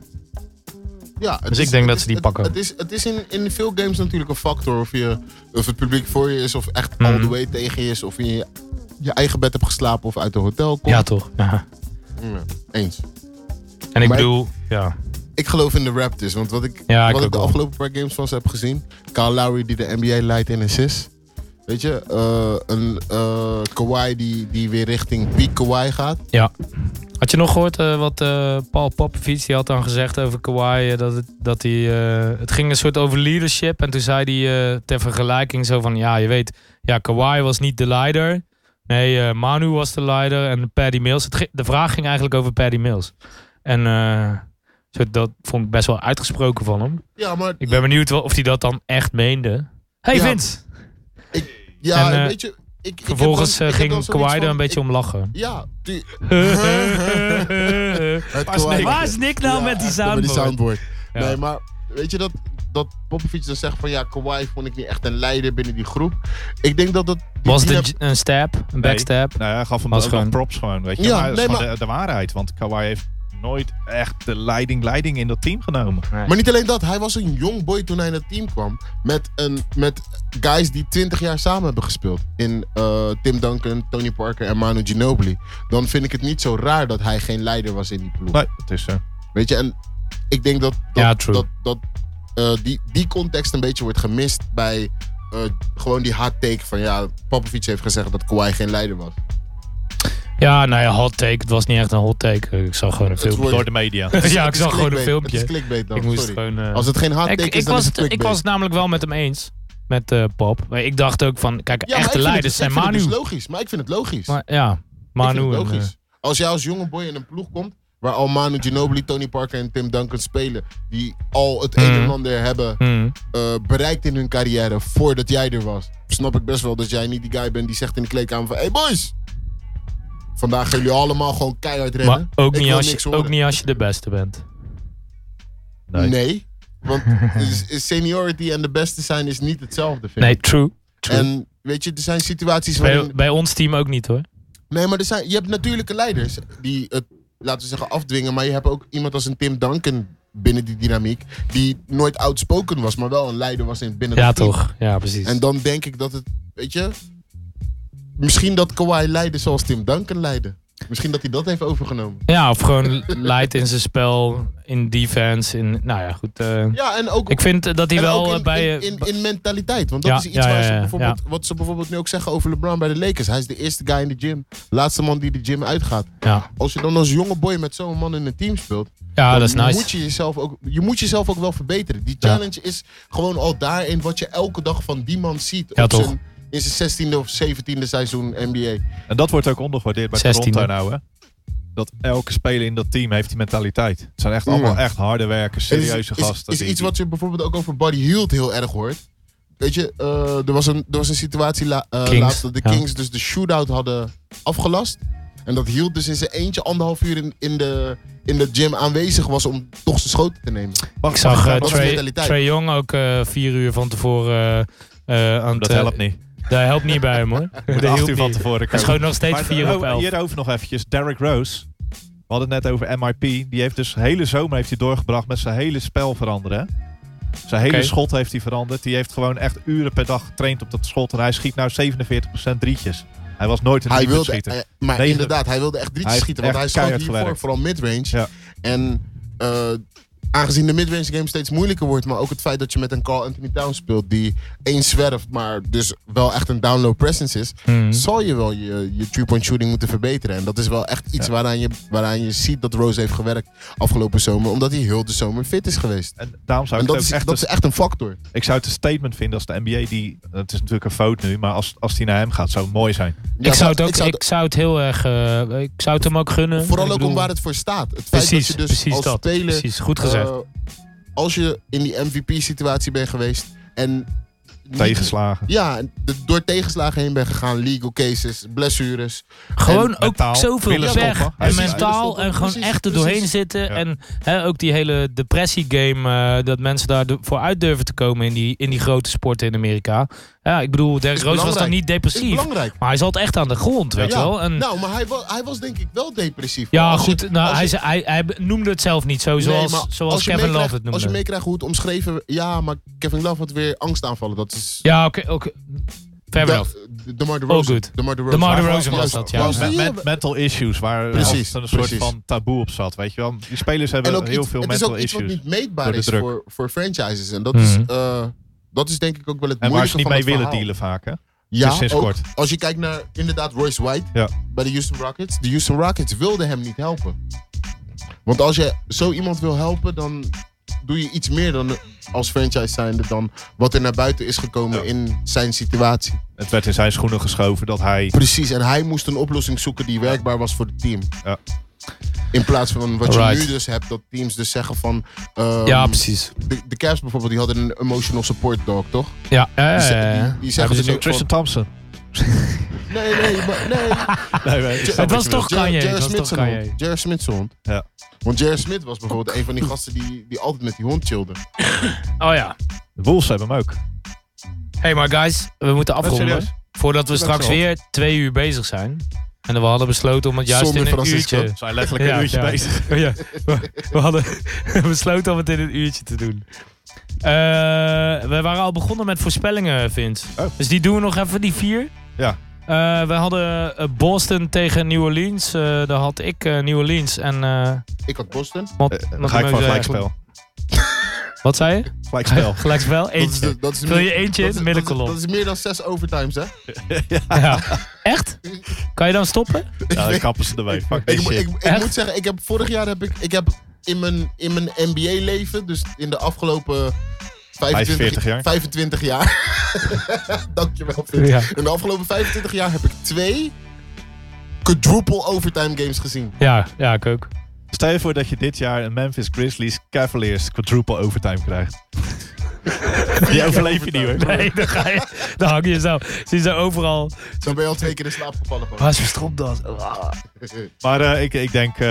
Speaker 5: Ja, het
Speaker 3: Dus ik denk dat ze die
Speaker 5: het-
Speaker 3: pakken.
Speaker 5: Het is, het is in, in veel games natuurlijk een factor of, je, of het publiek voor je is, of echt
Speaker 3: Mhm.
Speaker 5: all the way tegen je is, of je in je, je eigen bed hebt geslapen of uit een hotel komt.
Speaker 3: Ja, toch? Ja.
Speaker 5: Ja, Eens.
Speaker 3: En ik
Speaker 5: Maar-
Speaker 3: bedoel... Ja.
Speaker 5: Ik geloof in de Raptors, want wat ik,
Speaker 3: Ja, ik
Speaker 5: wat ik
Speaker 3: ook
Speaker 5: de
Speaker 3: wel.
Speaker 5: afgelopen paar games van ze heb gezien, Kyle Lowry die de NBA leidt in assists. Weet je, eh, een eh Kawhi die, die weer richting peak Kawhi gaat.
Speaker 3: Had je nog gehoord eh, wat eh, Paul Popovic die had dan gezegd over Kawhi? eh, dat het, dat hij, eh, het ging een soort over leadership. En toen zei hij eh, ter vergelijking zo van... Ja, je weet, ja, Kawhi was niet de leider. Nee, eh, Manu was de leider en Paddy Mills. Het, ge- de vraag ging eigenlijk over Paddy Mills. En eh, zo- dat vond ik best wel uitgesproken van hem.
Speaker 5: Ja, maar
Speaker 3: Ik ben benieuwd wel of hij dat dan echt meende. Hey
Speaker 5: Ja,
Speaker 3: Vince!
Speaker 5: ja,
Speaker 3: en, eh,
Speaker 5: weet je, ik- ik, heb
Speaker 3: Vervolgens
Speaker 5: dan-
Speaker 3: eh,
Speaker 5: ik heb dan
Speaker 3: ging
Speaker 5: zoiets
Speaker 3: Kawhi er
Speaker 5: van,
Speaker 3: een beetje
Speaker 5: ik-
Speaker 3: om lachen.
Speaker 5: Ja, tu- het
Speaker 4: Waar is
Speaker 5: Kawhi-
Speaker 4: Nick?
Speaker 3: Waar is Nick nou
Speaker 5: Ja,
Speaker 3: met die
Speaker 5: echt, met
Speaker 3: soundboard?
Speaker 5: soundboard.
Speaker 3: Ja.
Speaker 5: Nee, maar weet je dat, dat Popovic dan zegt van ja, Kawhi vond ik niet echt een leider binnen die groep. Ik denk dat dat... die-
Speaker 3: Was
Speaker 5: die
Speaker 3: het een,
Speaker 5: heb-
Speaker 3: j- een stab? Een backstab?
Speaker 4: Nou ja, gaf hem
Speaker 3: Was
Speaker 4: ook gewoon...
Speaker 3: gewoon-
Speaker 4: props gewoon, weet je. maar
Speaker 5: Ja,
Speaker 4: dat is
Speaker 5: nee,
Speaker 4: gewoon
Speaker 5: maar-
Speaker 4: de, de waarheid. Want Kawhi heeft nooit echt de leiding, leiding in dat team genomen.
Speaker 5: Maar niet alleen dat, hij was een jong boy toen hij in het team kwam. Met, een, met guys die 20 jaar samen hebben gespeeld. In eh, Tim Duncan, Tony Parker en Manu Ginobili. Dan vind ik het niet zo raar dat hij geen leider was in die ploeg.
Speaker 4: Nee, dat is... eh,
Speaker 5: Weet je, en ik denk dat dat,
Speaker 3: Ja, true.
Speaker 5: dat, dat eh, die, die context een beetje wordt gemist bij eh, gewoon die hard take van ja, Popovic heeft gezegd dat Kawhi geen leider was.
Speaker 3: Ja, nou ja, hot take. Het was niet echt een hot take. Ik zag gewoon een
Speaker 5: Het
Speaker 3: filmpje.
Speaker 5: wordt-
Speaker 4: door de media.
Speaker 3: ja, ik
Speaker 5: Het is
Speaker 3: zag gewoon een
Speaker 5: clickbait.
Speaker 3: filmpje.
Speaker 5: Het is clickbait dan,
Speaker 3: ik moest
Speaker 5: sorry.
Speaker 3: gewoon... eh,
Speaker 5: Als het geen hard
Speaker 3: ik,
Speaker 5: take
Speaker 3: ik,
Speaker 5: is, dan
Speaker 3: was
Speaker 5: is het
Speaker 3: het, ik
Speaker 5: clickbait.
Speaker 3: was het namelijk wel met hem eens. Met eh, Pop. Maar ik dacht ook van... Kijk,
Speaker 5: Ja, maar ik
Speaker 3: echte
Speaker 5: vind
Speaker 3: leiders
Speaker 5: het,
Speaker 3: zijn
Speaker 5: ik vind
Speaker 3: Manu.
Speaker 5: Het dus logisch, maar ik vind het logisch.
Speaker 3: maar, ja, Manu.
Speaker 5: ik vind het
Speaker 3: en, eh,
Speaker 5: logisch. als jij als jonge boy in een ploeg komt, waar al Manu Ginobili, Tony Parker en Tim Duncan spelen, die al het een
Speaker 3: Mhm.
Speaker 5: en ander hebben
Speaker 3: hmm.
Speaker 5: eh, bereikt in hun carrière voordat jij er was, snap ik best wel dat jij niet die guy bent die zegt in de kleedkamer van, hey boys, vandaag gaan jullie allemaal gewoon keihard
Speaker 3: Maar
Speaker 5: rennen.
Speaker 3: ook
Speaker 5: Ik
Speaker 3: niet,
Speaker 5: wil
Speaker 3: als
Speaker 5: niks
Speaker 3: je, ook
Speaker 5: horen.
Speaker 3: niet als je de beste bent.
Speaker 4: Nee.
Speaker 5: Nee, want is- is seniority en de beste zijn is niet hetzelfde, vind
Speaker 3: Nee,
Speaker 5: ik.
Speaker 3: true. true.
Speaker 5: En weet je, er zijn situaties waarin...
Speaker 3: bij, bij ons team ook niet hoor.
Speaker 5: Nee, maar er zijn, je hebt natuurlijke leiders die het, laten we zeggen, afdwingen. Maar je hebt ook iemand als een Tim Duncan binnen die dynamiek. Die nooit outspoken was, maar wel een leider was in binnen
Speaker 3: Ja,
Speaker 5: het team.
Speaker 3: toch. Ja, precies.
Speaker 5: En dan denk ik dat het, weet je, Misschien dat Kawhi leidde zoals Tim Duncan leidde. Misschien dat hij dat heeft overgenomen.
Speaker 3: Ja, of gewoon leidt in zijn spel, in defense, in... Nou ja, goed. eh,
Speaker 5: Ja, en ook,
Speaker 3: ik vind eh, dat hij
Speaker 5: en
Speaker 3: wel
Speaker 5: ook
Speaker 3: eh,
Speaker 5: in,
Speaker 3: bij...
Speaker 5: in,
Speaker 3: eh,
Speaker 5: in, in mentaliteit. Want dat
Speaker 3: Ja,
Speaker 5: is iets
Speaker 3: ja,
Speaker 5: waar
Speaker 3: ja,
Speaker 5: ze
Speaker 3: ja,
Speaker 5: bijvoorbeeld, wat ze bijvoorbeeld nu ook zeggen over LeBron bij de Lakers. Hij is de eerste guy in de gym. Laatste man die de gym uitgaat.
Speaker 3: ja.
Speaker 5: Als je dan als jonge boy met zo'n man in een team speelt.
Speaker 3: ja,
Speaker 5: dan
Speaker 3: Ah, dat is
Speaker 5: Moet
Speaker 3: nice.
Speaker 5: je, jezelf ook, je moet jezelf ook wel verbeteren. Die
Speaker 3: Ja.
Speaker 5: challenge is gewoon al daarin wat je elke dag van die man ziet.
Speaker 3: Ja,
Speaker 5: op
Speaker 3: toch.
Speaker 5: zijn- in zijn 16e of 17e seizoen NBA.
Speaker 4: En dat wordt ook ondergewaardeerd bij
Speaker 3: 16e.
Speaker 4: Toronto nou, hè? Dat elke speler in dat team heeft die mentaliteit. Het zijn echt
Speaker 5: Ja.
Speaker 4: allemaal echt harde werkers, serieuze
Speaker 5: is, is-
Speaker 4: gasten.
Speaker 5: Is,
Speaker 4: die-
Speaker 5: iets wat je bijvoorbeeld ook over Buddy Hield heel erg hoort. Weet je, eh, er, was een, er was een situatie la, eh,
Speaker 3: Kings,
Speaker 5: laatst dat de
Speaker 3: ja.
Speaker 5: Kings dus de shootout hadden afgelast. En dat Hield dus in zijn eentje anderhalf uur in, in, de, in de gym aanwezig was om toch zijn schoten te nemen.
Speaker 4: Wacht,
Speaker 3: Ik zag eh,
Speaker 5: dat is
Speaker 3: Trae,
Speaker 5: mentaliteit.
Speaker 3: Trae Young ook eh, vier uur van tevoren eh, eh, aan het...
Speaker 4: dat
Speaker 3: eh,
Speaker 4: helpt niet.
Speaker 3: Dat helpt niet bij hem, hoor.
Speaker 4: Moet
Speaker 3: Dat
Speaker 4: acht
Speaker 3: hielp
Speaker 4: uur van
Speaker 3: niet.
Speaker 4: tevoren
Speaker 3: Hij
Speaker 4: komen.
Speaker 3: schoot nog steeds
Speaker 4: Maar
Speaker 3: vier op
Speaker 4: oh,
Speaker 3: elf.
Speaker 4: Hierover nog eventjes. Derrick Rose. We hadden het net over MIP. Die heeft dus de hele zomer heeft hij doorgebracht met zijn hele spel veranderen. hè. Zijn hele
Speaker 3: Oké.
Speaker 4: schot heeft hij veranderd. Die heeft gewoon echt uren per dag getraind op dat schot. En hij schiet nou 47% drietjes. Hij was nooit een
Speaker 5: Hij
Speaker 4: drie
Speaker 5: wilde,
Speaker 4: schieten.
Speaker 5: eh, maar
Speaker 4: Negen.
Speaker 5: inderdaad, hij wilde echt drietjes
Speaker 4: Hij
Speaker 5: schieten.
Speaker 4: heeft
Speaker 5: Want hij
Speaker 4: echt
Speaker 5: schoot
Speaker 4: keihard
Speaker 5: hiervoor
Speaker 4: gewerkt.
Speaker 5: vooral midrange.
Speaker 4: Ja.
Speaker 5: En eh, aangezien de midrange game steeds moeilijker wordt... maar ook het feit dat je met een Carl Anthony Towns speelt... die één zwerft, maar dus wel echt een down-low presence is...
Speaker 3: Hmm.
Speaker 5: zal je wel je, je three-point shooting moeten verbeteren. En dat is wel echt iets waaraan, je, waaraan je ziet dat Rose heeft gewerkt afgelopen zomer... omdat hij heel de zomer fit is geweest.
Speaker 4: En daarom zou
Speaker 5: En
Speaker 4: ik het ook
Speaker 5: dat is,
Speaker 4: echt
Speaker 5: dat is echt een factor.
Speaker 4: Ik zou het een statement vinden als de NBA die. Het is natuurlijk een fout nu, maar als, als die naar hem gaat, zou het mooi zijn.
Speaker 5: Ja,
Speaker 3: ik, zou
Speaker 5: maar
Speaker 3: het ook, ik, zou
Speaker 5: zou-
Speaker 3: het, heel erg... eh, ik zou het hem ook gunnen.
Speaker 5: Vooral
Speaker 3: Ik
Speaker 5: ook om
Speaker 3: bedoel-
Speaker 5: waar het voor staat. Het feit
Speaker 3: Precies,
Speaker 5: dat je dus
Speaker 3: precies
Speaker 5: als
Speaker 3: dat.
Speaker 5: speler...
Speaker 3: Precies, goed gezegd.
Speaker 5: Eh, als je in die MVP-situatie bent geweest en. niet-
Speaker 4: Tegenslagen.
Speaker 5: Ja, de- door tegenslagen heen bent gegaan. Legal cases, blessures.
Speaker 3: Gewoon ook
Speaker 4: mentaal
Speaker 3: zoveel
Speaker 4: willen
Speaker 3: weg.
Speaker 4: stoppen.
Speaker 3: En
Speaker 4: Precies.
Speaker 5: Willen
Speaker 3: mentaal
Speaker 5: stoppen.
Speaker 3: en gewoon
Speaker 5: Precies,
Speaker 3: echt er
Speaker 5: precies.
Speaker 3: doorheen zitten.
Speaker 4: Ja.
Speaker 3: En hè, ook die hele depressie-game, eh, dat mensen daarvoor uit durven te komen in die, in die grote sporten in Amerika. Ja, ik bedoel, Derrick
Speaker 5: Is
Speaker 3: Rose was dan
Speaker 5: belangrijk.
Speaker 3: niet
Speaker 5: Is
Speaker 3: depressief.
Speaker 5: belangrijk.
Speaker 3: Maar hij zat echt aan de grond, weet
Speaker 5: Ja.
Speaker 3: je wel. En,
Speaker 5: Nou, maar hij was, hij was denk ik wel depressief.
Speaker 3: Hm. ja,
Speaker 5: Als je-
Speaker 3: goed. Nou,
Speaker 5: als
Speaker 3: hij,
Speaker 5: je-
Speaker 3: zei- hij, hij noemde het zelf niet zo,
Speaker 5: Nee,
Speaker 3: zoals,
Speaker 5: maar
Speaker 3: zoals
Speaker 5: als je
Speaker 3: Kevin
Speaker 5: meekrijgt-
Speaker 3: Love het
Speaker 5: Als je
Speaker 3: noemde.
Speaker 5: meekrijgt hoe het omschreven... Ja, maar Kevin Love had weer angstaanvallen. Dat is...
Speaker 3: Ja, oké. oké. Fair
Speaker 5: Da-
Speaker 3: enouge.
Speaker 5: de DeMar DeRozan.
Speaker 3: good.
Speaker 5: DeMar DeRozan.
Speaker 3: DeMar
Speaker 5: Maar-
Speaker 3: DeRozan was
Speaker 5: juist-
Speaker 3: dat, ja.
Speaker 5: juist-
Speaker 4: Met, met mental issues, waar eh,
Speaker 5: Precies,
Speaker 4: altijd een soort
Speaker 5: precies.
Speaker 4: van taboe op zat. Weet je wel? Die spelers hebben
Speaker 5: en ook
Speaker 4: heel
Speaker 5: iets-
Speaker 4: veel
Speaker 5: het is
Speaker 4: mental
Speaker 5: ook iets wat
Speaker 4: issues.
Speaker 5: niet meetbaar
Speaker 4: door de
Speaker 5: is
Speaker 4: druk.
Speaker 5: voor, voor franchises. En dat,
Speaker 3: Mhm.
Speaker 5: is, eh, dat is denk ik ook wel het
Speaker 4: En waar ze
Speaker 5: moeilijke
Speaker 4: niet
Speaker 5: van
Speaker 4: mee
Speaker 5: het
Speaker 4: willen
Speaker 5: verhaal.
Speaker 4: dealen vaak. Hè?
Speaker 5: Ja,
Speaker 4: Dus sinds
Speaker 5: ook
Speaker 4: kort.
Speaker 5: als je kijkt naar inderdaad Royce White
Speaker 4: Ja.
Speaker 5: bij de Houston Rockets. De Houston Rockets wilden hem niet helpen. Want als je zo iemand wil helpen, dan doe je iets meer dan als franchise zijnde dan wat er naar buiten is gekomen
Speaker 4: Ja.
Speaker 5: in zijn situatie.
Speaker 4: Het werd in zijn schoenen geschoven dat hij.
Speaker 5: Precies, en hij moest een oplossing zoeken die werkbaar was voor het team.
Speaker 4: Ja.
Speaker 5: In plaats van wat je
Speaker 3: Alright.
Speaker 5: nu dus hebt, dat teams dus zeggen van... ehm,
Speaker 3: Ja, precies.
Speaker 5: de, de Cavs bijvoorbeeld, die hadden een emotional support dog, toch?
Speaker 3: Ja, ja,
Speaker 5: Die, ze-
Speaker 3: ja, ja.
Speaker 5: die, die zeggen dus ook
Speaker 4: Tristan
Speaker 5: van...
Speaker 4: Thompson.
Speaker 5: Nee, nee, maar, nee,
Speaker 4: Nee, nee, ik snap wat
Speaker 3: Het was
Speaker 4: je bedoelt.
Speaker 3: toch Kanye.
Speaker 5: Jared
Speaker 3: Het was
Speaker 5: Smith
Speaker 3: toch
Speaker 5: zijn
Speaker 3: Kanye.
Speaker 5: hond. Jared Smith zijn hond.
Speaker 4: Ja.
Speaker 5: Want Jared Smith was bijvoorbeeld een van die gasten die, die altijd met die hond chillde.
Speaker 3: Oh ja.
Speaker 4: De Wolves hebben hem ook.
Speaker 3: Hey, maar guys, we moeten afronden.
Speaker 4: serieus?
Speaker 3: Voordat we
Speaker 4: Ik ben
Speaker 3: straks
Speaker 4: zo.
Speaker 3: weer twee uur bezig zijn. En we hadden besloten om het juist
Speaker 5: Zonder
Speaker 3: in een
Speaker 5: Francisco.
Speaker 3: uurtje...
Speaker 4: Ze zijn letterlijk een
Speaker 3: Ja,
Speaker 4: uurtje
Speaker 3: ja. Oh
Speaker 4: bezig.
Speaker 3: Ja, we, we hadden besloten om het in een uurtje te doen. Eh, we waren al begonnen met voorspellingen, Vince.
Speaker 4: Oh.
Speaker 3: Dus die doen we nog even, die vier.
Speaker 4: Ja.
Speaker 3: Eh, we hadden eh, Boston tegen New Orleans. Eh, daar had ik eh, New Orleans en... eh
Speaker 5: Ik had Boston.
Speaker 3: Mot-
Speaker 4: Eh, Dan
Speaker 3: Mot-
Speaker 4: ga ik
Speaker 3: Mot-
Speaker 4: voor
Speaker 3: zei
Speaker 4: gelijkspel.
Speaker 3: eigenlijk- Wat zei je?
Speaker 4: Gelijkspel.
Speaker 3: Gelijkspel?
Speaker 5: Dat is,
Speaker 3: Eentje.
Speaker 5: de- dat is
Speaker 3: Wil je
Speaker 5: meer-
Speaker 3: eentje in
Speaker 5: dat is-
Speaker 3: de middenkolom?
Speaker 5: dat is- Dat is meer dan zes overtimes, hè?
Speaker 3: Ja. Echt? Kan je dan stoppen?
Speaker 4: Ja, dan kappen ze ermee. Fuck
Speaker 5: Ik,
Speaker 4: this
Speaker 5: mo-
Speaker 4: shit.
Speaker 5: ik, ik
Speaker 3: Echt?
Speaker 5: moet zeggen, ik heb, vorig jaar heb ik, ik heb in mijn, in mijn NBA-leven, dus in de afgelopen
Speaker 4: 45
Speaker 5: 25,
Speaker 4: jaar.
Speaker 5: 25 jaar. Dankjewel, Vince.
Speaker 3: Ja.
Speaker 5: In de afgelopen 25 jaar heb ik twee quadruple overtime games gezien.
Speaker 3: Ja, ja ik ook.
Speaker 4: Stel je voor dat je dit jaar een Memphis Grizzlies Cavaliers quadruple overtime krijgt. Die overleef je niet hoor.
Speaker 3: Nee, dan, ga je, dan hang je zo. Zie je zo overal.
Speaker 5: Zo ben je al twee keer in slaap gevallen. gewoon.
Speaker 3: Waar is mijn stropdas?
Speaker 4: Maar eh, ik, ik denk eh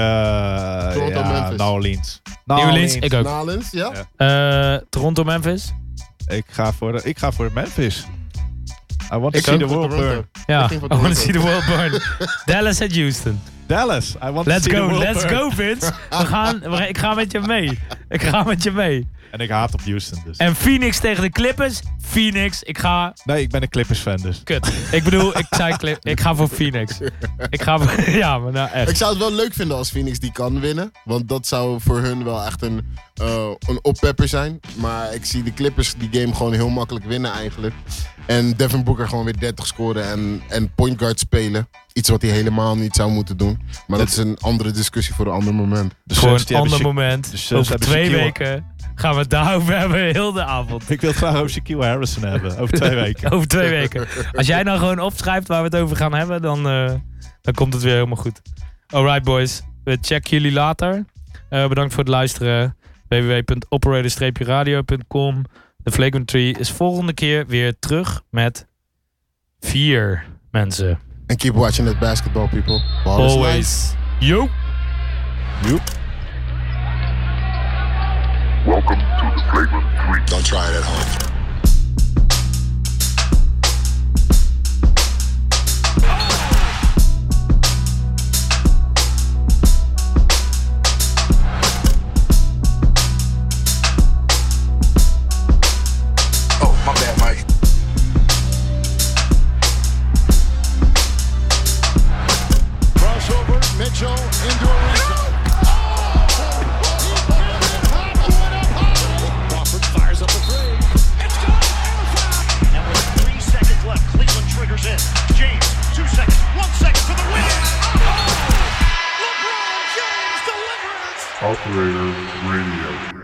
Speaker 5: Toronto,
Speaker 4: ja,
Speaker 5: Memphis. Nou,
Speaker 4: New Orleans.
Speaker 3: New Orleans, ik ook.
Speaker 5: Nalens, ja?
Speaker 4: Ja.
Speaker 3: Eh, Toronto, Memphis.
Speaker 4: Ik ga voor, de- ik ga voor Memphis. I want to
Speaker 3: Ik
Speaker 4: see
Speaker 3: ook
Speaker 4: the world
Speaker 5: Toronto.
Speaker 4: burn.
Speaker 3: Ja, Oh,
Speaker 5: Ik
Speaker 3: I
Speaker 5: ging voor
Speaker 3: want to
Speaker 5: Toronto.
Speaker 3: see the world burn. Dallas en Houston.
Speaker 4: Dallas. I want to
Speaker 3: Let's
Speaker 4: see the
Speaker 3: go,
Speaker 4: world
Speaker 3: let's
Speaker 4: burn.
Speaker 3: go, Vince. We gaan, we- ik ga met je mee. Ik ga met je mee.
Speaker 4: En ik haat op Houston dus.
Speaker 3: En Phoenix tegen de Clippers. Phoenix, ik ga...
Speaker 4: Nee, ik ben een Clippers fan dus.
Speaker 3: Kut. Ik bedoel, ik zei Clip, ik ga voor Phoenix. Ik ga voor... Ja, maar nou
Speaker 5: Ik
Speaker 3: echt.
Speaker 5: zou het wel leuk vinden als Phoenix die kan winnen. Want dat zou voor hun wel echt een, eh een oppepper zijn. Maar ik zie de Clippers die game gewoon heel makkelijk winnen eigenlijk. En Devin Booker gewoon weer 30 scoren en, en point guard spelen. Iets wat hij helemaal niet zou moeten doen. Maar dat is een andere discussie voor een ander moment.
Speaker 4: De
Speaker 3: Voor
Speaker 4: Suns,
Speaker 3: een
Speaker 4: die hebben
Speaker 3: ander
Speaker 4: Sha-
Speaker 3: moment.
Speaker 4: de Suns
Speaker 3: Over
Speaker 4: hebben
Speaker 3: twee
Speaker 4: Shaquille-
Speaker 3: weken gaan we het daarover hebben. Heel de avond.
Speaker 4: Ik wil het graag over Shaquille Harrison hebben. Over twee weken.
Speaker 3: Over twee weken. Als jij nou gewoon opschrijft waar we het over gaan hebben, dan, eh, dan komt het weer helemaal goed. Alright boys, we checken jullie later. Eh, bedankt voor het luisteren. www.operator-radio.com De Flagrant Tree is volgende keer weer terug met vier mensen.
Speaker 5: En keep watching that basketball people. Ball is life.
Speaker 3: Always. Yo!
Speaker 5: Joep.
Speaker 6: Welcome to the Flagrant 3.
Speaker 5: Don't try it at home.
Speaker 6: Oh, my bad, Mike.
Speaker 5: Crossover, Mitchell into Ariza.
Speaker 2: Crawford fires up a three.
Speaker 1: It's good and a foul.
Speaker 2: And with three seconds left, Cleveland triggers in. James, two seconds, one second for the win.
Speaker 1: LeBron James delivers.
Speaker 6: Operator Radio.